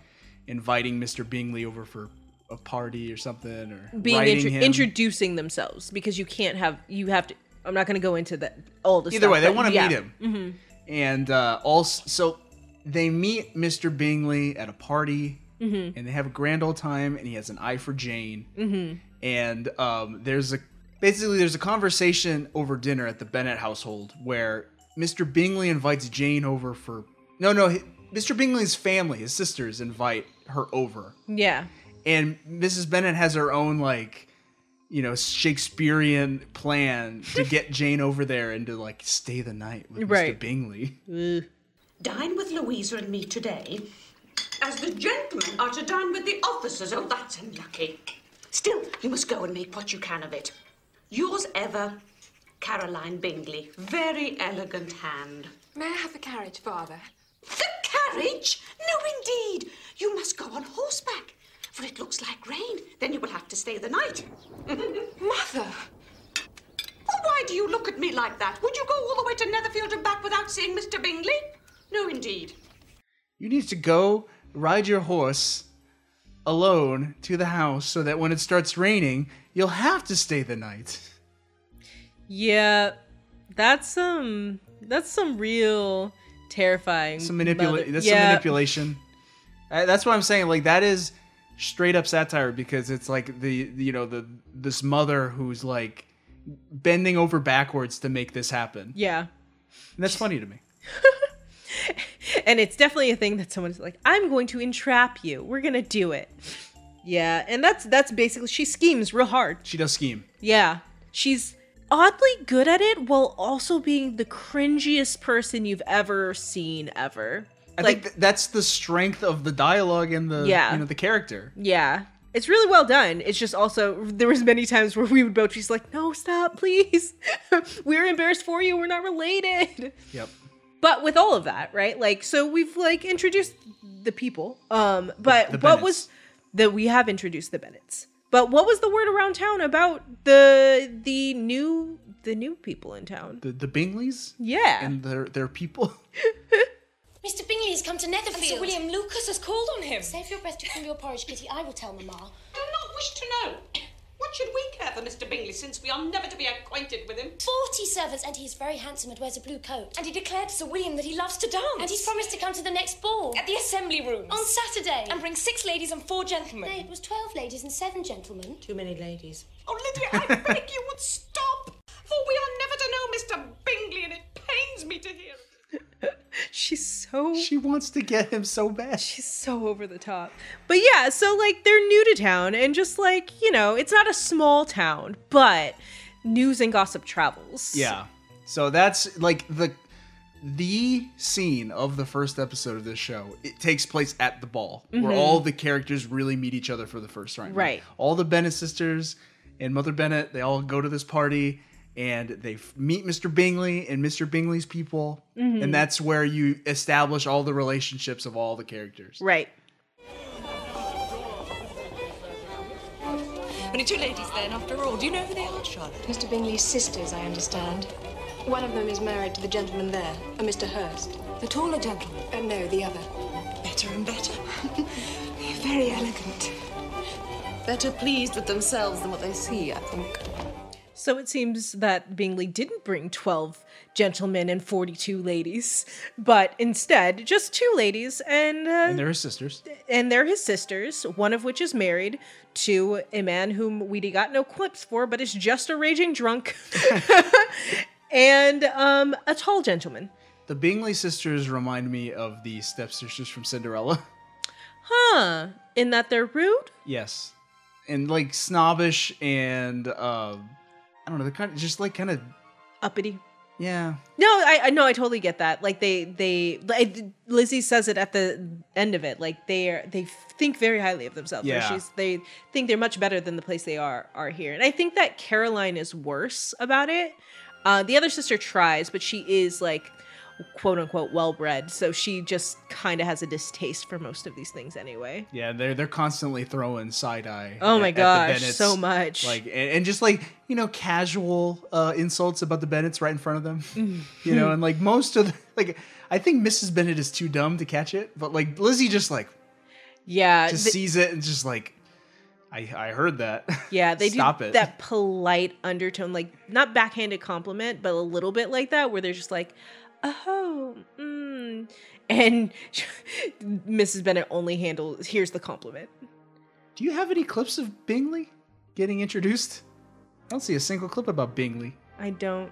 Speaker 1: inviting Mr. Bingley over for a party or something, or
Speaker 2: Being
Speaker 1: writing
Speaker 2: intro-
Speaker 1: him.
Speaker 2: introducing themselves because you can't have you have to. I'm not going to go into that all the.
Speaker 1: Either
Speaker 2: stuff,
Speaker 1: way, they
Speaker 2: but
Speaker 1: wanna meet
Speaker 2: yeah.
Speaker 1: him.
Speaker 2: Mhm.
Speaker 1: and uh, also so they meet Mr. Bingley at a party,
Speaker 2: Mhm.
Speaker 1: and they have a grand old time, and he has an eye for Jane,
Speaker 2: Mhm.
Speaker 1: and um, there's a basically there's a conversation over dinner at the Bennett household where Mr. Bingley invites Jane over for no no hi- Mr. Bingley's family his sisters invite her over
Speaker 2: Yeah.
Speaker 1: and Mrs. Bennett has her own like you know Shakespearean plan to get Jane over there and to like stay the night with Mr.
Speaker 13: Right.
Speaker 1: Bingley.
Speaker 13: Dine with Louisa and me today, as the gentlemen are to dine with the officers. Oh, that's unlucky. Still, you must go and make what you can of it. Yours ever, Caroline Bingley. Very elegant hand.
Speaker 11: May I have a carriage, Father?
Speaker 13: The carriage? No, indeed. You must go on horseback, for it looks like rain. Then you will have to stay the night. Mother! Well, why do you look at me like that? Would you go all the way to Netherfield and back without seeing Mr. Bingley? No, indeed.
Speaker 1: You need to go ride your horse alone to the house so that when it starts raining, you'll have to stay the night.
Speaker 2: Yeah, that's some that's some real terrifying.
Speaker 1: Some
Speaker 2: mother-
Speaker 1: manipulation. That's some
Speaker 2: Yeah.
Speaker 1: manipulation. I- That's what I'm saying. Like that is straight up satire because it's like the the- you know the this mother who's like bending over backwards to make this happen.
Speaker 2: Yeah.
Speaker 1: And that's funny to me.
Speaker 2: and it's definitely a thing that someone's like i'm going to entrap you we're gonna do it yeah and that's that's basically she schemes real hard
Speaker 1: She does scheme.
Speaker 2: yeah she's oddly good at it while also being the cringiest person you've ever seen ever
Speaker 1: I think th- that's the strength of the dialogue and the
Speaker 2: Yeah.
Speaker 1: you know the character.
Speaker 2: yeah it's really well done it's just also there was many times where we would both she's like no stop please we're embarrassed for you we're not related
Speaker 1: Yep.
Speaker 2: but with all of that right like so we've like introduced the people um but
Speaker 1: The
Speaker 2: what
Speaker 1: Bennetts.
Speaker 2: was that we have introduced the bennetts but what was the word around town about the the new the new people in town
Speaker 1: The the Bingleys.
Speaker 2: Yeah.
Speaker 1: And their their people.
Speaker 12: Mr. Bingley has come to Netherfield.
Speaker 11: And Sir William Lucas has called on him.
Speaker 12: Save your breath to cool your porridge, Kitty. I will tell Mama.
Speaker 16: Do not wish to know. What should we care for Mr. Bingley since we are never to be acquainted with him?
Speaker 12: Forty servants, and he is very handsome and wears a blue coat. And he declared to Sir William that he loves to dance. And he's promised to come to the next ball.
Speaker 11: At the assembly rooms.
Speaker 12: On Saturday.
Speaker 11: And bring six ladies and four gentlemen.
Speaker 12: Nay, it was twelve ladies and seven gentlemen.
Speaker 13: Too many ladies.
Speaker 16: Oh, Lydia, I beg you would stop, for we are never to know Mr. Bingley, and it pains me to hear it.
Speaker 2: she's so
Speaker 1: she wants to get him so bad.
Speaker 2: She's so over the top. But yeah, so like they're new to town and just like, you know, it's not a small town, but news and gossip travels.
Speaker 1: Yeah. So that's like the the scene of the first episode of this show. It takes place at the ball where
Speaker 2: Mhm.
Speaker 1: all the characters really meet each other for the first time.
Speaker 2: Right.
Speaker 1: All the Bennett sisters and Mother Bennett, they all go to this party and they f- meet Mr. Bingley and Mr. Bingley's people.
Speaker 2: Mhm.
Speaker 1: And that's where you establish all the relationships of all the characters.
Speaker 2: Right.
Speaker 6: Only two ladies then, after all. Do you know who they are, Charlotte?
Speaker 15: Mr. Bingley's sisters, I understand. One of them is married to the gentleman there, a Mr. Hurst. The taller gentleman? Uh, no, the other.
Speaker 6: Better and better. Very elegant.
Speaker 14: Better pleased with themselves than what they see, I think.
Speaker 2: So it seems that Bingley didn't bring 12 gentlemen and 42 ladies, but instead just two ladies and uh,
Speaker 1: And they're his sisters.
Speaker 2: and they're his sisters, one of which is married to a man whom we got no clips for, but is just a raging drunk, and um, a tall gentleman.
Speaker 1: The Bingley sisters remind me of the stepsisters from Cinderella.
Speaker 2: Huh? In that they're rude.
Speaker 1: Yes, and like snobbish and uh, I don't know. They're kind of just like kind of
Speaker 2: uppity.
Speaker 1: Yeah.
Speaker 2: No, I I- no, I totally get that. Like they they like, Lizzie says it at the end of it. Like they are they think very highly of themselves. Or
Speaker 1: Yeah.
Speaker 2: She's they think they're much better than the place they are are here. And I think that Caroline is worse about it. Uh, the other sister tries, but she is like quote unquote well bred, so she just kind of has a distaste for most of these things anyway.
Speaker 1: yeah. They're they're constantly throwing side eye.
Speaker 2: Oh
Speaker 1: at-
Speaker 2: my
Speaker 1: at the
Speaker 2: gosh,
Speaker 1: Bennetts.
Speaker 2: so much.
Speaker 1: Like and, and just like you know casual uh, insults about the Bennetts right in front of them. you know, and like most of the, like I think Mrs. Bennett is too dumb to catch it, but like Lizzie just like
Speaker 2: Yeah,
Speaker 1: just
Speaker 2: th-
Speaker 1: sees it and just like I I heard that.
Speaker 2: Yeah, they
Speaker 1: stop
Speaker 2: do
Speaker 1: it.
Speaker 2: that polite undertone, like not backhanded compliment, but a little bit like that, where they're just like, "Oh, mm. and Mrs. Bennett only handles here's the compliment.
Speaker 1: Do you have any clips of Bingley getting introduced? I don't see a single clip about Bingley.
Speaker 2: I don't.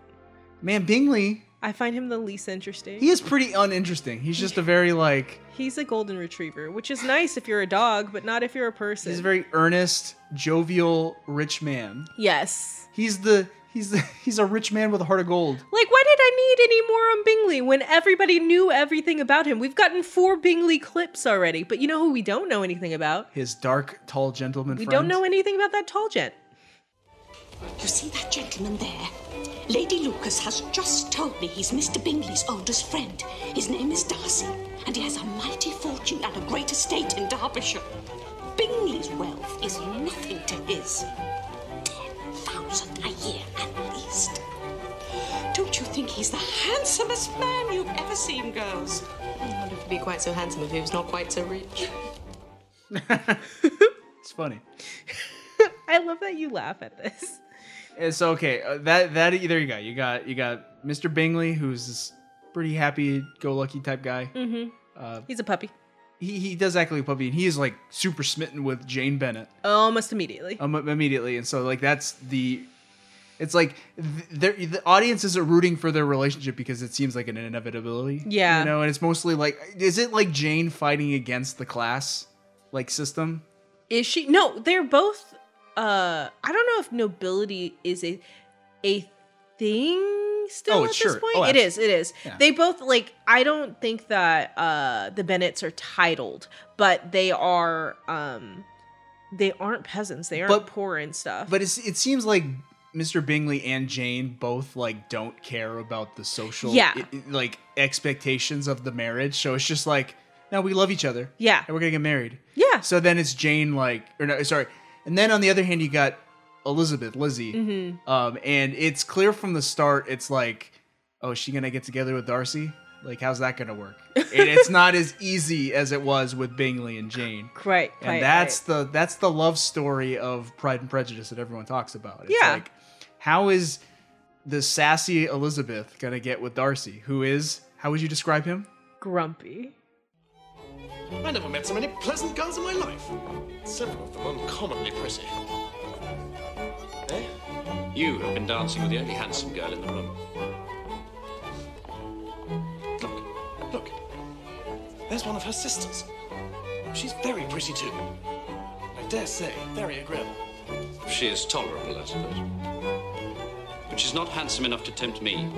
Speaker 1: Man, Bingley,
Speaker 2: I find him the least interesting.
Speaker 1: he is pretty uninteresting. He's just a very like
Speaker 2: He's a golden retriever, which is nice if you're a dog, but not if you're a person.
Speaker 1: he's a very earnest, jovial rich man.
Speaker 2: yes.
Speaker 1: He's the he's the, he's a rich man with a heart of gold.
Speaker 2: Like, why did I need any more on Bingley when everybody knew everything about him? We've gotten four Bingley clips already, but you know who we don't know anything about?
Speaker 1: His dark, tall gentleman
Speaker 2: We
Speaker 1: friend.
Speaker 2: don't know anything about that tall gent.
Speaker 13: You see that gentleman there? Lady Lucas has just told me he's Mr. Bingley's oldest friend. His name is Darcy, and he has a mighty fortune and a great estate in Derbyshire. Bingley's wealth is nothing to his. Ten thousand a year at least. Don't you
Speaker 14: think he's the handsomest man you've ever seen, girls. I wonder if he'd be quite so handsome if he was not quite so rich.
Speaker 1: It's funny.
Speaker 2: I love that you laugh at this.
Speaker 1: It's okay. Uh, that that there you go. You got you got Mr. Bingley, who's this pretty happy go lucky type guy.
Speaker 2: Mm-hmm.
Speaker 1: Uh,
Speaker 2: He's a puppy.
Speaker 1: he he does act like a puppy, and he is like super smitten with Jane Bennett
Speaker 2: Almost immediately.
Speaker 1: um, immediately. And so like that's the. It's like th- they're- the audiences are rooting for their relationship because it seems like an inevitability.
Speaker 2: Yeah.
Speaker 1: You know, and it's mostly like, is it like Jane fighting against the class, like system?
Speaker 2: Is she? No, they're both. Uh, I don't know if nobility is a a thing still
Speaker 1: Oh,
Speaker 2: at
Speaker 1: it's
Speaker 2: this
Speaker 1: sure.
Speaker 2: point.
Speaker 1: Oh,
Speaker 2: it is. It is.
Speaker 1: Yeah.
Speaker 2: They both like. I don't think that uh the Bennets are titled, but they are. um They aren't peasants. They aren't
Speaker 1: But-
Speaker 2: poor and stuff.
Speaker 1: But it's, it seems like Mr. Bingley and Jane both like don't care about the social
Speaker 2: Yeah.
Speaker 1: i- i- like expectations of the marriage. So it's just like, no, we love each other.
Speaker 2: Yeah.
Speaker 1: And we're gonna get married.
Speaker 2: Yeah.
Speaker 1: So then it's Jane like or no, sorry. And then on the other hand you got Elizabeth, Lizzie.
Speaker 2: Mhm.
Speaker 1: Um, and it's clear from the start, it's like, oh, is she gonna get together with Darcy? Like, how's that gonna work? and it's not as easy as it was with Bingley and Jane.
Speaker 2: Right.
Speaker 1: And
Speaker 2: right,
Speaker 1: that's
Speaker 2: right.
Speaker 1: the that's the love story of Pride and Prejudice that everyone talks about. It's
Speaker 2: Yeah.
Speaker 1: like how is the sassy Elizabeth gonna get with Darcy, who is how would you describe him?
Speaker 2: grumpy.
Speaker 18: I never met so many pleasant girls in my life. Several of them uncommonly pretty. Eh? You have been dancing with the only handsome girl in the room. Look, look. There's one of her sisters. She's very pretty too. I dare say, very agreeable.
Speaker 10: She is tolerable, I suppose.
Speaker 18: But she's not handsome enough to tempt me.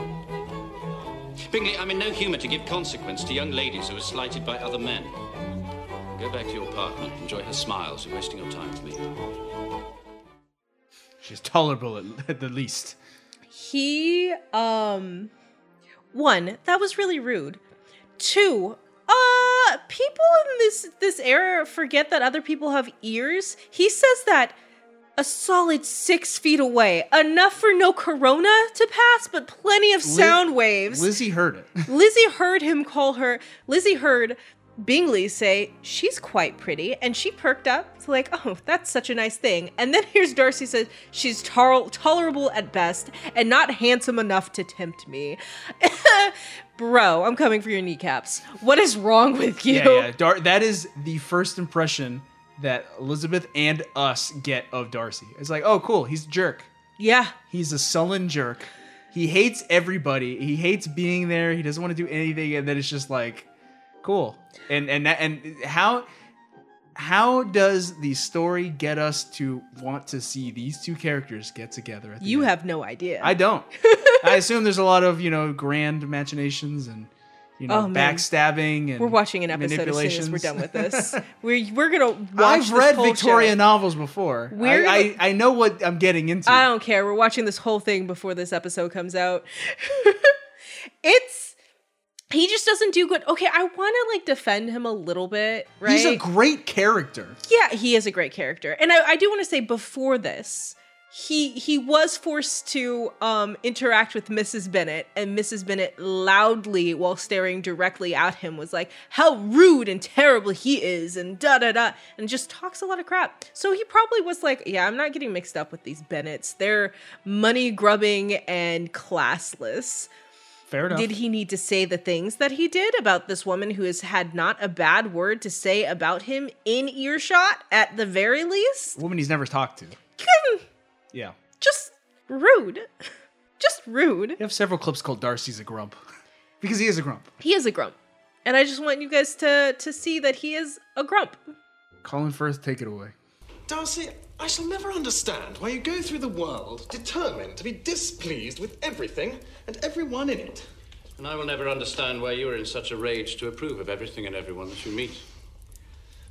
Speaker 18: Bingley, I'm in no humour to give consequence to young ladies who are slighted by other men. Go back to your apartment, enjoy her smiles, you're wasting your time with me.
Speaker 1: She's tolerable at, at the least.
Speaker 2: He um one, that was really rude. Two, uh people in this this era forget that other people have ears. He says that a solid six feet away, enough for no corona to pass, but plenty of
Speaker 1: Liz-
Speaker 2: sound waves.
Speaker 1: Lizzie heard it.
Speaker 2: Lizzie heard him call her. Lizzie heard Bingley say, She's quite pretty. And she perked up. It's like, Oh, that's such a nice thing. And then here's Darcy says, She's tol- tolerable at best and not handsome enough to tempt me. Bro, I'm coming for your kneecaps. What is wrong with you?
Speaker 1: Yeah, yeah. Dar- that is the first impression that Elizabeth and us get of Darcy. It's like, oh, cool, he's a jerk.
Speaker 2: Yeah.
Speaker 1: He's a sullen jerk. He hates everybody. He hates being there. He doesn't want to do anything. And then it's just like, cool. And and that, and how how does the story get us to want to see these two characters get together? At the
Speaker 2: You
Speaker 1: end?
Speaker 2: have no idea.
Speaker 1: I don't. I assume there's a lot of you know grand machinations and you know
Speaker 2: Oh, man.
Speaker 1: backstabbing and
Speaker 2: We're watching an episode as soon as we're done with this. We're, we're gonna watch
Speaker 1: I've
Speaker 2: this
Speaker 1: read
Speaker 2: whole
Speaker 1: Victorian
Speaker 2: show.
Speaker 1: novels before.
Speaker 2: We're
Speaker 1: I,
Speaker 2: gonna- Oh,
Speaker 1: I I know what I'm getting into.
Speaker 2: I don't care. We're watching this whole thing before this episode comes out. it's he just doesn't do good. Okay, I want to like defend him a little bit, right?
Speaker 1: He's a great character.
Speaker 2: yeah, he is a great character, and I, I do want to say before this, he he was forced to um interact with Mrs. Bennett, and Mrs. Bennett loudly, while staring directly at him, was like, "How rude and terrible he is," and da da da, and just talks a lot of crap. So he probably was like, "Yeah, I'm not getting mixed up with these Bennetts. They're money grubbing and classless."
Speaker 1: Fair enough.
Speaker 2: Did he need to say the things that he did about this woman who has had not a bad word to say about him in earshot at the very least?
Speaker 1: woman he's never talked to. Yeah.
Speaker 2: Just rude. Just rude.
Speaker 1: We have several clips called Darcy's a grump. because he is a grump.
Speaker 2: He is a grump. And I just want you guys to to see that he is a grump.
Speaker 1: Colin Firth, take it away.
Speaker 18: Darcy, I shall never understand why you go through the world determined to be displeased with everything and everyone in it.
Speaker 10: And I will never understand why you are in such a rage to approve of everything and everyone that you meet.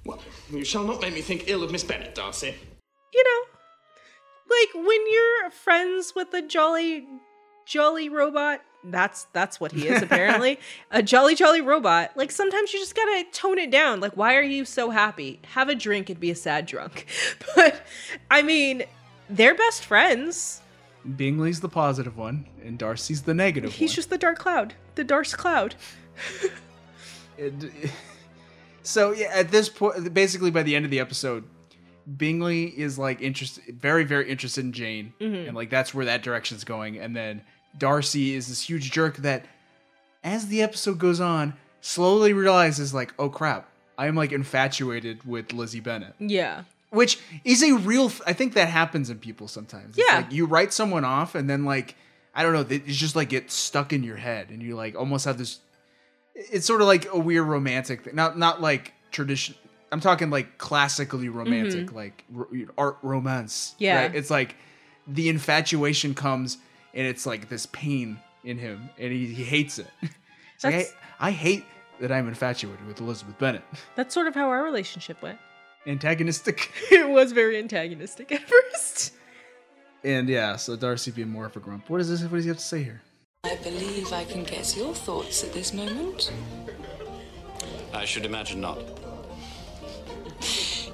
Speaker 18: Well, you shall not make me think ill of Miss Bennet, Darcy.
Speaker 2: You know, like when you're friends with a jolly jolly robot, that's that's what he is apparently. a jolly jolly robot. Like sometimes you just got to tone it down. Like why are you so happy? Have a drink and be a sad drunk. But I mean, they're best friends.
Speaker 1: Bingley's the positive one, and Darcy's the negative
Speaker 2: He's just the dark cloud, the Darce cloud.
Speaker 1: And- so yeah, at this point, basically by the end of the episode, Bingley is like interested, very very interested in Jane,
Speaker 2: Mhm.
Speaker 1: and like that's where that direction's going. And then Darcy is this huge jerk that, as the episode goes on, slowly realizes like, oh crap, I am like infatuated with Lizzie Bennett
Speaker 2: Yeah.
Speaker 1: which is a real f- i think that happens in people sometimes It's
Speaker 2: Yeah.
Speaker 1: like you write someone off and then like i don't know th- it's just like gets stuck in your head and you like almost have this it's sort of like a weird romantic thing not not like tradition i'm talking like classically romantic
Speaker 2: Mhm.
Speaker 1: like ro- you know, art romance
Speaker 2: Yeah.
Speaker 1: it's like the infatuation comes and it's like this pain in him and he, he hates it it's like,
Speaker 2: That's-
Speaker 1: I, I hate that i'm infatuated with elizabeth bennett
Speaker 2: That's sort of how our relationship went.
Speaker 1: antagonistic
Speaker 2: It was very antagonistic at first.
Speaker 1: And yeah, so Darcy being more of a grump. What is this? What does he have to say here?
Speaker 19: I believe I can guess your thoughts at this moment.
Speaker 18: I should imagine not.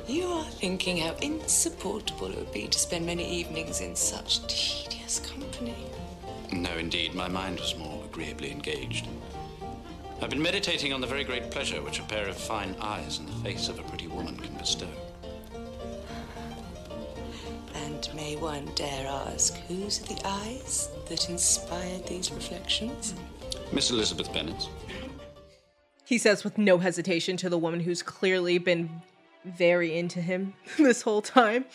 Speaker 19: You are thinking how insupportable it would be to spend many evenings in such tedious company.
Speaker 18: No, indeed, my mind was more agreeably engaged. I've been meditating on the very great pleasure which a pair of fine eyes and the face of a pretty woman can bestow.
Speaker 19: And may one dare ask, whose are the eyes that inspired these reflections?
Speaker 18: Miss Elizabeth Bennet.
Speaker 2: He says with no hesitation to the woman who's clearly been very into him this whole time.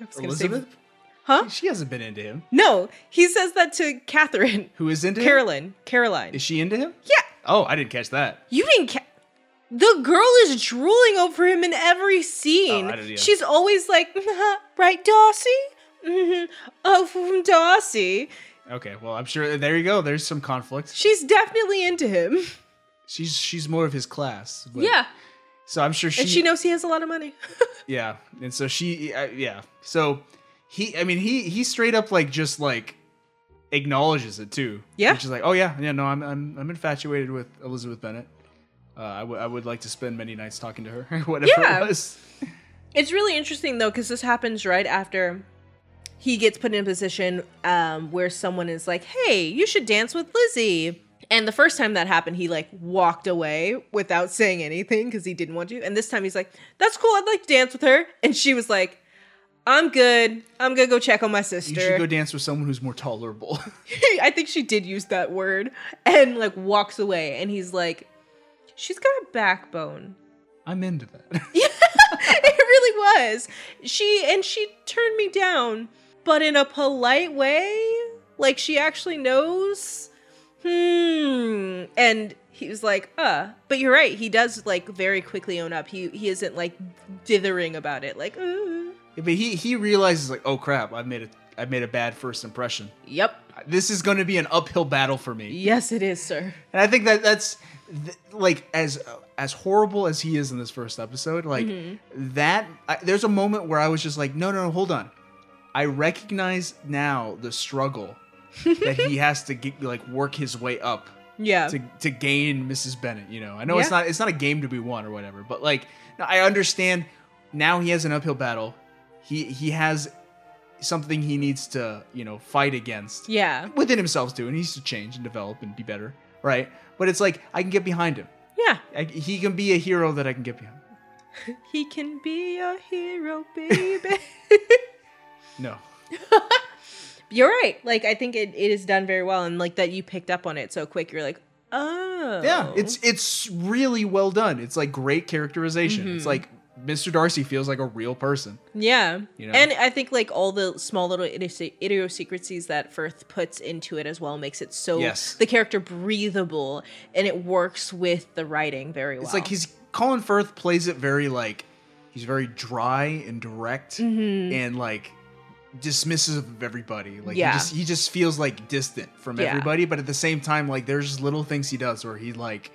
Speaker 2: I was gonna say-
Speaker 1: Elizabeth?
Speaker 2: Huh?
Speaker 1: She hasn't been into him.
Speaker 2: No, he says that to Catherine.
Speaker 1: Who is into him?
Speaker 2: Carolyn. Caroline.
Speaker 1: Is she into him? Yeah. Oh, I didn't catch that.
Speaker 2: You didn't ca- The girl is drooling over him in every scene.
Speaker 1: Oh, I didn't- yeah.
Speaker 2: She's always like, "Mhm, right, Darcy? hmm Oh, from Darcy.
Speaker 1: Okay, well, I'm sure there you go. There's some conflict.
Speaker 2: She's definitely into him.
Speaker 1: She's she's more of his class. but-
Speaker 2: yeah.
Speaker 1: So I'm sure she.
Speaker 2: and she knows he has a lot of money.
Speaker 1: Yeah, and so she. Uh, yeah. So he. I mean, he he straight up like just like acknowledges it too.
Speaker 2: Yeah.
Speaker 1: Which is like, oh yeah, yeah. No, I'm I'm I'm infatuated with Elizabeth Bennett. Uh, I would I would like to spend many nights talking to her. Whatever
Speaker 2: Yeah.
Speaker 1: it was.
Speaker 2: It's really interesting though, because this happens right after he gets put in a position um, where someone is like, "Hey, you should dance with Lizzie." And the first time that happened, he like walked away without saying anything because he didn't want to. And this time he's like, "That's cool. I'd like to dance with her." And she was like, "I'm good. I'm gonna go check on my sister."
Speaker 1: You should go dance with someone who's more tolerable.
Speaker 2: I think she did use that word and like walks away. And he's like, she's got a backbone.
Speaker 1: I'm into that.
Speaker 2: it really was. She and she turned me down, but in a polite way. Like she actually knows. Hmm. And he was like, uh, but you're right. He does like very quickly own up. He he isn't like dithering about it. Like, "Uh." "Ooh."
Speaker 1: Yeah, but he he realizes like, oh crap, I've made a I've made a bad first impression.
Speaker 2: Yep.
Speaker 1: This is going to be an uphill battle for me.
Speaker 2: yes, it is, sir.
Speaker 1: And I think that that's th- like as as horrible as he is in this first episode, like
Speaker 2: Mhm.
Speaker 1: that I, there's a moment where I was just like, no, no, no, hold on. I recognize now the struggle that he has to get, like work his way up
Speaker 2: Yeah.
Speaker 1: to, to gain Mrs. Bennett. You know, I know it's
Speaker 2: Yeah.
Speaker 1: not it's not a game to be won or whatever, but like no, I understand now he has an uphill battle. He he has something he needs to you know fight against
Speaker 2: Yeah.
Speaker 1: within himself too, and he needs to change and develop and be better, right? But it's like I can get behind him.
Speaker 2: Yeah.
Speaker 1: I, he can be a hero that I can get behind.
Speaker 2: He can be a hero, baby.
Speaker 1: No,
Speaker 2: you're right. Like I think it, it is done very well, and like that you picked up on it so quick. You're like, oh,
Speaker 1: yeah, it's it's really well done. It's like great characterization.
Speaker 2: Mhm.
Speaker 1: It's like Mr. Darcy feels like a real person.
Speaker 2: yeah.
Speaker 1: You know?
Speaker 2: And I think like all the small little idiosi- idiosyncrasies that Firth puts into it as well makes it so
Speaker 1: Yes.
Speaker 2: the character breathable, and it works with the writing very well.
Speaker 1: It's like he's Colin Firth plays it very like he's very dry and direct
Speaker 2: Mhm.
Speaker 1: and like dismissive of everybody. Like
Speaker 2: Yeah.
Speaker 1: he just he just feels like distant from
Speaker 2: Yeah.
Speaker 1: everybody, but at the same time, like there's just little things he does where he like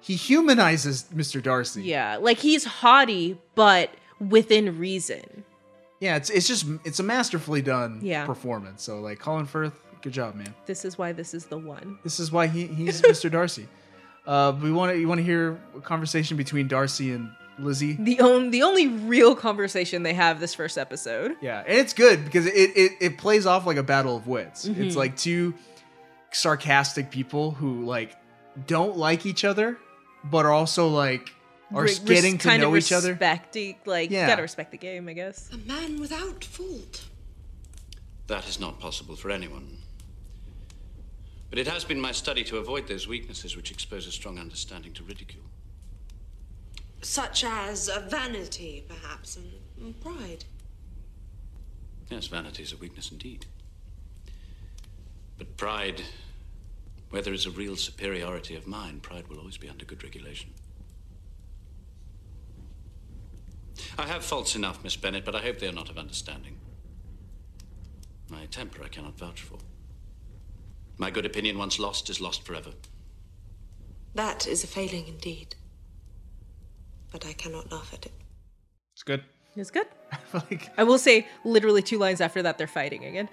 Speaker 1: he humanizes Mr. Darcy.
Speaker 2: yeah, like he's haughty, but within reason.
Speaker 1: Yeah, it's it's just it's a masterfully done
Speaker 2: Yeah.
Speaker 1: performance. So like Colin Firth, good job, man.
Speaker 2: This is why this is the one.
Speaker 1: This is why he, he's Mr. Darcy. Uh, we want to you want to hear a conversation between Darcy and Lizzie.
Speaker 2: The only the only real conversation they have this first episode.
Speaker 1: Yeah, and it's good because it it, it plays off like a battle of wits.
Speaker 2: Mhm.
Speaker 1: It's like two sarcastic people who like don't like each other, but are also like are
Speaker 2: Re- res-
Speaker 1: getting to
Speaker 2: kind
Speaker 1: know
Speaker 2: of
Speaker 1: each other.
Speaker 2: respecting- like
Speaker 1: Yeah.
Speaker 2: you gotta respect the game, I guess.
Speaker 14: A man without fault.
Speaker 18: That is not possible for anyone. But it has been my study to avoid those weaknesses which expose a strong understanding to ridicule.
Speaker 19: Such as a vanity, perhaps, and- and pride.
Speaker 18: Yes, vanity is a weakness indeed. But pride, where there is a real superiority of mind, pride will always be under good regulation. I have faults enough, Miss Bennet, but I hope they are not of understanding. My temper I cannot vouch for. My good opinion, once lost, is lost forever.
Speaker 19: That is a failing indeed. But I cannot laugh at it.
Speaker 1: It's good.
Speaker 2: It's good. I will say, literally two lines after that, they're fighting again.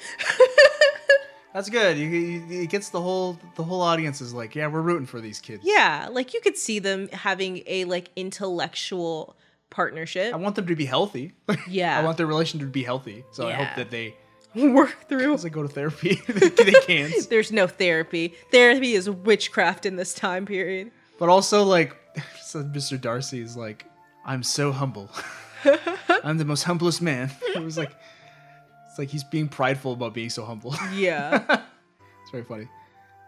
Speaker 1: That's good. You, you, it gets the whole the whole audience is like, yeah, we're rooting for these kids.
Speaker 2: Yeah, like you could see them having a like intellectual partnership.
Speaker 1: I want them to be healthy.
Speaker 2: yeah,
Speaker 1: I want their relationship to be healthy. So I
Speaker 2: Yeah.
Speaker 1: hope that they
Speaker 2: work through.
Speaker 1: As they go to therapy, they can.
Speaker 2: There's no therapy. Therapy is witchcraft in this time period.
Speaker 1: But also, like, so Mr. Darcy is like, I'm so humble. I'm the most humblest man. It was like, it's like he's being prideful about being so humble.
Speaker 2: Yeah.
Speaker 1: it's very funny.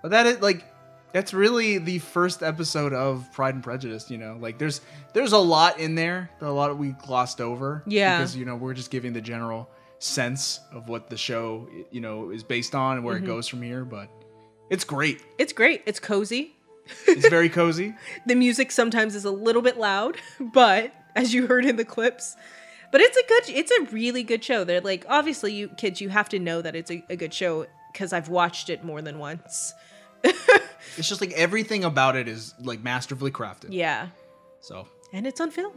Speaker 1: But that is like, that's really the first episode of Pride and Prejudice. You know, like there's there's a lot in there. There are a lot we glossed over.
Speaker 2: Yeah.
Speaker 1: Because you know we're just giving the general sense of what the show you know is based on and where
Speaker 2: Mhm.
Speaker 1: it goes from here. But it's great.
Speaker 2: It's great. It's cozy.
Speaker 1: It's very cozy.
Speaker 2: The music sometimes is a little bit loud, but as you heard in the clips, but it's a good, it's a really good show. They're like, obviously, you kids, you have to know that it's a, a good show because I've watched it more than once.
Speaker 1: It's just like everything about it is like masterfully crafted.
Speaker 2: Yeah.
Speaker 1: So
Speaker 2: And it's on film.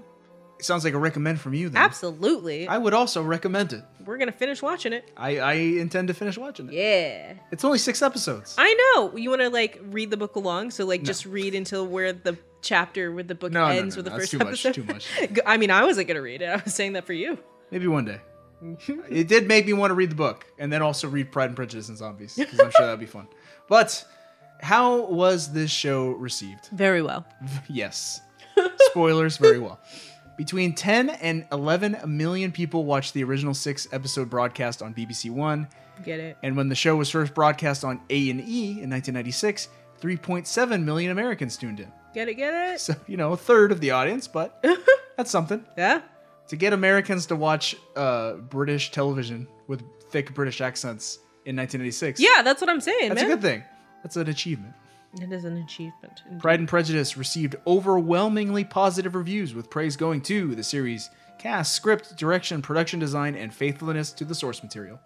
Speaker 1: it sounds like a recommend from you then.
Speaker 2: Absolutely.
Speaker 1: I would also recommend it.
Speaker 2: We're going to finish watching it.
Speaker 1: I, I intend to finish watching it.
Speaker 2: Yeah. Ah,
Speaker 1: It's only six episodes.
Speaker 2: I know. You want to like read the book along, so like
Speaker 1: No.
Speaker 2: just read until where the chapter where the book
Speaker 1: No, no,
Speaker 2: ends
Speaker 1: no,
Speaker 2: with
Speaker 1: no,
Speaker 2: the
Speaker 1: that's
Speaker 2: first
Speaker 1: too much,
Speaker 2: episode.
Speaker 1: too much.
Speaker 2: G- I mean, I wasn't gonna read it. I was saying that for you.
Speaker 1: Maybe one day. it did make me want to read the book and then also read Pride and Prejudice and Zombies because I'm sure that'd be fun. But how was this show received?
Speaker 2: Very well.
Speaker 1: Yes. Spoilers, very well. Between 10 and 11 million people watched the original six episode broadcast on BBC One.
Speaker 2: Get it?
Speaker 1: And when the show was first broadcast on A&E in 1996, 3.7 million Americans tuned in.
Speaker 2: Get it? Get it?
Speaker 1: So, you know, a third of the audience, but that's something.
Speaker 2: Yeah.
Speaker 1: To get Americans to watch uh, British television with thick British accents in 1986.
Speaker 2: Yeah, that's what I'm saying.
Speaker 1: That's
Speaker 2: man.
Speaker 1: a good thing. That's an achievement.
Speaker 2: It is an achievement. indeed.
Speaker 1: Pride and Prejudice received overwhelmingly positive reviews, with praise going to the series cast, script, direction, production design, and faithfulness to the source material.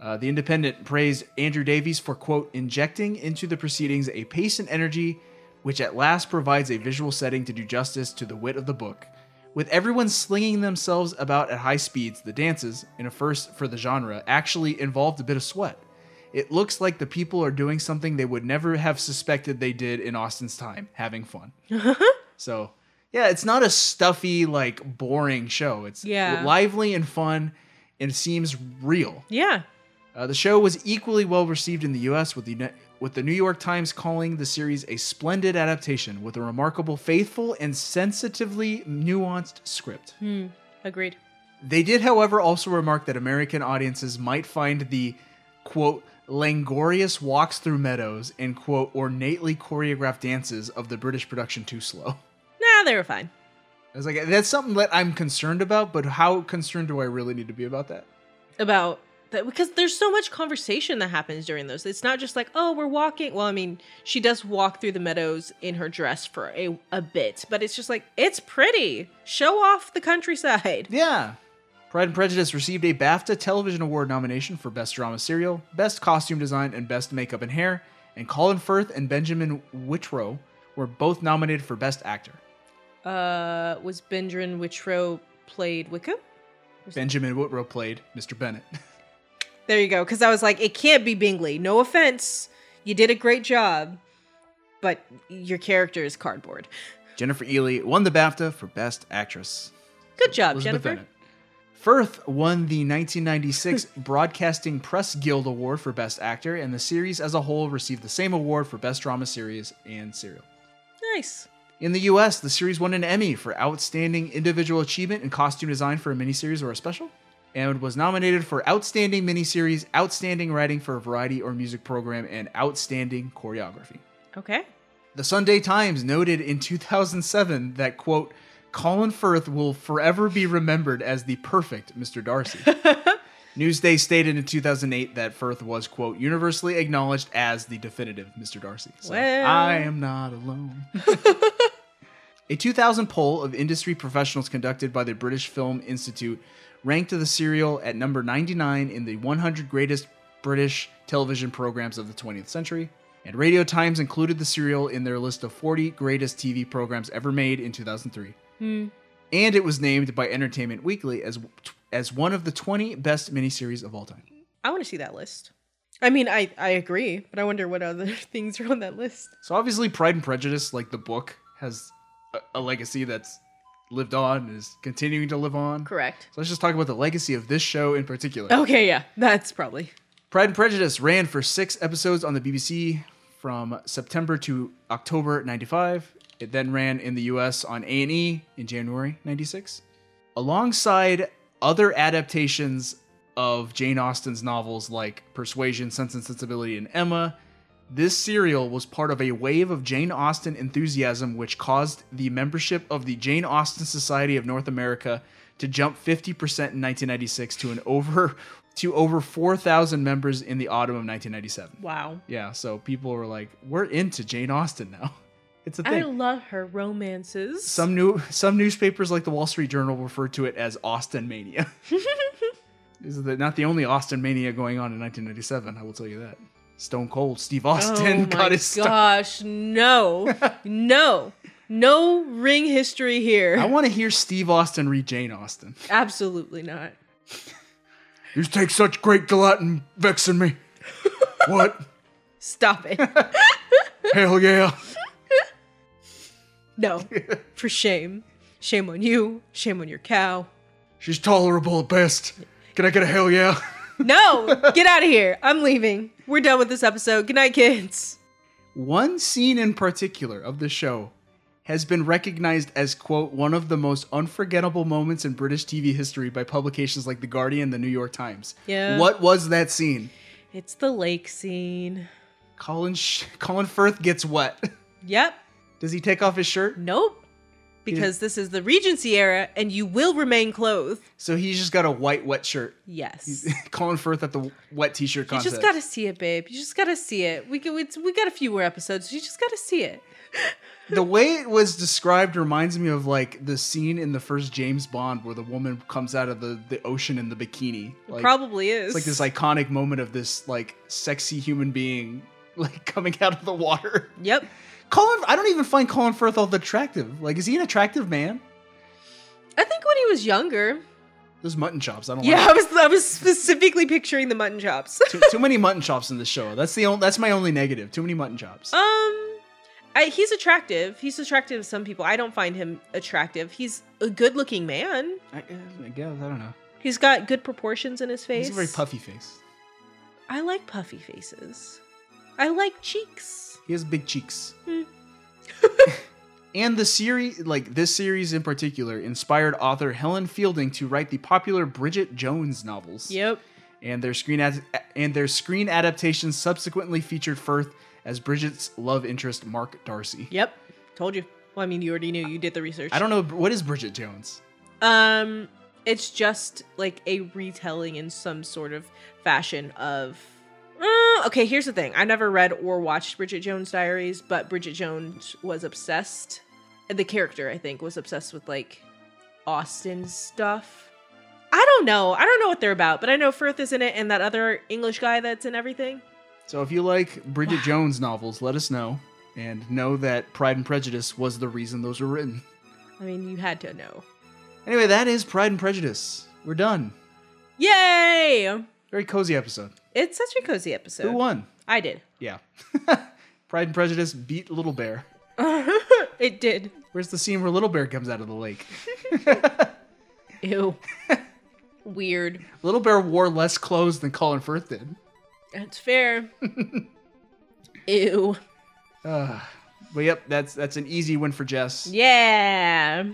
Speaker 1: Uh, the Independent praised Andrew Davies for, quote, injecting into the proceedings a pace and energy which at last provides a visual setting to do justice to the wit of the book. With everyone slinging themselves about at high speeds, the dances, in a first for the genre, actually involved a bit of sweat. It looks like the people are doing something they would never have suspected they did in Austin's time, having fun. so, yeah, it's not a stuffy, like boring show. It's
Speaker 2: Yeah.
Speaker 1: lively and fun, and it seems real.
Speaker 2: Yeah.
Speaker 1: Uh, the show was equally well received in the U.S. with the Uni- with the New York Times calling the series a splendid adaptation with a remarkable, faithful, and sensitively nuanced script.
Speaker 2: Hmm. Agreed.
Speaker 1: They did, however, also remark that American audiences might find the quote langorious walks through meadows and quote ornately choreographed dances of the British production too slow.
Speaker 2: Nah, they were fine.
Speaker 1: I was like, that's something that I'm concerned about, but how concerned do I really need to be about that?
Speaker 2: About that because there's so much conversation that happens during those. It's not just like, oh, we're walking. Well, I mean, she does walk through the meadows in her dress for a a bit, but it's just like it's pretty. Show off the countryside.
Speaker 1: Yeah. Pride and Prejudice received a BAFTA Television Award nomination for Best Drama Serial, Best Costume Design, and Best Makeup and Hair, and Colin Firth and Benjamin Whitrow were both nominated for Best Actor.
Speaker 2: Uh, was Benjamin Witro played Wickham?
Speaker 1: Benjamin Whitrow played Mr. Bennett.
Speaker 2: There you go. Because I was like, it can't be Bingley. No offense, you did a great job, but your character is cardboard.
Speaker 1: Jennifer Ely won the BAFTA for Best Actress.
Speaker 2: Good job,
Speaker 1: Elizabeth
Speaker 2: Uh, Jennifer.
Speaker 1: Bennet. Firth won the 1996 Broadcasting Press Guild Award for Best Actor, and the series as a whole received the same award for Best Drama Series and Serial.
Speaker 2: Nice.
Speaker 1: In the US, the series won an Emmy for Outstanding Individual Achievement in Costume Design for a Miniseries or a Special, and was nominated for Outstanding Miniseries, Outstanding Writing for a Variety or Music Program, and Outstanding Choreography.
Speaker 2: Okay.
Speaker 1: The Sunday Times noted in 2007 that, quote, Colin Firth will forever be remembered as the perfect Mr. Darcy. Newsday stated in 2008 that Firth was, quote, universally acknowledged as the definitive Mr. Darcy. So
Speaker 2: Well.
Speaker 1: I am not alone. A 2000 poll of industry professionals conducted by the British Film Institute ranked the serial at number 99 in the 100 greatest British television programs of the 20th century. And Radio Times included the serial in their list of 40 greatest TV programs ever made in 2003.
Speaker 2: Hmm.
Speaker 1: And it was named by Entertainment Weekly as as one of the 20 best miniseries of all time.
Speaker 2: I want to see that list. I mean, I I agree, but I wonder what other things are on that list.
Speaker 1: So obviously Pride and Prejudice, like the book, has a, a legacy that's lived on and is continuing to live on.
Speaker 2: Correct.
Speaker 1: So let's just talk about the legacy of this show in particular.
Speaker 2: Okay, yeah, that's probably
Speaker 1: Pride and Prejudice ran for six episodes on the BBC from September to October 95. It then ran in the US on A&E in January 96. Alongside other adaptations of Jane Austen's novels like Persuasion, Sense and Sensibility, and Emma, this serial was part of a wave of Jane Austen enthusiasm which caused the membership of the Jane Austen Society of North America to jump 50% in 1996 to an over to over 4,000 members in the autumn of 1997.
Speaker 2: wow.
Speaker 1: Yeah, so people were like, "We're into Jane Austen now." It's a
Speaker 2: I
Speaker 1: thing.
Speaker 2: love her romances.
Speaker 1: some new some newspapers like the Wall Street Journal refer to it as Austen mania. This is the, not the only Austin mania going on in 1997. I will tell you that. Stone Cold Steve Austin
Speaker 2: oh my
Speaker 1: got his start.
Speaker 2: gosh, no, no, no ring history here.
Speaker 1: I want to hear Steve Austin read Jane Austen.
Speaker 2: Absolutely not.
Speaker 1: You take such great delight in vexing me. what?
Speaker 2: Stop it.
Speaker 1: Hell yeah.
Speaker 2: No, for shame. Shame on you. Shame on your cow.
Speaker 1: She's tolerable at best. Can I get a hell yeah?
Speaker 2: No, get out of here. I'm leaving. We're done with this episode. Good night, kids.
Speaker 1: One scene in particular of the show has been recognized as quote one of the most unforgettable moments in British TV history by publications like The Guardian and The New York Times.
Speaker 2: Yeah.
Speaker 1: What was that scene?
Speaker 2: It's the lake scene.
Speaker 1: Colin Sh- Colin Firth gets wet.
Speaker 2: Yep.
Speaker 1: Does he take off his shirt?
Speaker 2: Nope. Because this is the Regency era and you will remain clothed.
Speaker 1: So he's just got a white wet shirt.
Speaker 2: Yes.
Speaker 1: Colin Firth at the wet t-shirt
Speaker 2: You
Speaker 1: contest.
Speaker 2: just gotta see it, babe. You just gotta see it. We can, it's, we got a few more episodes. You just gotta see it.
Speaker 1: the way it was described reminds me of like the scene in the first James Bond where the woman comes out of the, the ocean in the bikini. Like,
Speaker 2: Probably
Speaker 1: It's
Speaker 2: is.
Speaker 1: like this iconic moment of this like sexy human being like coming out of the water.
Speaker 2: Yep.
Speaker 1: Colin, I don't even find Colin Firth all that attractive. Like, is he an attractive man?
Speaker 2: I think when he was younger.
Speaker 1: Those mutton chops, I don't.
Speaker 2: Yeah,
Speaker 1: like
Speaker 2: I was I was specifically picturing the mutton chops.
Speaker 1: too, too many mutton chops in this show. That's the only, that's my only negative. Too many mutton chops.
Speaker 2: Um, I, he's attractive. He's attractive to some people. I don't find him attractive. He's a good-looking man.
Speaker 1: I, I guess I don't know.
Speaker 2: He's got good proportions in his face.
Speaker 1: He's a very puffy face.
Speaker 2: I like puffy faces. I like cheeks.
Speaker 1: He has big cheeks.
Speaker 2: Hmm.
Speaker 1: and the series, like this series in particular, inspired author Helen Fielding to write the popular Bridget Jones novels.
Speaker 2: Yep.
Speaker 1: And their screen ad- and their screen adaptations subsequently featured Firth as Bridget's love interest Mark Darcy.
Speaker 2: Yep. Told you. Well, I mean, you already knew. You did the research.
Speaker 1: I don't know what is Bridget Jones.
Speaker 2: Um, it's just like a retelling in some sort of fashion of. Uh, okay, here's the thing. I never read or watched Bridget Jones' Diaries, but Bridget Jones was obsessed. The character, I think, was obsessed with like Austin stuff. I don't know. I don't know what they're about, but I know Firth is in it and that other English guy that's in everything.
Speaker 1: So if you like Bridget Jones novels, let us know and know that Pride and Prejudice was the reason those were written.
Speaker 2: I mean, you had to know.
Speaker 1: Anyway, that is Pride and Prejudice. We're done.
Speaker 2: Yay!
Speaker 1: Very cozy episode.
Speaker 2: It's such a cozy episode.
Speaker 1: Who won?
Speaker 2: I did.
Speaker 1: Yeah. Pride and Prejudice beat Little Bear.
Speaker 2: it did.
Speaker 1: We're Where's the scene where Little Bear comes out of the lake?
Speaker 2: Ew. Weird.
Speaker 1: Little Bear wore less clothes than Colin Firth did.
Speaker 2: That's fair. Ew.
Speaker 1: Uh, but yep, that's that's an easy win for Jess.
Speaker 2: Yeah.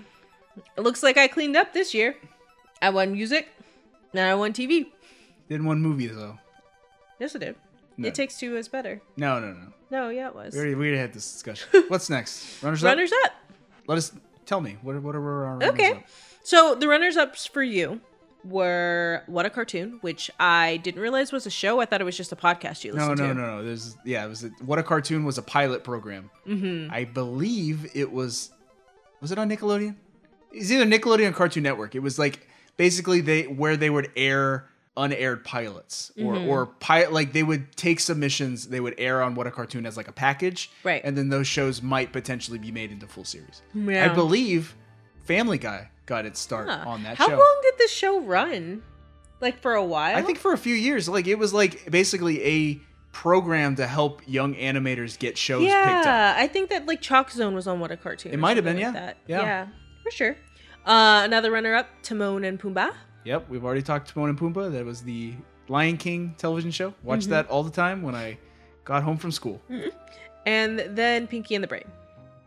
Speaker 2: It looks like I cleaned up this year. I won music, and I won TV.
Speaker 1: Didn't one movie though.
Speaker 2: Yes, I did.
Speaker 1: No.
Speaker 2: It Takes Two is better.
Speaker 1: No, no, no.
Speaker 2: No, yeah, it was.
Speaker 1: We already, we already had this discussion. What's next? Runners up.
Speaker 2: Runners up.
Speaker 1: Let us tell me what are- what are our runners
Speaker 2: Okay.
Speaker 1: up?
Speaker 2: So the runners ups for you were What a Cartoon, which I didn't realize was a show. I thought it was just a podcast you
Speaker 1: No,
Speaker 2: listened
Speaker 1: no, no,
Speaker 2: to.
Speaker 1: no. There's yeah. It was a, what a cartoon was a pilot program.
Speaker 2: Mhm.
Speaker 1: I believe it was. Was it on Nickelodeon? It's either Nickelodeon or Cartoon Network. It was like basically they where they would air unaired pilots or
Speaker 2: Mhm.
Speaker 1: or pilot like they would take submissions they would air on what a cartoon as like a package
Speaker 2: Right.
Speaker 1: and then those shows might potentially be made into full series
Speaker 2: Yeah.
Speaker 1: i believe family guy got its start
Speaker 2: Huh.
Speaker 1: on that
Speaker 2: How
Speaker 1: show
Speaker 2: long did this show run? Like for a while?
Speaker 1: I think for a few years, like it was like basically a program to help young animators get shows picked up.
Speaker 2: yeah, I think that like Chalk Zone was on What a Cartoon.
Speaker 1: It
Speaker 2: or
Speaker 1: might have
Speaker 2: something
Speaker 1: been,
Speaker 2: like
Speaker 1: yeah.
Speaker 2: that.
Speaker 1: Yeah.
Speaker 2: for sure. Uh, another runner up, Timon and Pumbaa.
Speaker 1: Yep, we've already talked Timon and Pumbaa. That was the Lion King television show. Watched
Speaker 2: Mhm.
Speaker 1: that all the time when I got home from school.
Speaker 2: And then Pinky and the Brain.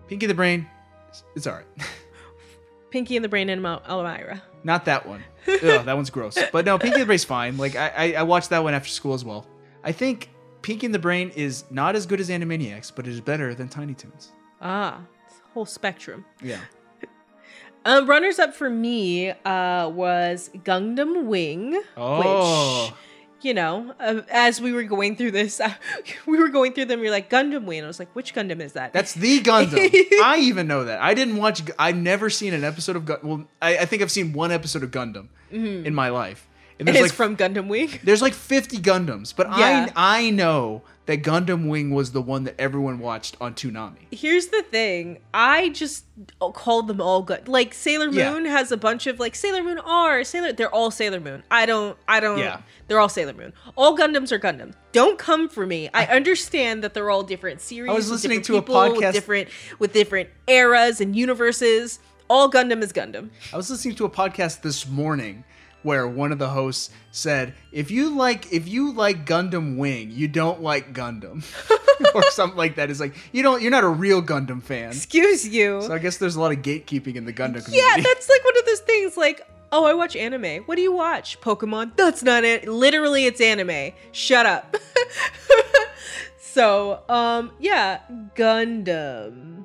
Speaker 1: Pinky the Brain, it's- it's all right.
Speaker 2: Pinky and the Brain and Mal- Elmira.
Speaker 1: Not that one. Ugh, that one's gross. But no, Pinky and the Brain's fine. Like I, I, I watched that one after school as well. I think Pinky and the Brain is not as good as Animaniacs, but it is better than Tiny Toons.
Speaker 2: Ah, it's a whole spectrum.
Speaker 1: Yeah.
Speaker 2: Um, runners up for me uh, was Gundam Wing,
Speaker 1: Oh.
Speaker 2: which you know, uh, as we were going through this, we were going through them. You're like Gundam Wing. I was like, which Gundam is that?
Speaker 1: That's the Gundam. I even know that. I didn't watch. Gu- I've never seen an episode of Gundam. Well, I, I think I've seen one episode of Gundam
Speaker 2: Mhm.
Speaker 1: in my life.
Speaker 2: And it's from Gundam Wing.
Speaker 1: There's like 50 Gundams, but
Speaker 2: Yeah.
Speaker 1: I I know that Gundam Wing was the one that everyone watched on Toonami.
Speaker 2: Here's the thing. I just called them all good. Like Sailor
Speaker 1: Yeah.
Speaker 2: Moon has a bunch of like Sailor Moon R, Sailor. They're all Sailor Moon. I don't. I don't.
Speaker 1: Yeah.
Speaker 2: They're all Sailor Moon. All Gundams are Gundam. Don't come for me. I understand that they're all different series.
Speaker 1: I was
Speaker 2: with
Speaker 1: listening
Speaker 2: different
Speaker 1: to a
Speaker 2: people, with
Speaker 1: podcast-
Speaker 2: different with different eras and universes. All Gundam is Gundam.
Speaker 1: I was listening to a podcast this morning where one of the hosts said, "If you like if you like Gundam Wing, you don't like Gundam." or something like that. It's like, "You don't you're not a real Gundam fan."
Speaker 2: Excuse you.
Speaker 1: So I guess there's a lot of gatekeeping in the Gundam community.
Speaker 2: Yeah, that's like one of those things like, oh, I watch anime. What do you watch? Pokemon? That's not it. Literally, it's anime. Shut up. so, um, yeah, Gundam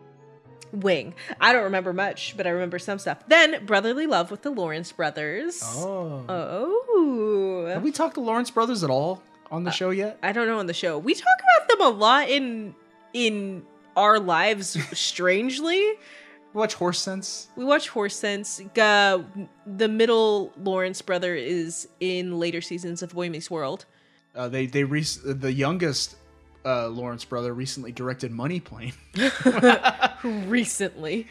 Speaker 2: Wing. I don't remember much, but I remember some stuff. Then Brotherly Love with the Lawrence brothers.
Speaker 1: Oh.
Speaker 2: Oh.
Speaker 1: Have we talked to Lawrence Brothers at all on the
Speaker 2: Uh,
Speaker 1: show yet?
Speaker 2: I don't know on the show. We talk about them a lot in in our lives strangely.
Speaker 1: Watch Horse Sense.
Speaker 2: We watch Horse Sense. Uh, the middle Lawrence brother is in later seasons of Boy Meets World.
Speaker 1: Uh, they they rec- the youngest uh, Lawrence brother recently directed Money Plane.
Speaker 2: Recently,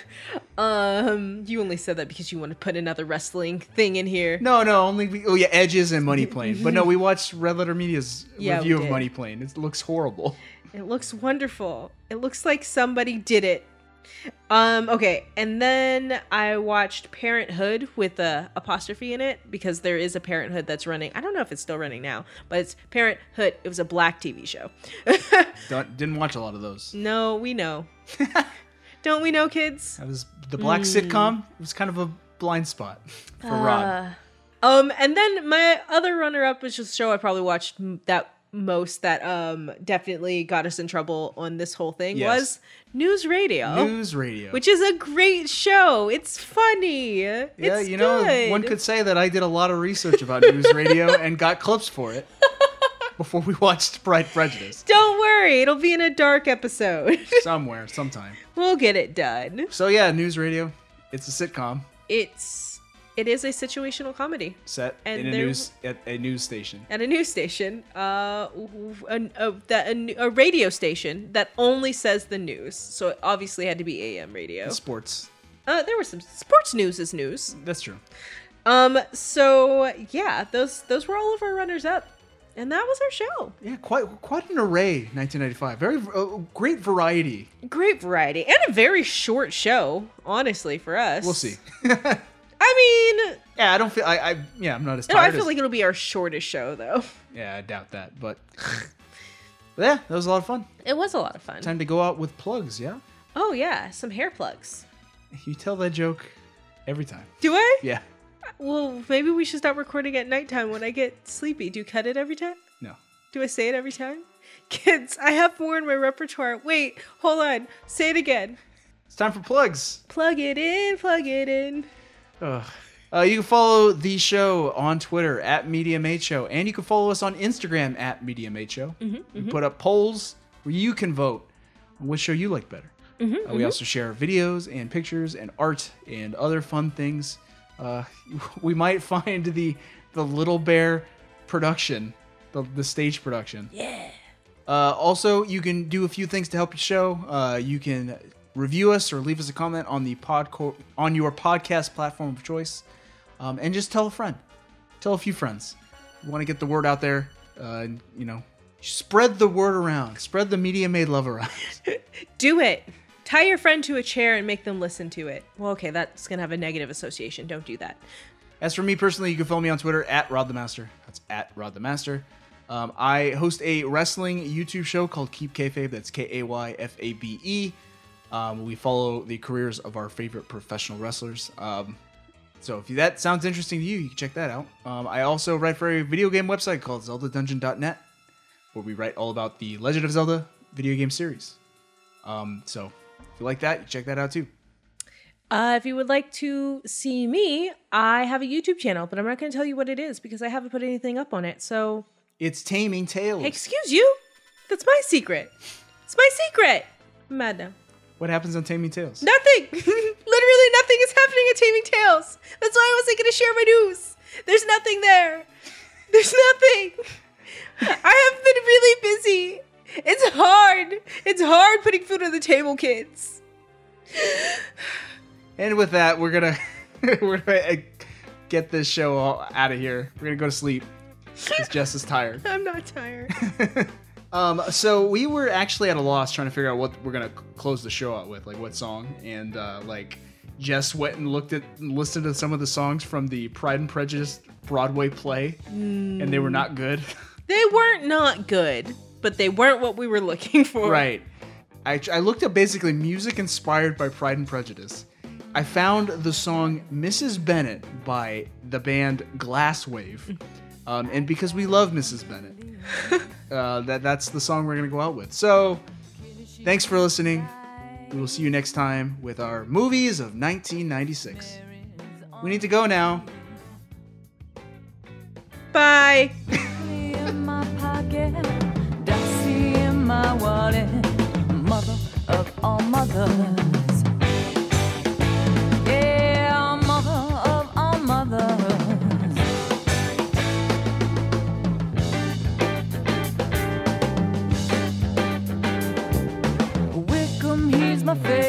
Speaker 2: um, you only said that because you want to put another wrestling thing in here.
Speaker 1: No, no, only we, oh yeah, Edges and Money Plane. But no, we watched Red Letter Media's
Speaker 2: Yeah,
Speaker 1: review
Speaker 2: we
Speaker 1: of
Speaker 2: did.
Speaker 1: Money Plane. It looks horrible.
Speaker 2: It looks wonderful. It looks like somebody did it. Um, okay, and then I watched Parenthood with a apostrophe in it because there is a Parenthood that's running. I don't know if it's still running now, but it's Parenthood. It was a black TV show.
Speaker 1: Don't, didn't watch a lot of those.
Speaker 2: No, we know. Don't we know, kids?
Speaker 1: That was the black
Speaker 2: Mm.
Speaker 1: sitcom. It was kind of a blind spot for Rod.
Speaker 2: Uh, Um, and then my other runner-up was just a show I probably watched m- that most that um definitely got us in trouble on this whole thing
Speaker 1: Yes.
Speaker 2: was News Radio,
Speaker 1: News radio.
Speaker 2: oh, which is a great show. It's funny. Yeah,
Speaker 1: yeah, you know, one could say that I did a lot of research about news radio and got clips for it before we watched Pride and Prejudice
Speaker 2: Don't worry, it'll be in a dark episode.
Speaker 1: somewhere, sometime.
Speaker 2: we'll get it done.
Speaker 1: So yeah, news radio. It's a sitcom
Speaker 2: It's it is a situational comedy.
Speaker 1: set
Speaker 2: And
Speaker 1: in a
Speaker 2: there-
Speaker 1: news at a news station.
Speaker 2: at a news station, uh, a, a, that- a, a radio station that only says the news. So it obviously had to be AM radio.
Speaker 1: Sports.
Speaker 2: Uh, there was some sports news is news.
Speaker 1: That's true.
Speaker 2: Um, so yeah, those those were all of our runners up. And that was our show.
Speaker 1: Yeah, quite quite an array. 1995, very uh, great variety.
Speaker 2: Great variety and a very short show, honestly, for us.
Speaker 1: We'll see.
Speaker 2: I mean,
Speaker 1: Yeah, I don't feel. I, I yeah, I'm not as
Speaker 2: you know,
Speaker 1: tired.
Speaker 2: I feel
Speaker 1: as,
Speaker 2: like it'll be our shortest show, though.
Speaker 1: yeah, I doubt that, but. but yeah, that was a lot of fun.
Speaker 2: It was a lot of fun.
Speaker 1: Time to go out with plugs. Yeah,
Speaker 2: Oh yeah, some hair plugs.
Speaker 1: you tell that joke every time.
Speaker 2: Do I?
Speaker 1: Yeah,
Speaker 2: Well, maybe we should stop recording at nighttime when I get sleepy. Do you cut it every time?
Speaker 1: no.
Speaker 2: Do I say it every time? Kids, I have more in my repertoire. Wait, hold on. Say it again.
Speaker 1: It's time for plugs.
Speaker 2: Plug it in, plug it in.
Speaker 1: Ugh. Uh, you can follow the show on Twitter at Medium Eight Show, and you can follow us on Instagram at Medium Eight Show.
Speaker 2: Mhm,
Speaker 1: We
Speaker 2: mhm.
Speaker 1: put up polls where you can vote on which show you like better.
Speaker 2: Mhm,
Speaker 1: Uh, we
Speaker 2: mhm.
Speaker 1: also share videos and pictures and art and other fun things. Uh, we might find the the Little Bear production, the, the stage production.
Speaker 2: Yeah.
Speaker 1: Uh, also, you can do a few things to help your show. Uh, you can review us or leave us a comment on the podco- on your podcast platform of choice, um, and just tell a friend, tell a few friends. We want to get the word out there. Uh, and, you know, spread the word around. Spread the media made love around.
Speaker 2: Do it. Tie your friend to a chair and make them listen to it. Well, okay, that's going to have a negative association. Don't do that.
Speaker 1: As for me personally, you can follow me on Twitter at Rod the Master. That's at Rod the Master. Um, I host a wrestling YouTube show called Keep Kayfabe. That's K A Y F A B E. Um, we follow the careers of our favorite professional wrestlers. Um, so if that sounds interesting to you, you can check that out. Um, I also write for a video game website called ZeldaDungeon.net, where we write all about the Legend of Zelda video game series. Um, so if you like that, you check that out too.
Speaker 2: Uh, if you would like to see me, I have a YouTube channel, but I'm not going to tell you what it is because I haven't put anything up on it. So,
Speaker 1: It's Taming Tales.
Speaker 2: excuse you. That's my secret. It's my secret. I'm mad now.
Speaker 1: What happens on Taming Tales?
Speaker 2: Nothing. Literally nothing is happening at Taming Tales. That's why I wasn't going to share my news. There's nothing there. There's nothing. I have been really busy. It's hard. It's hard putting food on the table, kids.
Speaker 1: And with that, we're gonna we're gonna uh, get this show all out of here. We're gonna go to sleep. 'cause Jess is tired.
Speaker 2: I'm not tired.
Speaker 1: Um, so we were actually at a loss trying to figure out what we're gonna c- close the show out with, like what song, and uh, like Jess went and looked at and listened to some of the songs from the Pride and Prejudice Broadway play, and they were not good.
Speaker 2: They weren't not good, but they weren't what we were looking for.
Speaker 1: Right. I, I looked up basically music inspired by Pride and Prejudice. I found the song Mrs. Bennett by the band Glasswave. Um, and because we love Mrs. Bennett, uh, that, that's the song we're going to go out with. So thanks for listening. We will see you next time with our movies of 1996. We need to go now.
Speaker 2: Bye.
Speaker 20: in my pocket, Dixie in my wallet, mother of all mothers. Yeah, mother of all mothers. Wickham, he's my favorite.